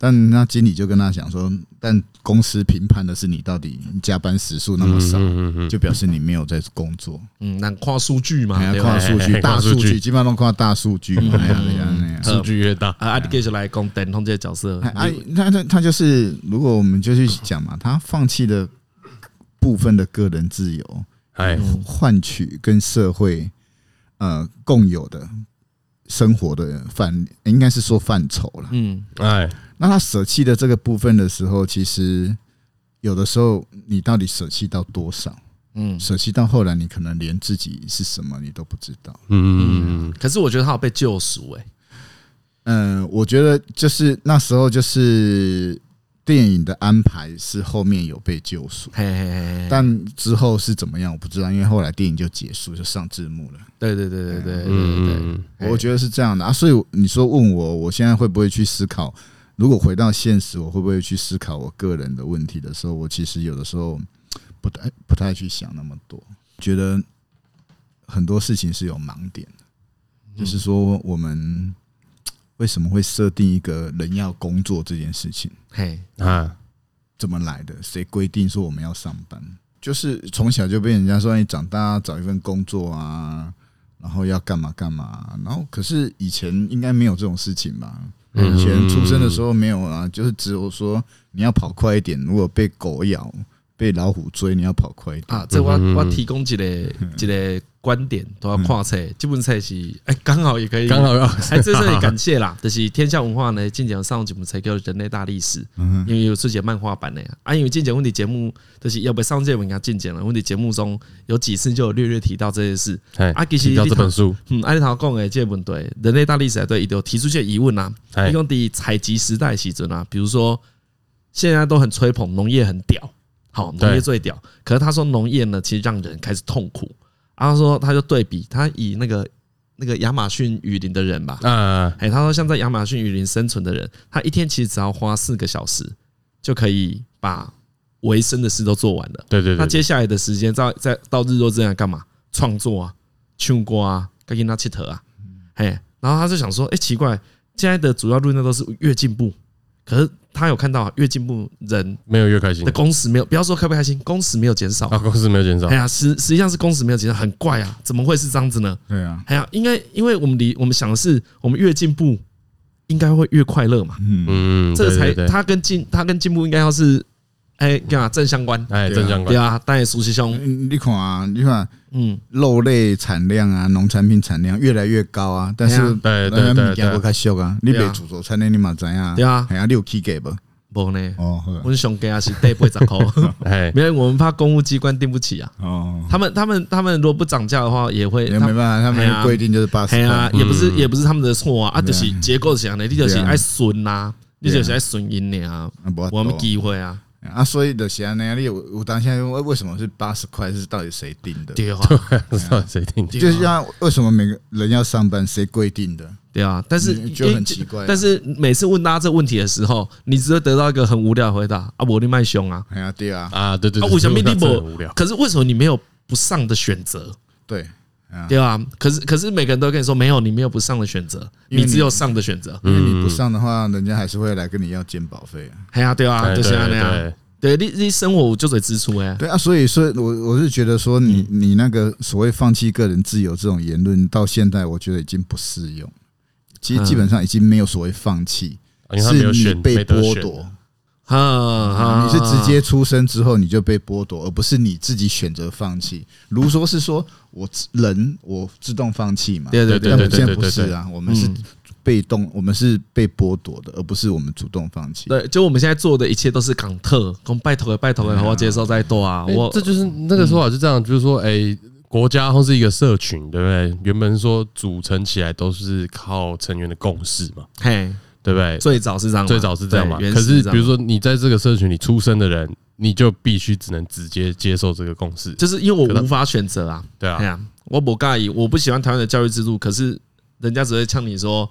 C: 但那经理就跟他讲说，但公司评判的是你到底加班时数那么少，
B: 嗯嗯
C: 就表示你没有在工作。
A: 嗯，那跨数据嘛
C: 还，
A: 对
C: 要
A: 吧
C: 啊跨？数
B: 哎哎
C: 据，
B: 哎
C: 大
B: 看
C: 数
B: 数据嗯
C: 据，基本上都跨大数据。哎呀哎呀哎呀！
B: 数据越大，
A: 啊，啊，你继续来讲等红这个角色。
C: 哎哎，那那他就是，如果我们就去讲嘛，他放弃了部分的个人自由，
B: 哎，
C: 换取跟社会呃共有的生活的范，应该是说范畴了。
A: 嗯，
B: 哎，
C: 那他舍弃的这个部分的时候，其实有的时候你到底舍弃到多少？
A: 嗯
C: 舍弃到后来，你可能连自己是什么你都不知道。
B: 嗯嗯嗯
A: 可是我觉得他有被救赎哎、
C: 嗯，我觉得就是那时候就是电影的安排是后面有被救赎，
A: 嘿嘿嘿嘿，
C: 但之后是怎么样我不知道，因为后来电影就结束，就上字幕了。
A: 对对对对对对
B: 嗯
A: 对对，
B: 嗯
C: 我觉得是这样的啊，所以你说问我，我现在会不会去思考？如果回到现实，我会不会去思考我个人的问题的时候，我其实有的时候不太不太去想那么多，觉得很多事情是有盲点
B: 嗯
A: 嗯
C: 的，就是说我们为什么会设定一个人要工作这件事情？
A: 嘿，
B: 嗯啊，
C: 怎么来的？谁规定说我们要上班？就是从小就被人家说你长大找一份工作啊，然后要干嘛干嘛啊、然后可是以前应该没有这种事情吧？
B: 嗯
C: 以前出生的时候没有啊，就是只有说你要跑快一点，如果被狗咬、被老虎追，你要跑快一点。
A: 啊，这我
B: 嗯嗯嗯
A: 我提供一个一个观点，都要
C: 嗯
A: 看册，这本册是哎刚好也可以，
B: 嗯刚 好要
A: 哎，在这里感 谢啦，就是天下文化呢，近年上节目才叫人类大历史，
B: 嗯
A: 因为有出现漫画版的呀。啊，因为近年问题节目，就是要不上这文章近年了，问题节目中有几次就有略略提到这件事。
B: 哎
A: 啊其实
B: 提到这本书，
A: 嗯，阿里头讲的这个问题，人类大历史对伊就提出这个疑问啊，
B: 哎
A: 伊讲伫采集时代的时阵啊，比如说现在都很吹捧农业很屌，好，农业
B: 对
A: 最屌。可是他说农业呢，其实让人开始痛苦。然后他说他就对比他以那个那个亚马逊雨林的人吧，
B: 啊，
A: 哎，他说像在亚马逊雨林生存的人，他一天其实只要花四个小时就可以把维生的事都做完了。
B: 对对
A: 那
B: 对，
A: 接下来的时间，在在到日落之前干嘛？创作啊，唱歌啊，跟跟他切头啊，
B: 嗯
A: 嘿，然后他就想说，哎，奇怪，现在的主要路线都是越进步，可是他有看到啊越进步人
B: 没有越开心
A: 的，工时没有，不要说开不开心，工时没有减少
B: 啊，，公司没有减少
A: 哎，呀，实实际上是工时没有减少，很怪啊，怎么会是这样子呢？
C: 对啊，
A: 哎呀，应该因为我们离我们想的是，我们越进步，应该会越快乐嘛，
B: 嗯，
A: 这个
B: 对
A: 才
B: 对对
A: 他跟进他跟进步应该要是，哎，干嘛正相关？
C: 嗯
B: 哎正相
A: 对
B: 关，
A: 啊，但也熟悉兄，
C: 你看啊，你看
A: 嗯。
C: 肉类产量啊，农产品产量越来越高啊，但是
B: 对对
C: 咱们
B: 对
C: 物件不
B: 对，
C: 较俗啊，你
A: 对啊
C: 卖自助餐的你嘛知啊，
A: 对啊
C: 哎呀，你有起价不？
A: 无呢，
C: 哦，好啊
A: 阮上家也是得八十 块，
B: 哎，
A: 没有，我们怕公务机关订不起啊。
C: 哦，
A: 他们他们他们如果不涨价的话，也会
C: 也没办法，他
A: 哎呀
C: 们规定就是八十
A: 哎呀
C: 块，。
A: 也不是也不是他们的错啊，啊就是结构是这样的，你就是
C: 对啊
A: 爱损呐，你
C: 对啊
A: 就是爱损因的啊，
C: 啊没办法
A: 我们机会啊，
C: 啊，所以的安那力，我我当下哎为为什么是八十块是到底谁定的？
A: 对啊，
B: 不知道谁定的。
C: 就是像为什么每个人要上班，谁规定的？
A: 对啊，但是
C: 嗯就很奇怪啊
A: 但是每次问大家这问题的时候，你只会得到一个很无聊的回答啊，我你卖凶啊，
C: 哎呀，对啊，
B: 啊，对对
A: 啊，
B: 对，
A: 我想
B: 这
A: 命
B: 个
A: 令
B: 真的很无
A: 不
B: 聊，
A: 可是为什么你没有不上的选择？
C: 对，啊，
A: 对啊，可是可是每个人都跟你说没有，你没有不上的选择，
C: 因
A: 你
C: 为你
A: 只有上的选择。
C: 因为你不上的话，人家还是会来跟你要健保费啊。
A: 哎呀，对啊，
B: 哎
A: 就是
B: 对
A: 那样。
B: 对
A: 对，你你生活我就得支出哎，
B: 嗯
C: 对啊，所以说我我是觉得说你你那个所谓放弃个人自由这种言论，到现在我觉得已经不适用，其实基本上已经没有所谓放
B: 嗯
C: 弃，
B: 因为他没有
C: 是
B: 选
C: 你被
B: 没得
C: 剥
B: 选
C: 夺，
A: 哈哈，
C: 你是
A: 嗯
C: 直接出生之后你就被剥夺，而不是你自己选择放弃。如说是说我自人我自动放弃嘛，
A: 对对对
C: 但
A: 对
C: 我们
A: 对
C: 现在不是啊，我们是
A: 嗯
C: 被动，我们是被剥夺的，而不是我们主动放弃。
A: 对，就我们现在做的一切都是港特，跟拜托的拜托的，我接受再多啊，
B: 哎
A: 我
B: 这就是那个说法，就这样，就是说，哎，国家或是一个社群，对不对？原本说组成起来都是靠成员的共识嘛，
A: 嘿，
B: 对不对？
A: 最早是这样嘛，
B: 最早是这样嘛
A: 对。原
B: 可
A: 始
B: 是
A: 这样
B: 比如说你在这个社群里出生的人，你就必须只能直接接受这个共识，
A: 就是因为我无法选择啊，
B: 对
A: 哎
B: 啊，
A: 呀，我不介意，我不喜欢台湾的教育制度，可是人家只会呛你说，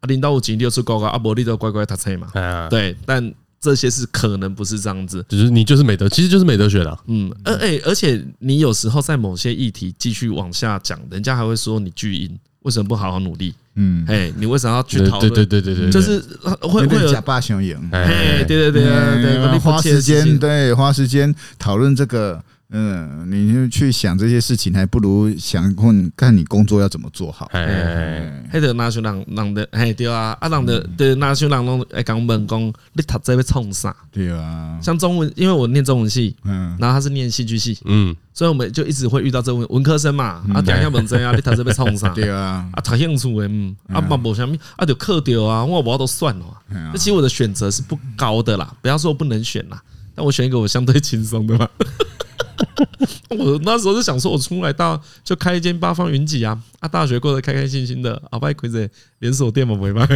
A: 啊，领导五级六出高高，啊，伯利都乖乖读册嘛，
B: 啊，
A: 对，但这些是可能不是这样子，
B: 就是你就是没得，其实就是没得选啊。
A: 嗯，而哎、而且你有时候在某些议题继续往下讲，人家还会说你巨婴，为什么不好好努力？
C: 嗯，
A: 哎、你为什么要去
B: 对
A: 讨
B: 对
A: 论？
B: 对对对对，
A: 就是会
C: 有
A: 会
C: 点
A: 有
C: 假，霸雄赢。
A: 哎，对对对对对，你
C: 嗯
A: 不
C: 花
A: 切实
C: 时
A: 际
C: 间对花时间讨论这个，嗯，你就去想这些事情，还不如想看看你工作要怎么做好。
B: 哎哎，
C: 哎
A: 迄个若像人人的，嘿对啊，啊人的对，若像人拢会讲问讲，你读这要创啥？
C: 对啊，
A: 像中文，因为我念中文系，
C: 嗯，
A: 然后他是念戏剧系，
B: 嗯，
A: 所以我们就一直会遇到这问文科生嘛，啊，等下问这啊，你读这要创 啥？
C: 对啊，
A: 啊，读兴趣的，嗯，啊嘛无啥物，啊就课掉啊，我无都算了啊。
C: 嗯
A: 那其实我的选择是不高的啦，不要说不能选啦，但我选一个我相对轻松的吧。 我那时候就想说，我出来到就开一间八方云集啊，啊，大学过得开开心心的，啊，拜亏着连锁店嘛没卖。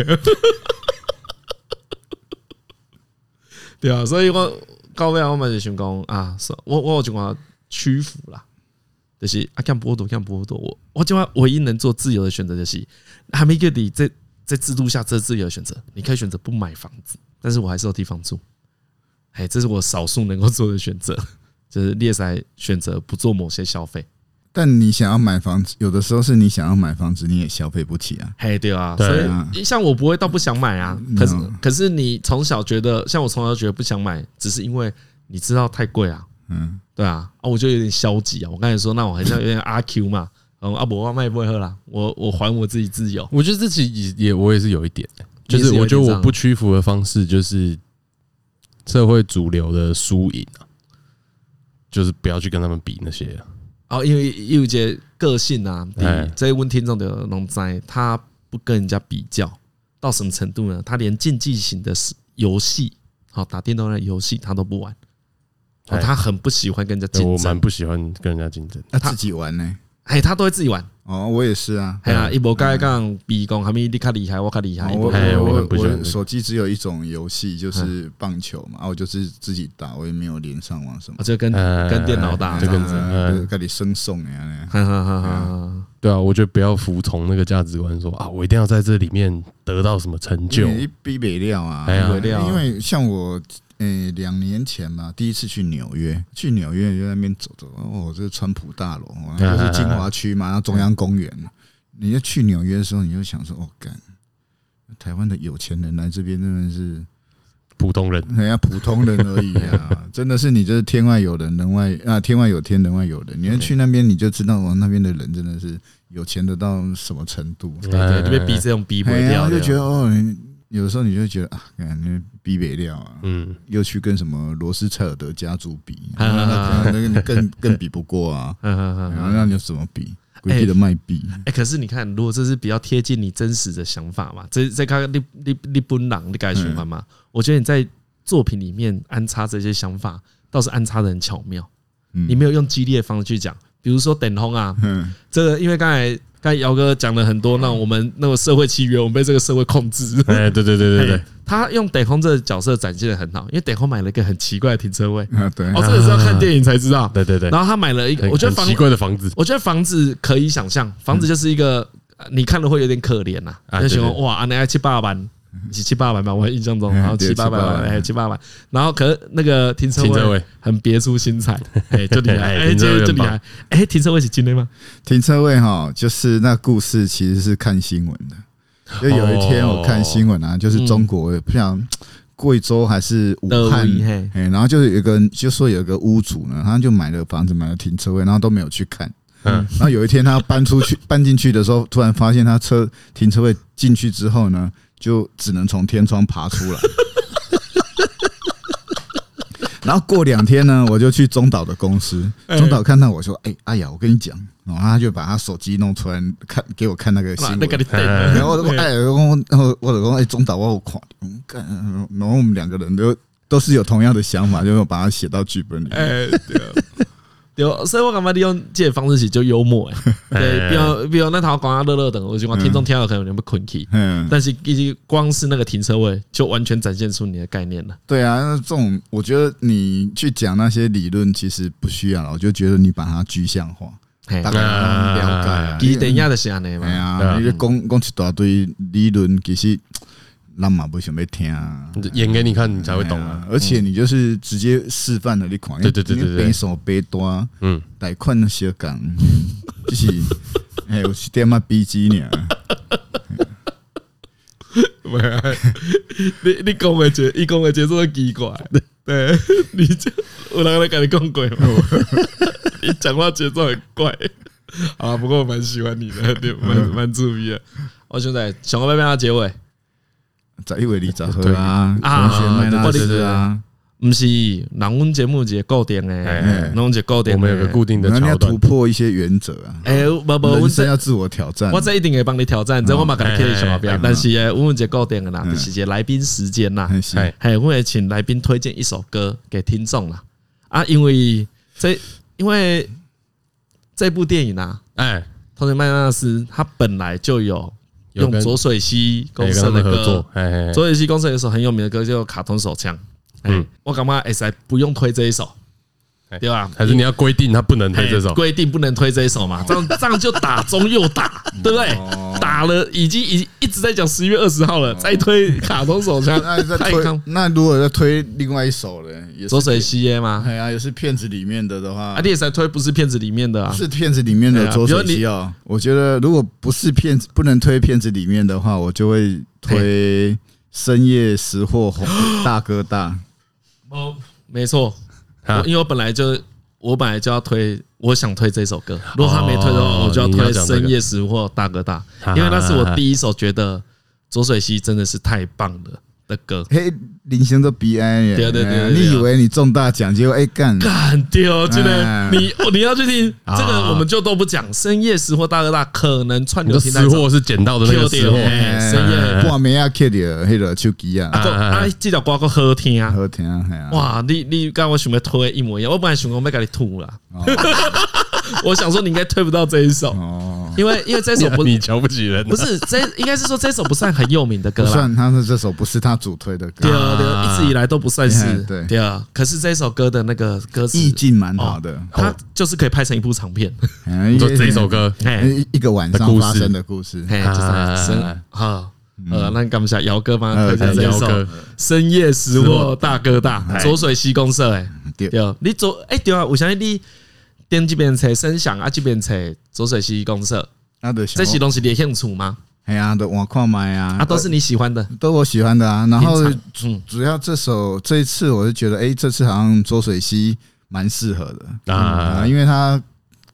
A: 对啊，所以我到尾啊，我嘛就想讲啊，算我我有一寡屈服啦，就是啊，看剥夺，看剥夺，我我今晚唯一能做自由的选择就是，还没给你在在制度下这自由的选择，你可以选择不买房子，但是我还是有地方住，哎，这是我少数能够做的选择， 就是列塞选择不做某些消费，
C: 但你想要买房子，有的时候是你想要买房子，你也消费不起啊。
A: 嘿，对啊，
B: 对嗯
A: 所
C: 啊
A: 以像我不会到不想买啊，可是
C: No
A: 可是你从小觉得，像我从小觉得不想买，只是因为你知道太贵啊，
C: 嗯，
A: 对啊，啊，我就有点消极啊，我刚才说那我还是要有点阿 Q 嘛， 嗯，啊，我卖不会喝啦，我我还我自己自由，
B: 我觉得自己也也我也是有一点，就
A: 你也是
B: 是
A: 有一点
B: 我觉得我不屈服的方式就是社会主流的输赢啊，就是不要去跟他们比那些啊，
A: 哦，因为因为这个性啊，第
B: 哎
A: 一，这一问听众的农灾，他不跟人家比较，到什么程度呢？他连竞技型的游戏，好打电动的游戏，他都不玩。哦
B: 哎
A: 他很不喜欢跟人家
B: 对
A: 竞
B: 我蛮
A: 争，
B: 不喜欢跟人家竞争。
C: 那
A: 他
C: 自己玩呢？
A: 哎，他都会自己玩。
C: 哦，我也是啊。
A: 哎呀，一无甲讲比讲，还咪你较厉害，我较厉害。
C: 哦我
B: 哎我
C: 我
B: 很不喜欢这个嗯
C: 手机只有一种游戏，就是棒球嘛，啊，我就是自己打，我也没有连上网什么
A: 我。就跟
B: 哎
A: 跟电脑打
B: 哎这，个
C: 啊
B: 嗯
C: 跟你生送啊呀，
A: 哈哈哈哈。
B: 对啊，我觉得不要服从那个价值观，说啊，我一定要在这里面得到什么成就。
C: 你逼不了啊，
B: 哎呀
A: 不了
C: 因为像我。诶，两年前嘛，第一次去纽约，去纽约就在那边走走，哦，这是川普大楼，哦
B: 哎
C: 就是金华区嘛，然后中央公园。你就去纽约的时候，你就想说，哦，干，台湾的有钱人来这边真的是
B: 普通人，
C: 人家普通人而已 啊，真的是你就是天外有人，人外啊天外有天，人外有人。你要去那边你就知道，哦，那边的人真的是有钱的到什么程度。
A: 对对，就被
B: 呃
A: 逼这种逼不
C: 哎呀，
A: 掉
C: 就觉
A: 的。
C: 得哦，你有时候你就觉得啊，感觉逼不了啊，
B: 嗯，
C: 又去跟什么罗斯柴尔德家族比，
A: 啊
C: 那那那个你更更比不 过啊，
A: 哈哈哈
C: 然
A: 哈
C: 后那你有什么比？估计的卖币，
A: 哎、可是你看，如果这是比较贴近你真实的想法嘛，这这个你你你不朗你改循环
C: 嗯
A: 嘛，我觉得你在作品里面安插这些想法，倒是安插的很巧妙。
C: 嗯
A: 你没有用激烈的方式去讲，比如说等风啊，
C: 嗯，
A: 这个因为刚才刚姚哥讲了很多，那我们那个社会契约，我们被这个社会控制。
B: 哎，对对 对对对
A: 哎，他用德空这个角色展现的很好，因为德空买了一个很奇怪的停车位，
C: 啊，对
A: 哦，这个是要看电影才知道。
B: 嗯对对对
A: 然后他买了一个，
B: 很
A: 我觉得
B: 很
A: 房
B: 奇，怪的房子，
A: 我觉得房子可以想象，房子就是一个呃你看了会有点可怜呐，
B: 啊
A: 就
B: 对
A: 喜欢
B: 对
A: 哇，那要七八百万。七七八百吧，我印象中，
C: 嗯
A: 然后
C: 对
A: 七八百
C: 七八
A: 万，
C: 百
A: 哎，七八百，然后可是那个停车
B: 停车位
A: 位很别出 心裁，哎，就厉害，
B: 哎
A: 哎，
B: 停车位
A: 就就
B: 很
A: 厉
B: 棒
A: 害，哎，停车位是今天吗？
C: 停车位哈，就是那故事其实是看新闻的。就有一天我
A: 哦
C: 看新闻啊，
A: 嗯
C: 就是中国不想贵州还是武
A: 德
C: 汉
A: 威嘿，
C: 哎，然后就有一个人就说有一个屋主呢，他就买了房子，买了停车位，然后都没有去看。
B: 嗯，
C: 然后有一天他搬出去搬进去的时候，突然发现他车停车位进去之后呢，就只能从天窗爬出来。然后过两天呢，我就去中岛的公司，中岛看到我说：“哎，哎呀，我跟你讲。”然后他就把他手机弄出来看给我看那个新
A: 哇
C: 闻
A: 那，个你对，
B: 哎
C: 然后我就说哎，我我我老公哎，中岛我有看，嗯干，然后我们两个人都都是有同样的想法，就是把它写到剧本里面。
A: 哎，对啊，对啊，所以我感觉你用这个方式是就幽默 诶。对，
B: 哎
A: 比如比如那头讲啊乐乐等，我就讲听众听了可能有点困起，
C: 嗯，
A: 但是已经光是那个停车位就完全展现出你的概念了。
C: 对啊，那这种我觉得你去讲那些理论其实不需要了，我就觉得你把它具象化，
A: 嘿
C: 大，概让他们了解啊。
A: 伊等一下就是安尼
C: 哎
A: 嘛，
C: 呀，你就讲讲一大堆理论，其实咱嘛不想要听啊。
B: 演给你看，你才会懂啊。
C: 哎呀而且你就是直接示范了你款，
B: 对对对对对
C: 你背手背多，
B: 嗯，
C: 贷款那些港， 就是哎，我是点嘛逼机呢，
A: 你你讲的节，伊讲的节奏都奇怪，对，你这有人来跟你讲鬼吗？ 你讲话节奏很怪 啊，不过我蛮喜欢你的，对， 蛮蛮注意的。哦，兄弟，想要不要变到结尾？
C: 在一为你咋喝啊？
A: 啊
C: 同学麦
A: 对
C: 纳
A: 对
C: 斯啊，
A: 不是，人阮节目一个固定诶
B: 哎，
A: 拢一个固定
B: 我
A: 的。
B: 们有个固定的
C: 然后你要
B: 桥段
C: 突，破一些原则啊，
A: 诶，无无，
C: 人
B: 啊
A: 阮
C: 生
A: 这
C: 要自我挑战。
A: 我这一定会帮你挑战，
B: 嗯
A: 这我嘛甲你客气小表，但是诶，阮有一个固定的啦，就是一个来宾时间啦。
C: 很喜
B: 哎，
A: 嘿，我会请来宾推荐一首歌给听众啦。啊，因为这因为这部电影啊，
B: 哎，
A: 《同学麦纳斯》它本来就有
B: 有
A: 用
B: 跟
A: 左水溪
B: 哎
A: 公
B: 跟
A: 社
B: 他
A: 的
B: 们合
A: 歌
B: 作，，哎哎，哎
A: 左水溪公社有一首很有名的歌叫《卡通手枪》。嗯
B: 嗯，
A: 我感觉哎塞不用推这一首，
B: 哎
A: 对吧？
B: 还是你要规定他不能推这首
A: 嘿，哎规定不能推这一首嘛，这 样这样就打中又打，对不
B: 哦
A: 对？打了已经已一直在讲十一月二十号了，再推卡通手 枪
C: 那再，
A: 太坑
C: 推，那如果再推另外一首呢？也
A: 左
C: 是
A: 水西耶吗？
C: 哎呀，也是片子里面的的话
A: 啊，，你也才推不是片子里面的啊，
C: 是片子里面的
A: 哎呀
C: 左
A: 比如
C: 水
A: 你
C: 溪哦。我觉得如果不是片子，不能推片子里面的话，我就会推深夜识货 红大哥大。
D: 无
A: 没错，
B: 啊
A: 我因为我本来就我本来就要推，我想推这首歌，如果他没推的话，
B: 哦
A: 我就要
B: 你要
A: 推
B: 讲
A: 《
B: 这个
A: 深夜食货大哥大
B: 哈》，
A: 因为那是我第一首觉得左水溪真的是太棒了的歌。
C: 嘿，林先都悲哀耶！
A: 对对啊对
C: 哎呀
A: 对对
C: 你以为你中大奖，结果哎干，
A: 干掉，真的，
C: 哎
A: 你哦你要去听
B: 啊
A: 这个，我们就都不讲。深夜食货大哥大可能串
B: 你
A: 流
B: 的
A: 平台
B: 私货是捡到的那个私货
A: 丢，掉 哎深夜
C: 半暝啊，捡着迄个手机啊，
A: 啊啊，这条歌够好听啊！
C: 好听啊，嘿啊！
A: 哇，你你跟我想要推的一模一样，我本来想讲要给你吐啦，
C: 哦
A: 我想说你应该推不到这一首，
C: 哦，
A: 因为因为这首不
B: 你瞧不起人啊，
A: 不是这应该是说这首不算很有名的歌
C: 不
A: 啦，
C: 算，他是这首不是他主推的
A: 啊对
C: 歌，
A: 啊对啊，一直以来都不算是
C: 哎对
A: 对啊，可是这首歌的那个歌词哦
C: 意，境啊蛮好的。
A: 它就是可以拍成一部长片，
C: 哎
B: 你说这一首歌，
A: 哎
C: 一一个晚
B: 的
C: 上
B: 故
C: 发
B: 事
C: 生的故事，
A: 哎，就是很深
B: 啊
A: 啊。呃，那干不下姚哥帮他推
C: 哎
A: 荐这一
B: 姚
A: 首
B: 哥
A: 《深夜食货大哥大》，左水西公社哎，
B: 嗯
C: 对
A: 对，你左哎对啊，我相信你点这边找声响啊，这边找左水西公
B: 哦
A: 社，
C: 啊，对，
A: 这些东西你兴趣吗？
C: 哎呀，都我看麦啊，
A: 啊，都是你喜欢的，
C: 都我喜欢的啊。然后
A: 品尝嗯，
C: 主要这首这一次我就觉得，哎、这次好像周水溪蛮适合的啊、
B: 啊，
C: 因为他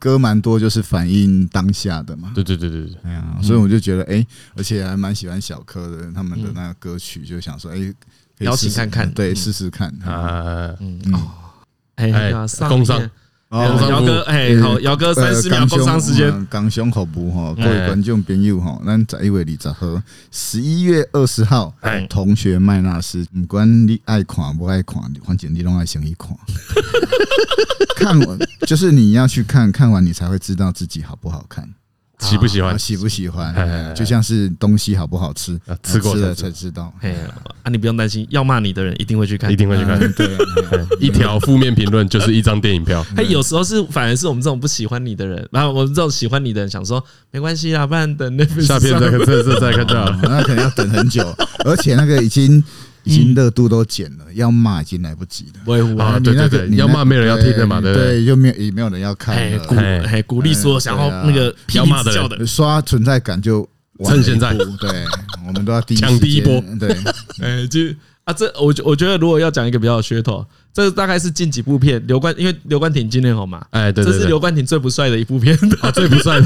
C: 歌蛮多，就是反映当下的嘛。
B: 对对对对对，
A: 嗯
C: 哎呀，所以我就觉得，哎、而且还蛮喜欢小柯的他们的那个歌曲，就想说，哎、
B: 呃
C: 可以
A: 邀请
C: 试试
A: 看嗯看
C: 对，试试看。
B: 啊，
A: 嗯哎
B: 哎
A: 呀，上
B: 工商
A: 面
C: 哦
B: 工商呃
A: 姚哥，哎，好，姚哥三
C: 呃
A: 十秒工商时间，，
B: 嗯
C: 港熊口服哈，各位
B: 哎
C: 观众朋友哈，咱在一月二十号，十一月二十号
B: 哎，
C: 同学麦纳斯，不管你爱看不爱看，反正你拢爱先去看。 看完就是你要去看看完，你才会知道自己好不好看。
B: 喜不喜欢
C: 啊？喜不喜欢
B: 哎哎哎？
C: 就像是东西好不好吃
B: 啊，吃过
C: 了
B: 才
C: 才知道。
A: 哎呀，啊，你不用担心，要骂你的人一定会去看
B: 一。定会去看。
C: 嗯对，
B: 哎 一条负面评论就是一张电影票，
A: 哎，有时候是反而是我们这种不喜欢你的人，然后我们这种喜欢你的人想说没关系啦，不然等那
B: 下片 再看，这这再看就好了。
C: 哦那可能要等很久，而且那个已经已经热度都减了，要骂已经来不及了。
A: 维护
B: 啊
A: 啊，
C: 你
B: 对
C: 那
B: 对
C: 个
B: 对
C: 你那
B: 要骂没人要听的嘛对
C: 对
B: 不对
C: 就没有也没有人要看
A: 哎，鼓
C: 了，
B: 哎
A: 哎鼓励说想要
C: 对啊
A: 那个
B: 要骂的人
A: 叫的，
C: 刷存在感就晚了
B: 趁现在
C: 一步对，我们都要第一时
B: 抢第一
C: 间
B: 波，
C: 对，
A: 哎，就啊，这我觉我觉得如果要讲一个比较有噱头，这大概是近几部片刘冠，因为刘冠廷今年红嘛，
B: 哎，对
A: 这
B: 对
A: 是
B: 对
A: 刘，冠廷最不帅的一部片，
B: 啊，最不算。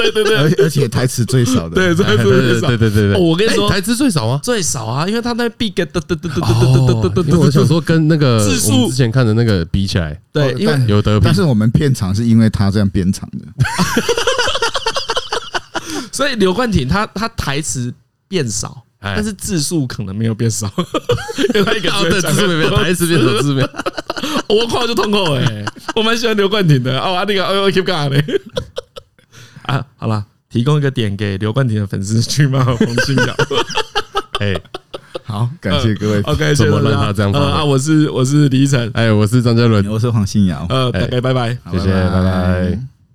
A: 对对对
C: 而且而且台词最少的，
A: 对，
B: 对
A: 最不
B: 对对
A: 帅。
B: 对对对，
A: 哦我跟你说
B: 哎台词最少吗？
A: 最少啊，因为他那 big 的的的的的的
B: 哦
A: 的的，
B: 因为我想
A: 的
B: 说跟那个
A: 字数
B: 我们之前看的那个比起来，
A: 对，因为
C: 但
B: 有得比
C: 但是我们片场是因为他这样编场的，
A: 所以刘冠廷他他台词变少，
B: 哎
A: 但是字数可能没有变少，因为他一个
B: 啊，
A: 字
B: 对，字数没有，台词变少，字没有。
A: 我看了就痛苦哎、我蛮喜欢刘冠廷的哦，啊那个哎呦 keep 干嘞 啊，好啦，提供一个点给刘冠廷的粉丝去骂冯清 瑶。
B: 哎
C: 好，感
B: 呃
C: 谢各位，
A: OK，
B: 怎么
A: 谢谢大家
B: 让他这样发
A: 呃
B: 挥
A: 啊，我是我是李依晨，
B: 哎，我是张嘉伦，
C: 我是黄信尧，
A: 呃，大
B: 哎
A: 概拜拜。
C: 好
B: 谢谢，拜拜。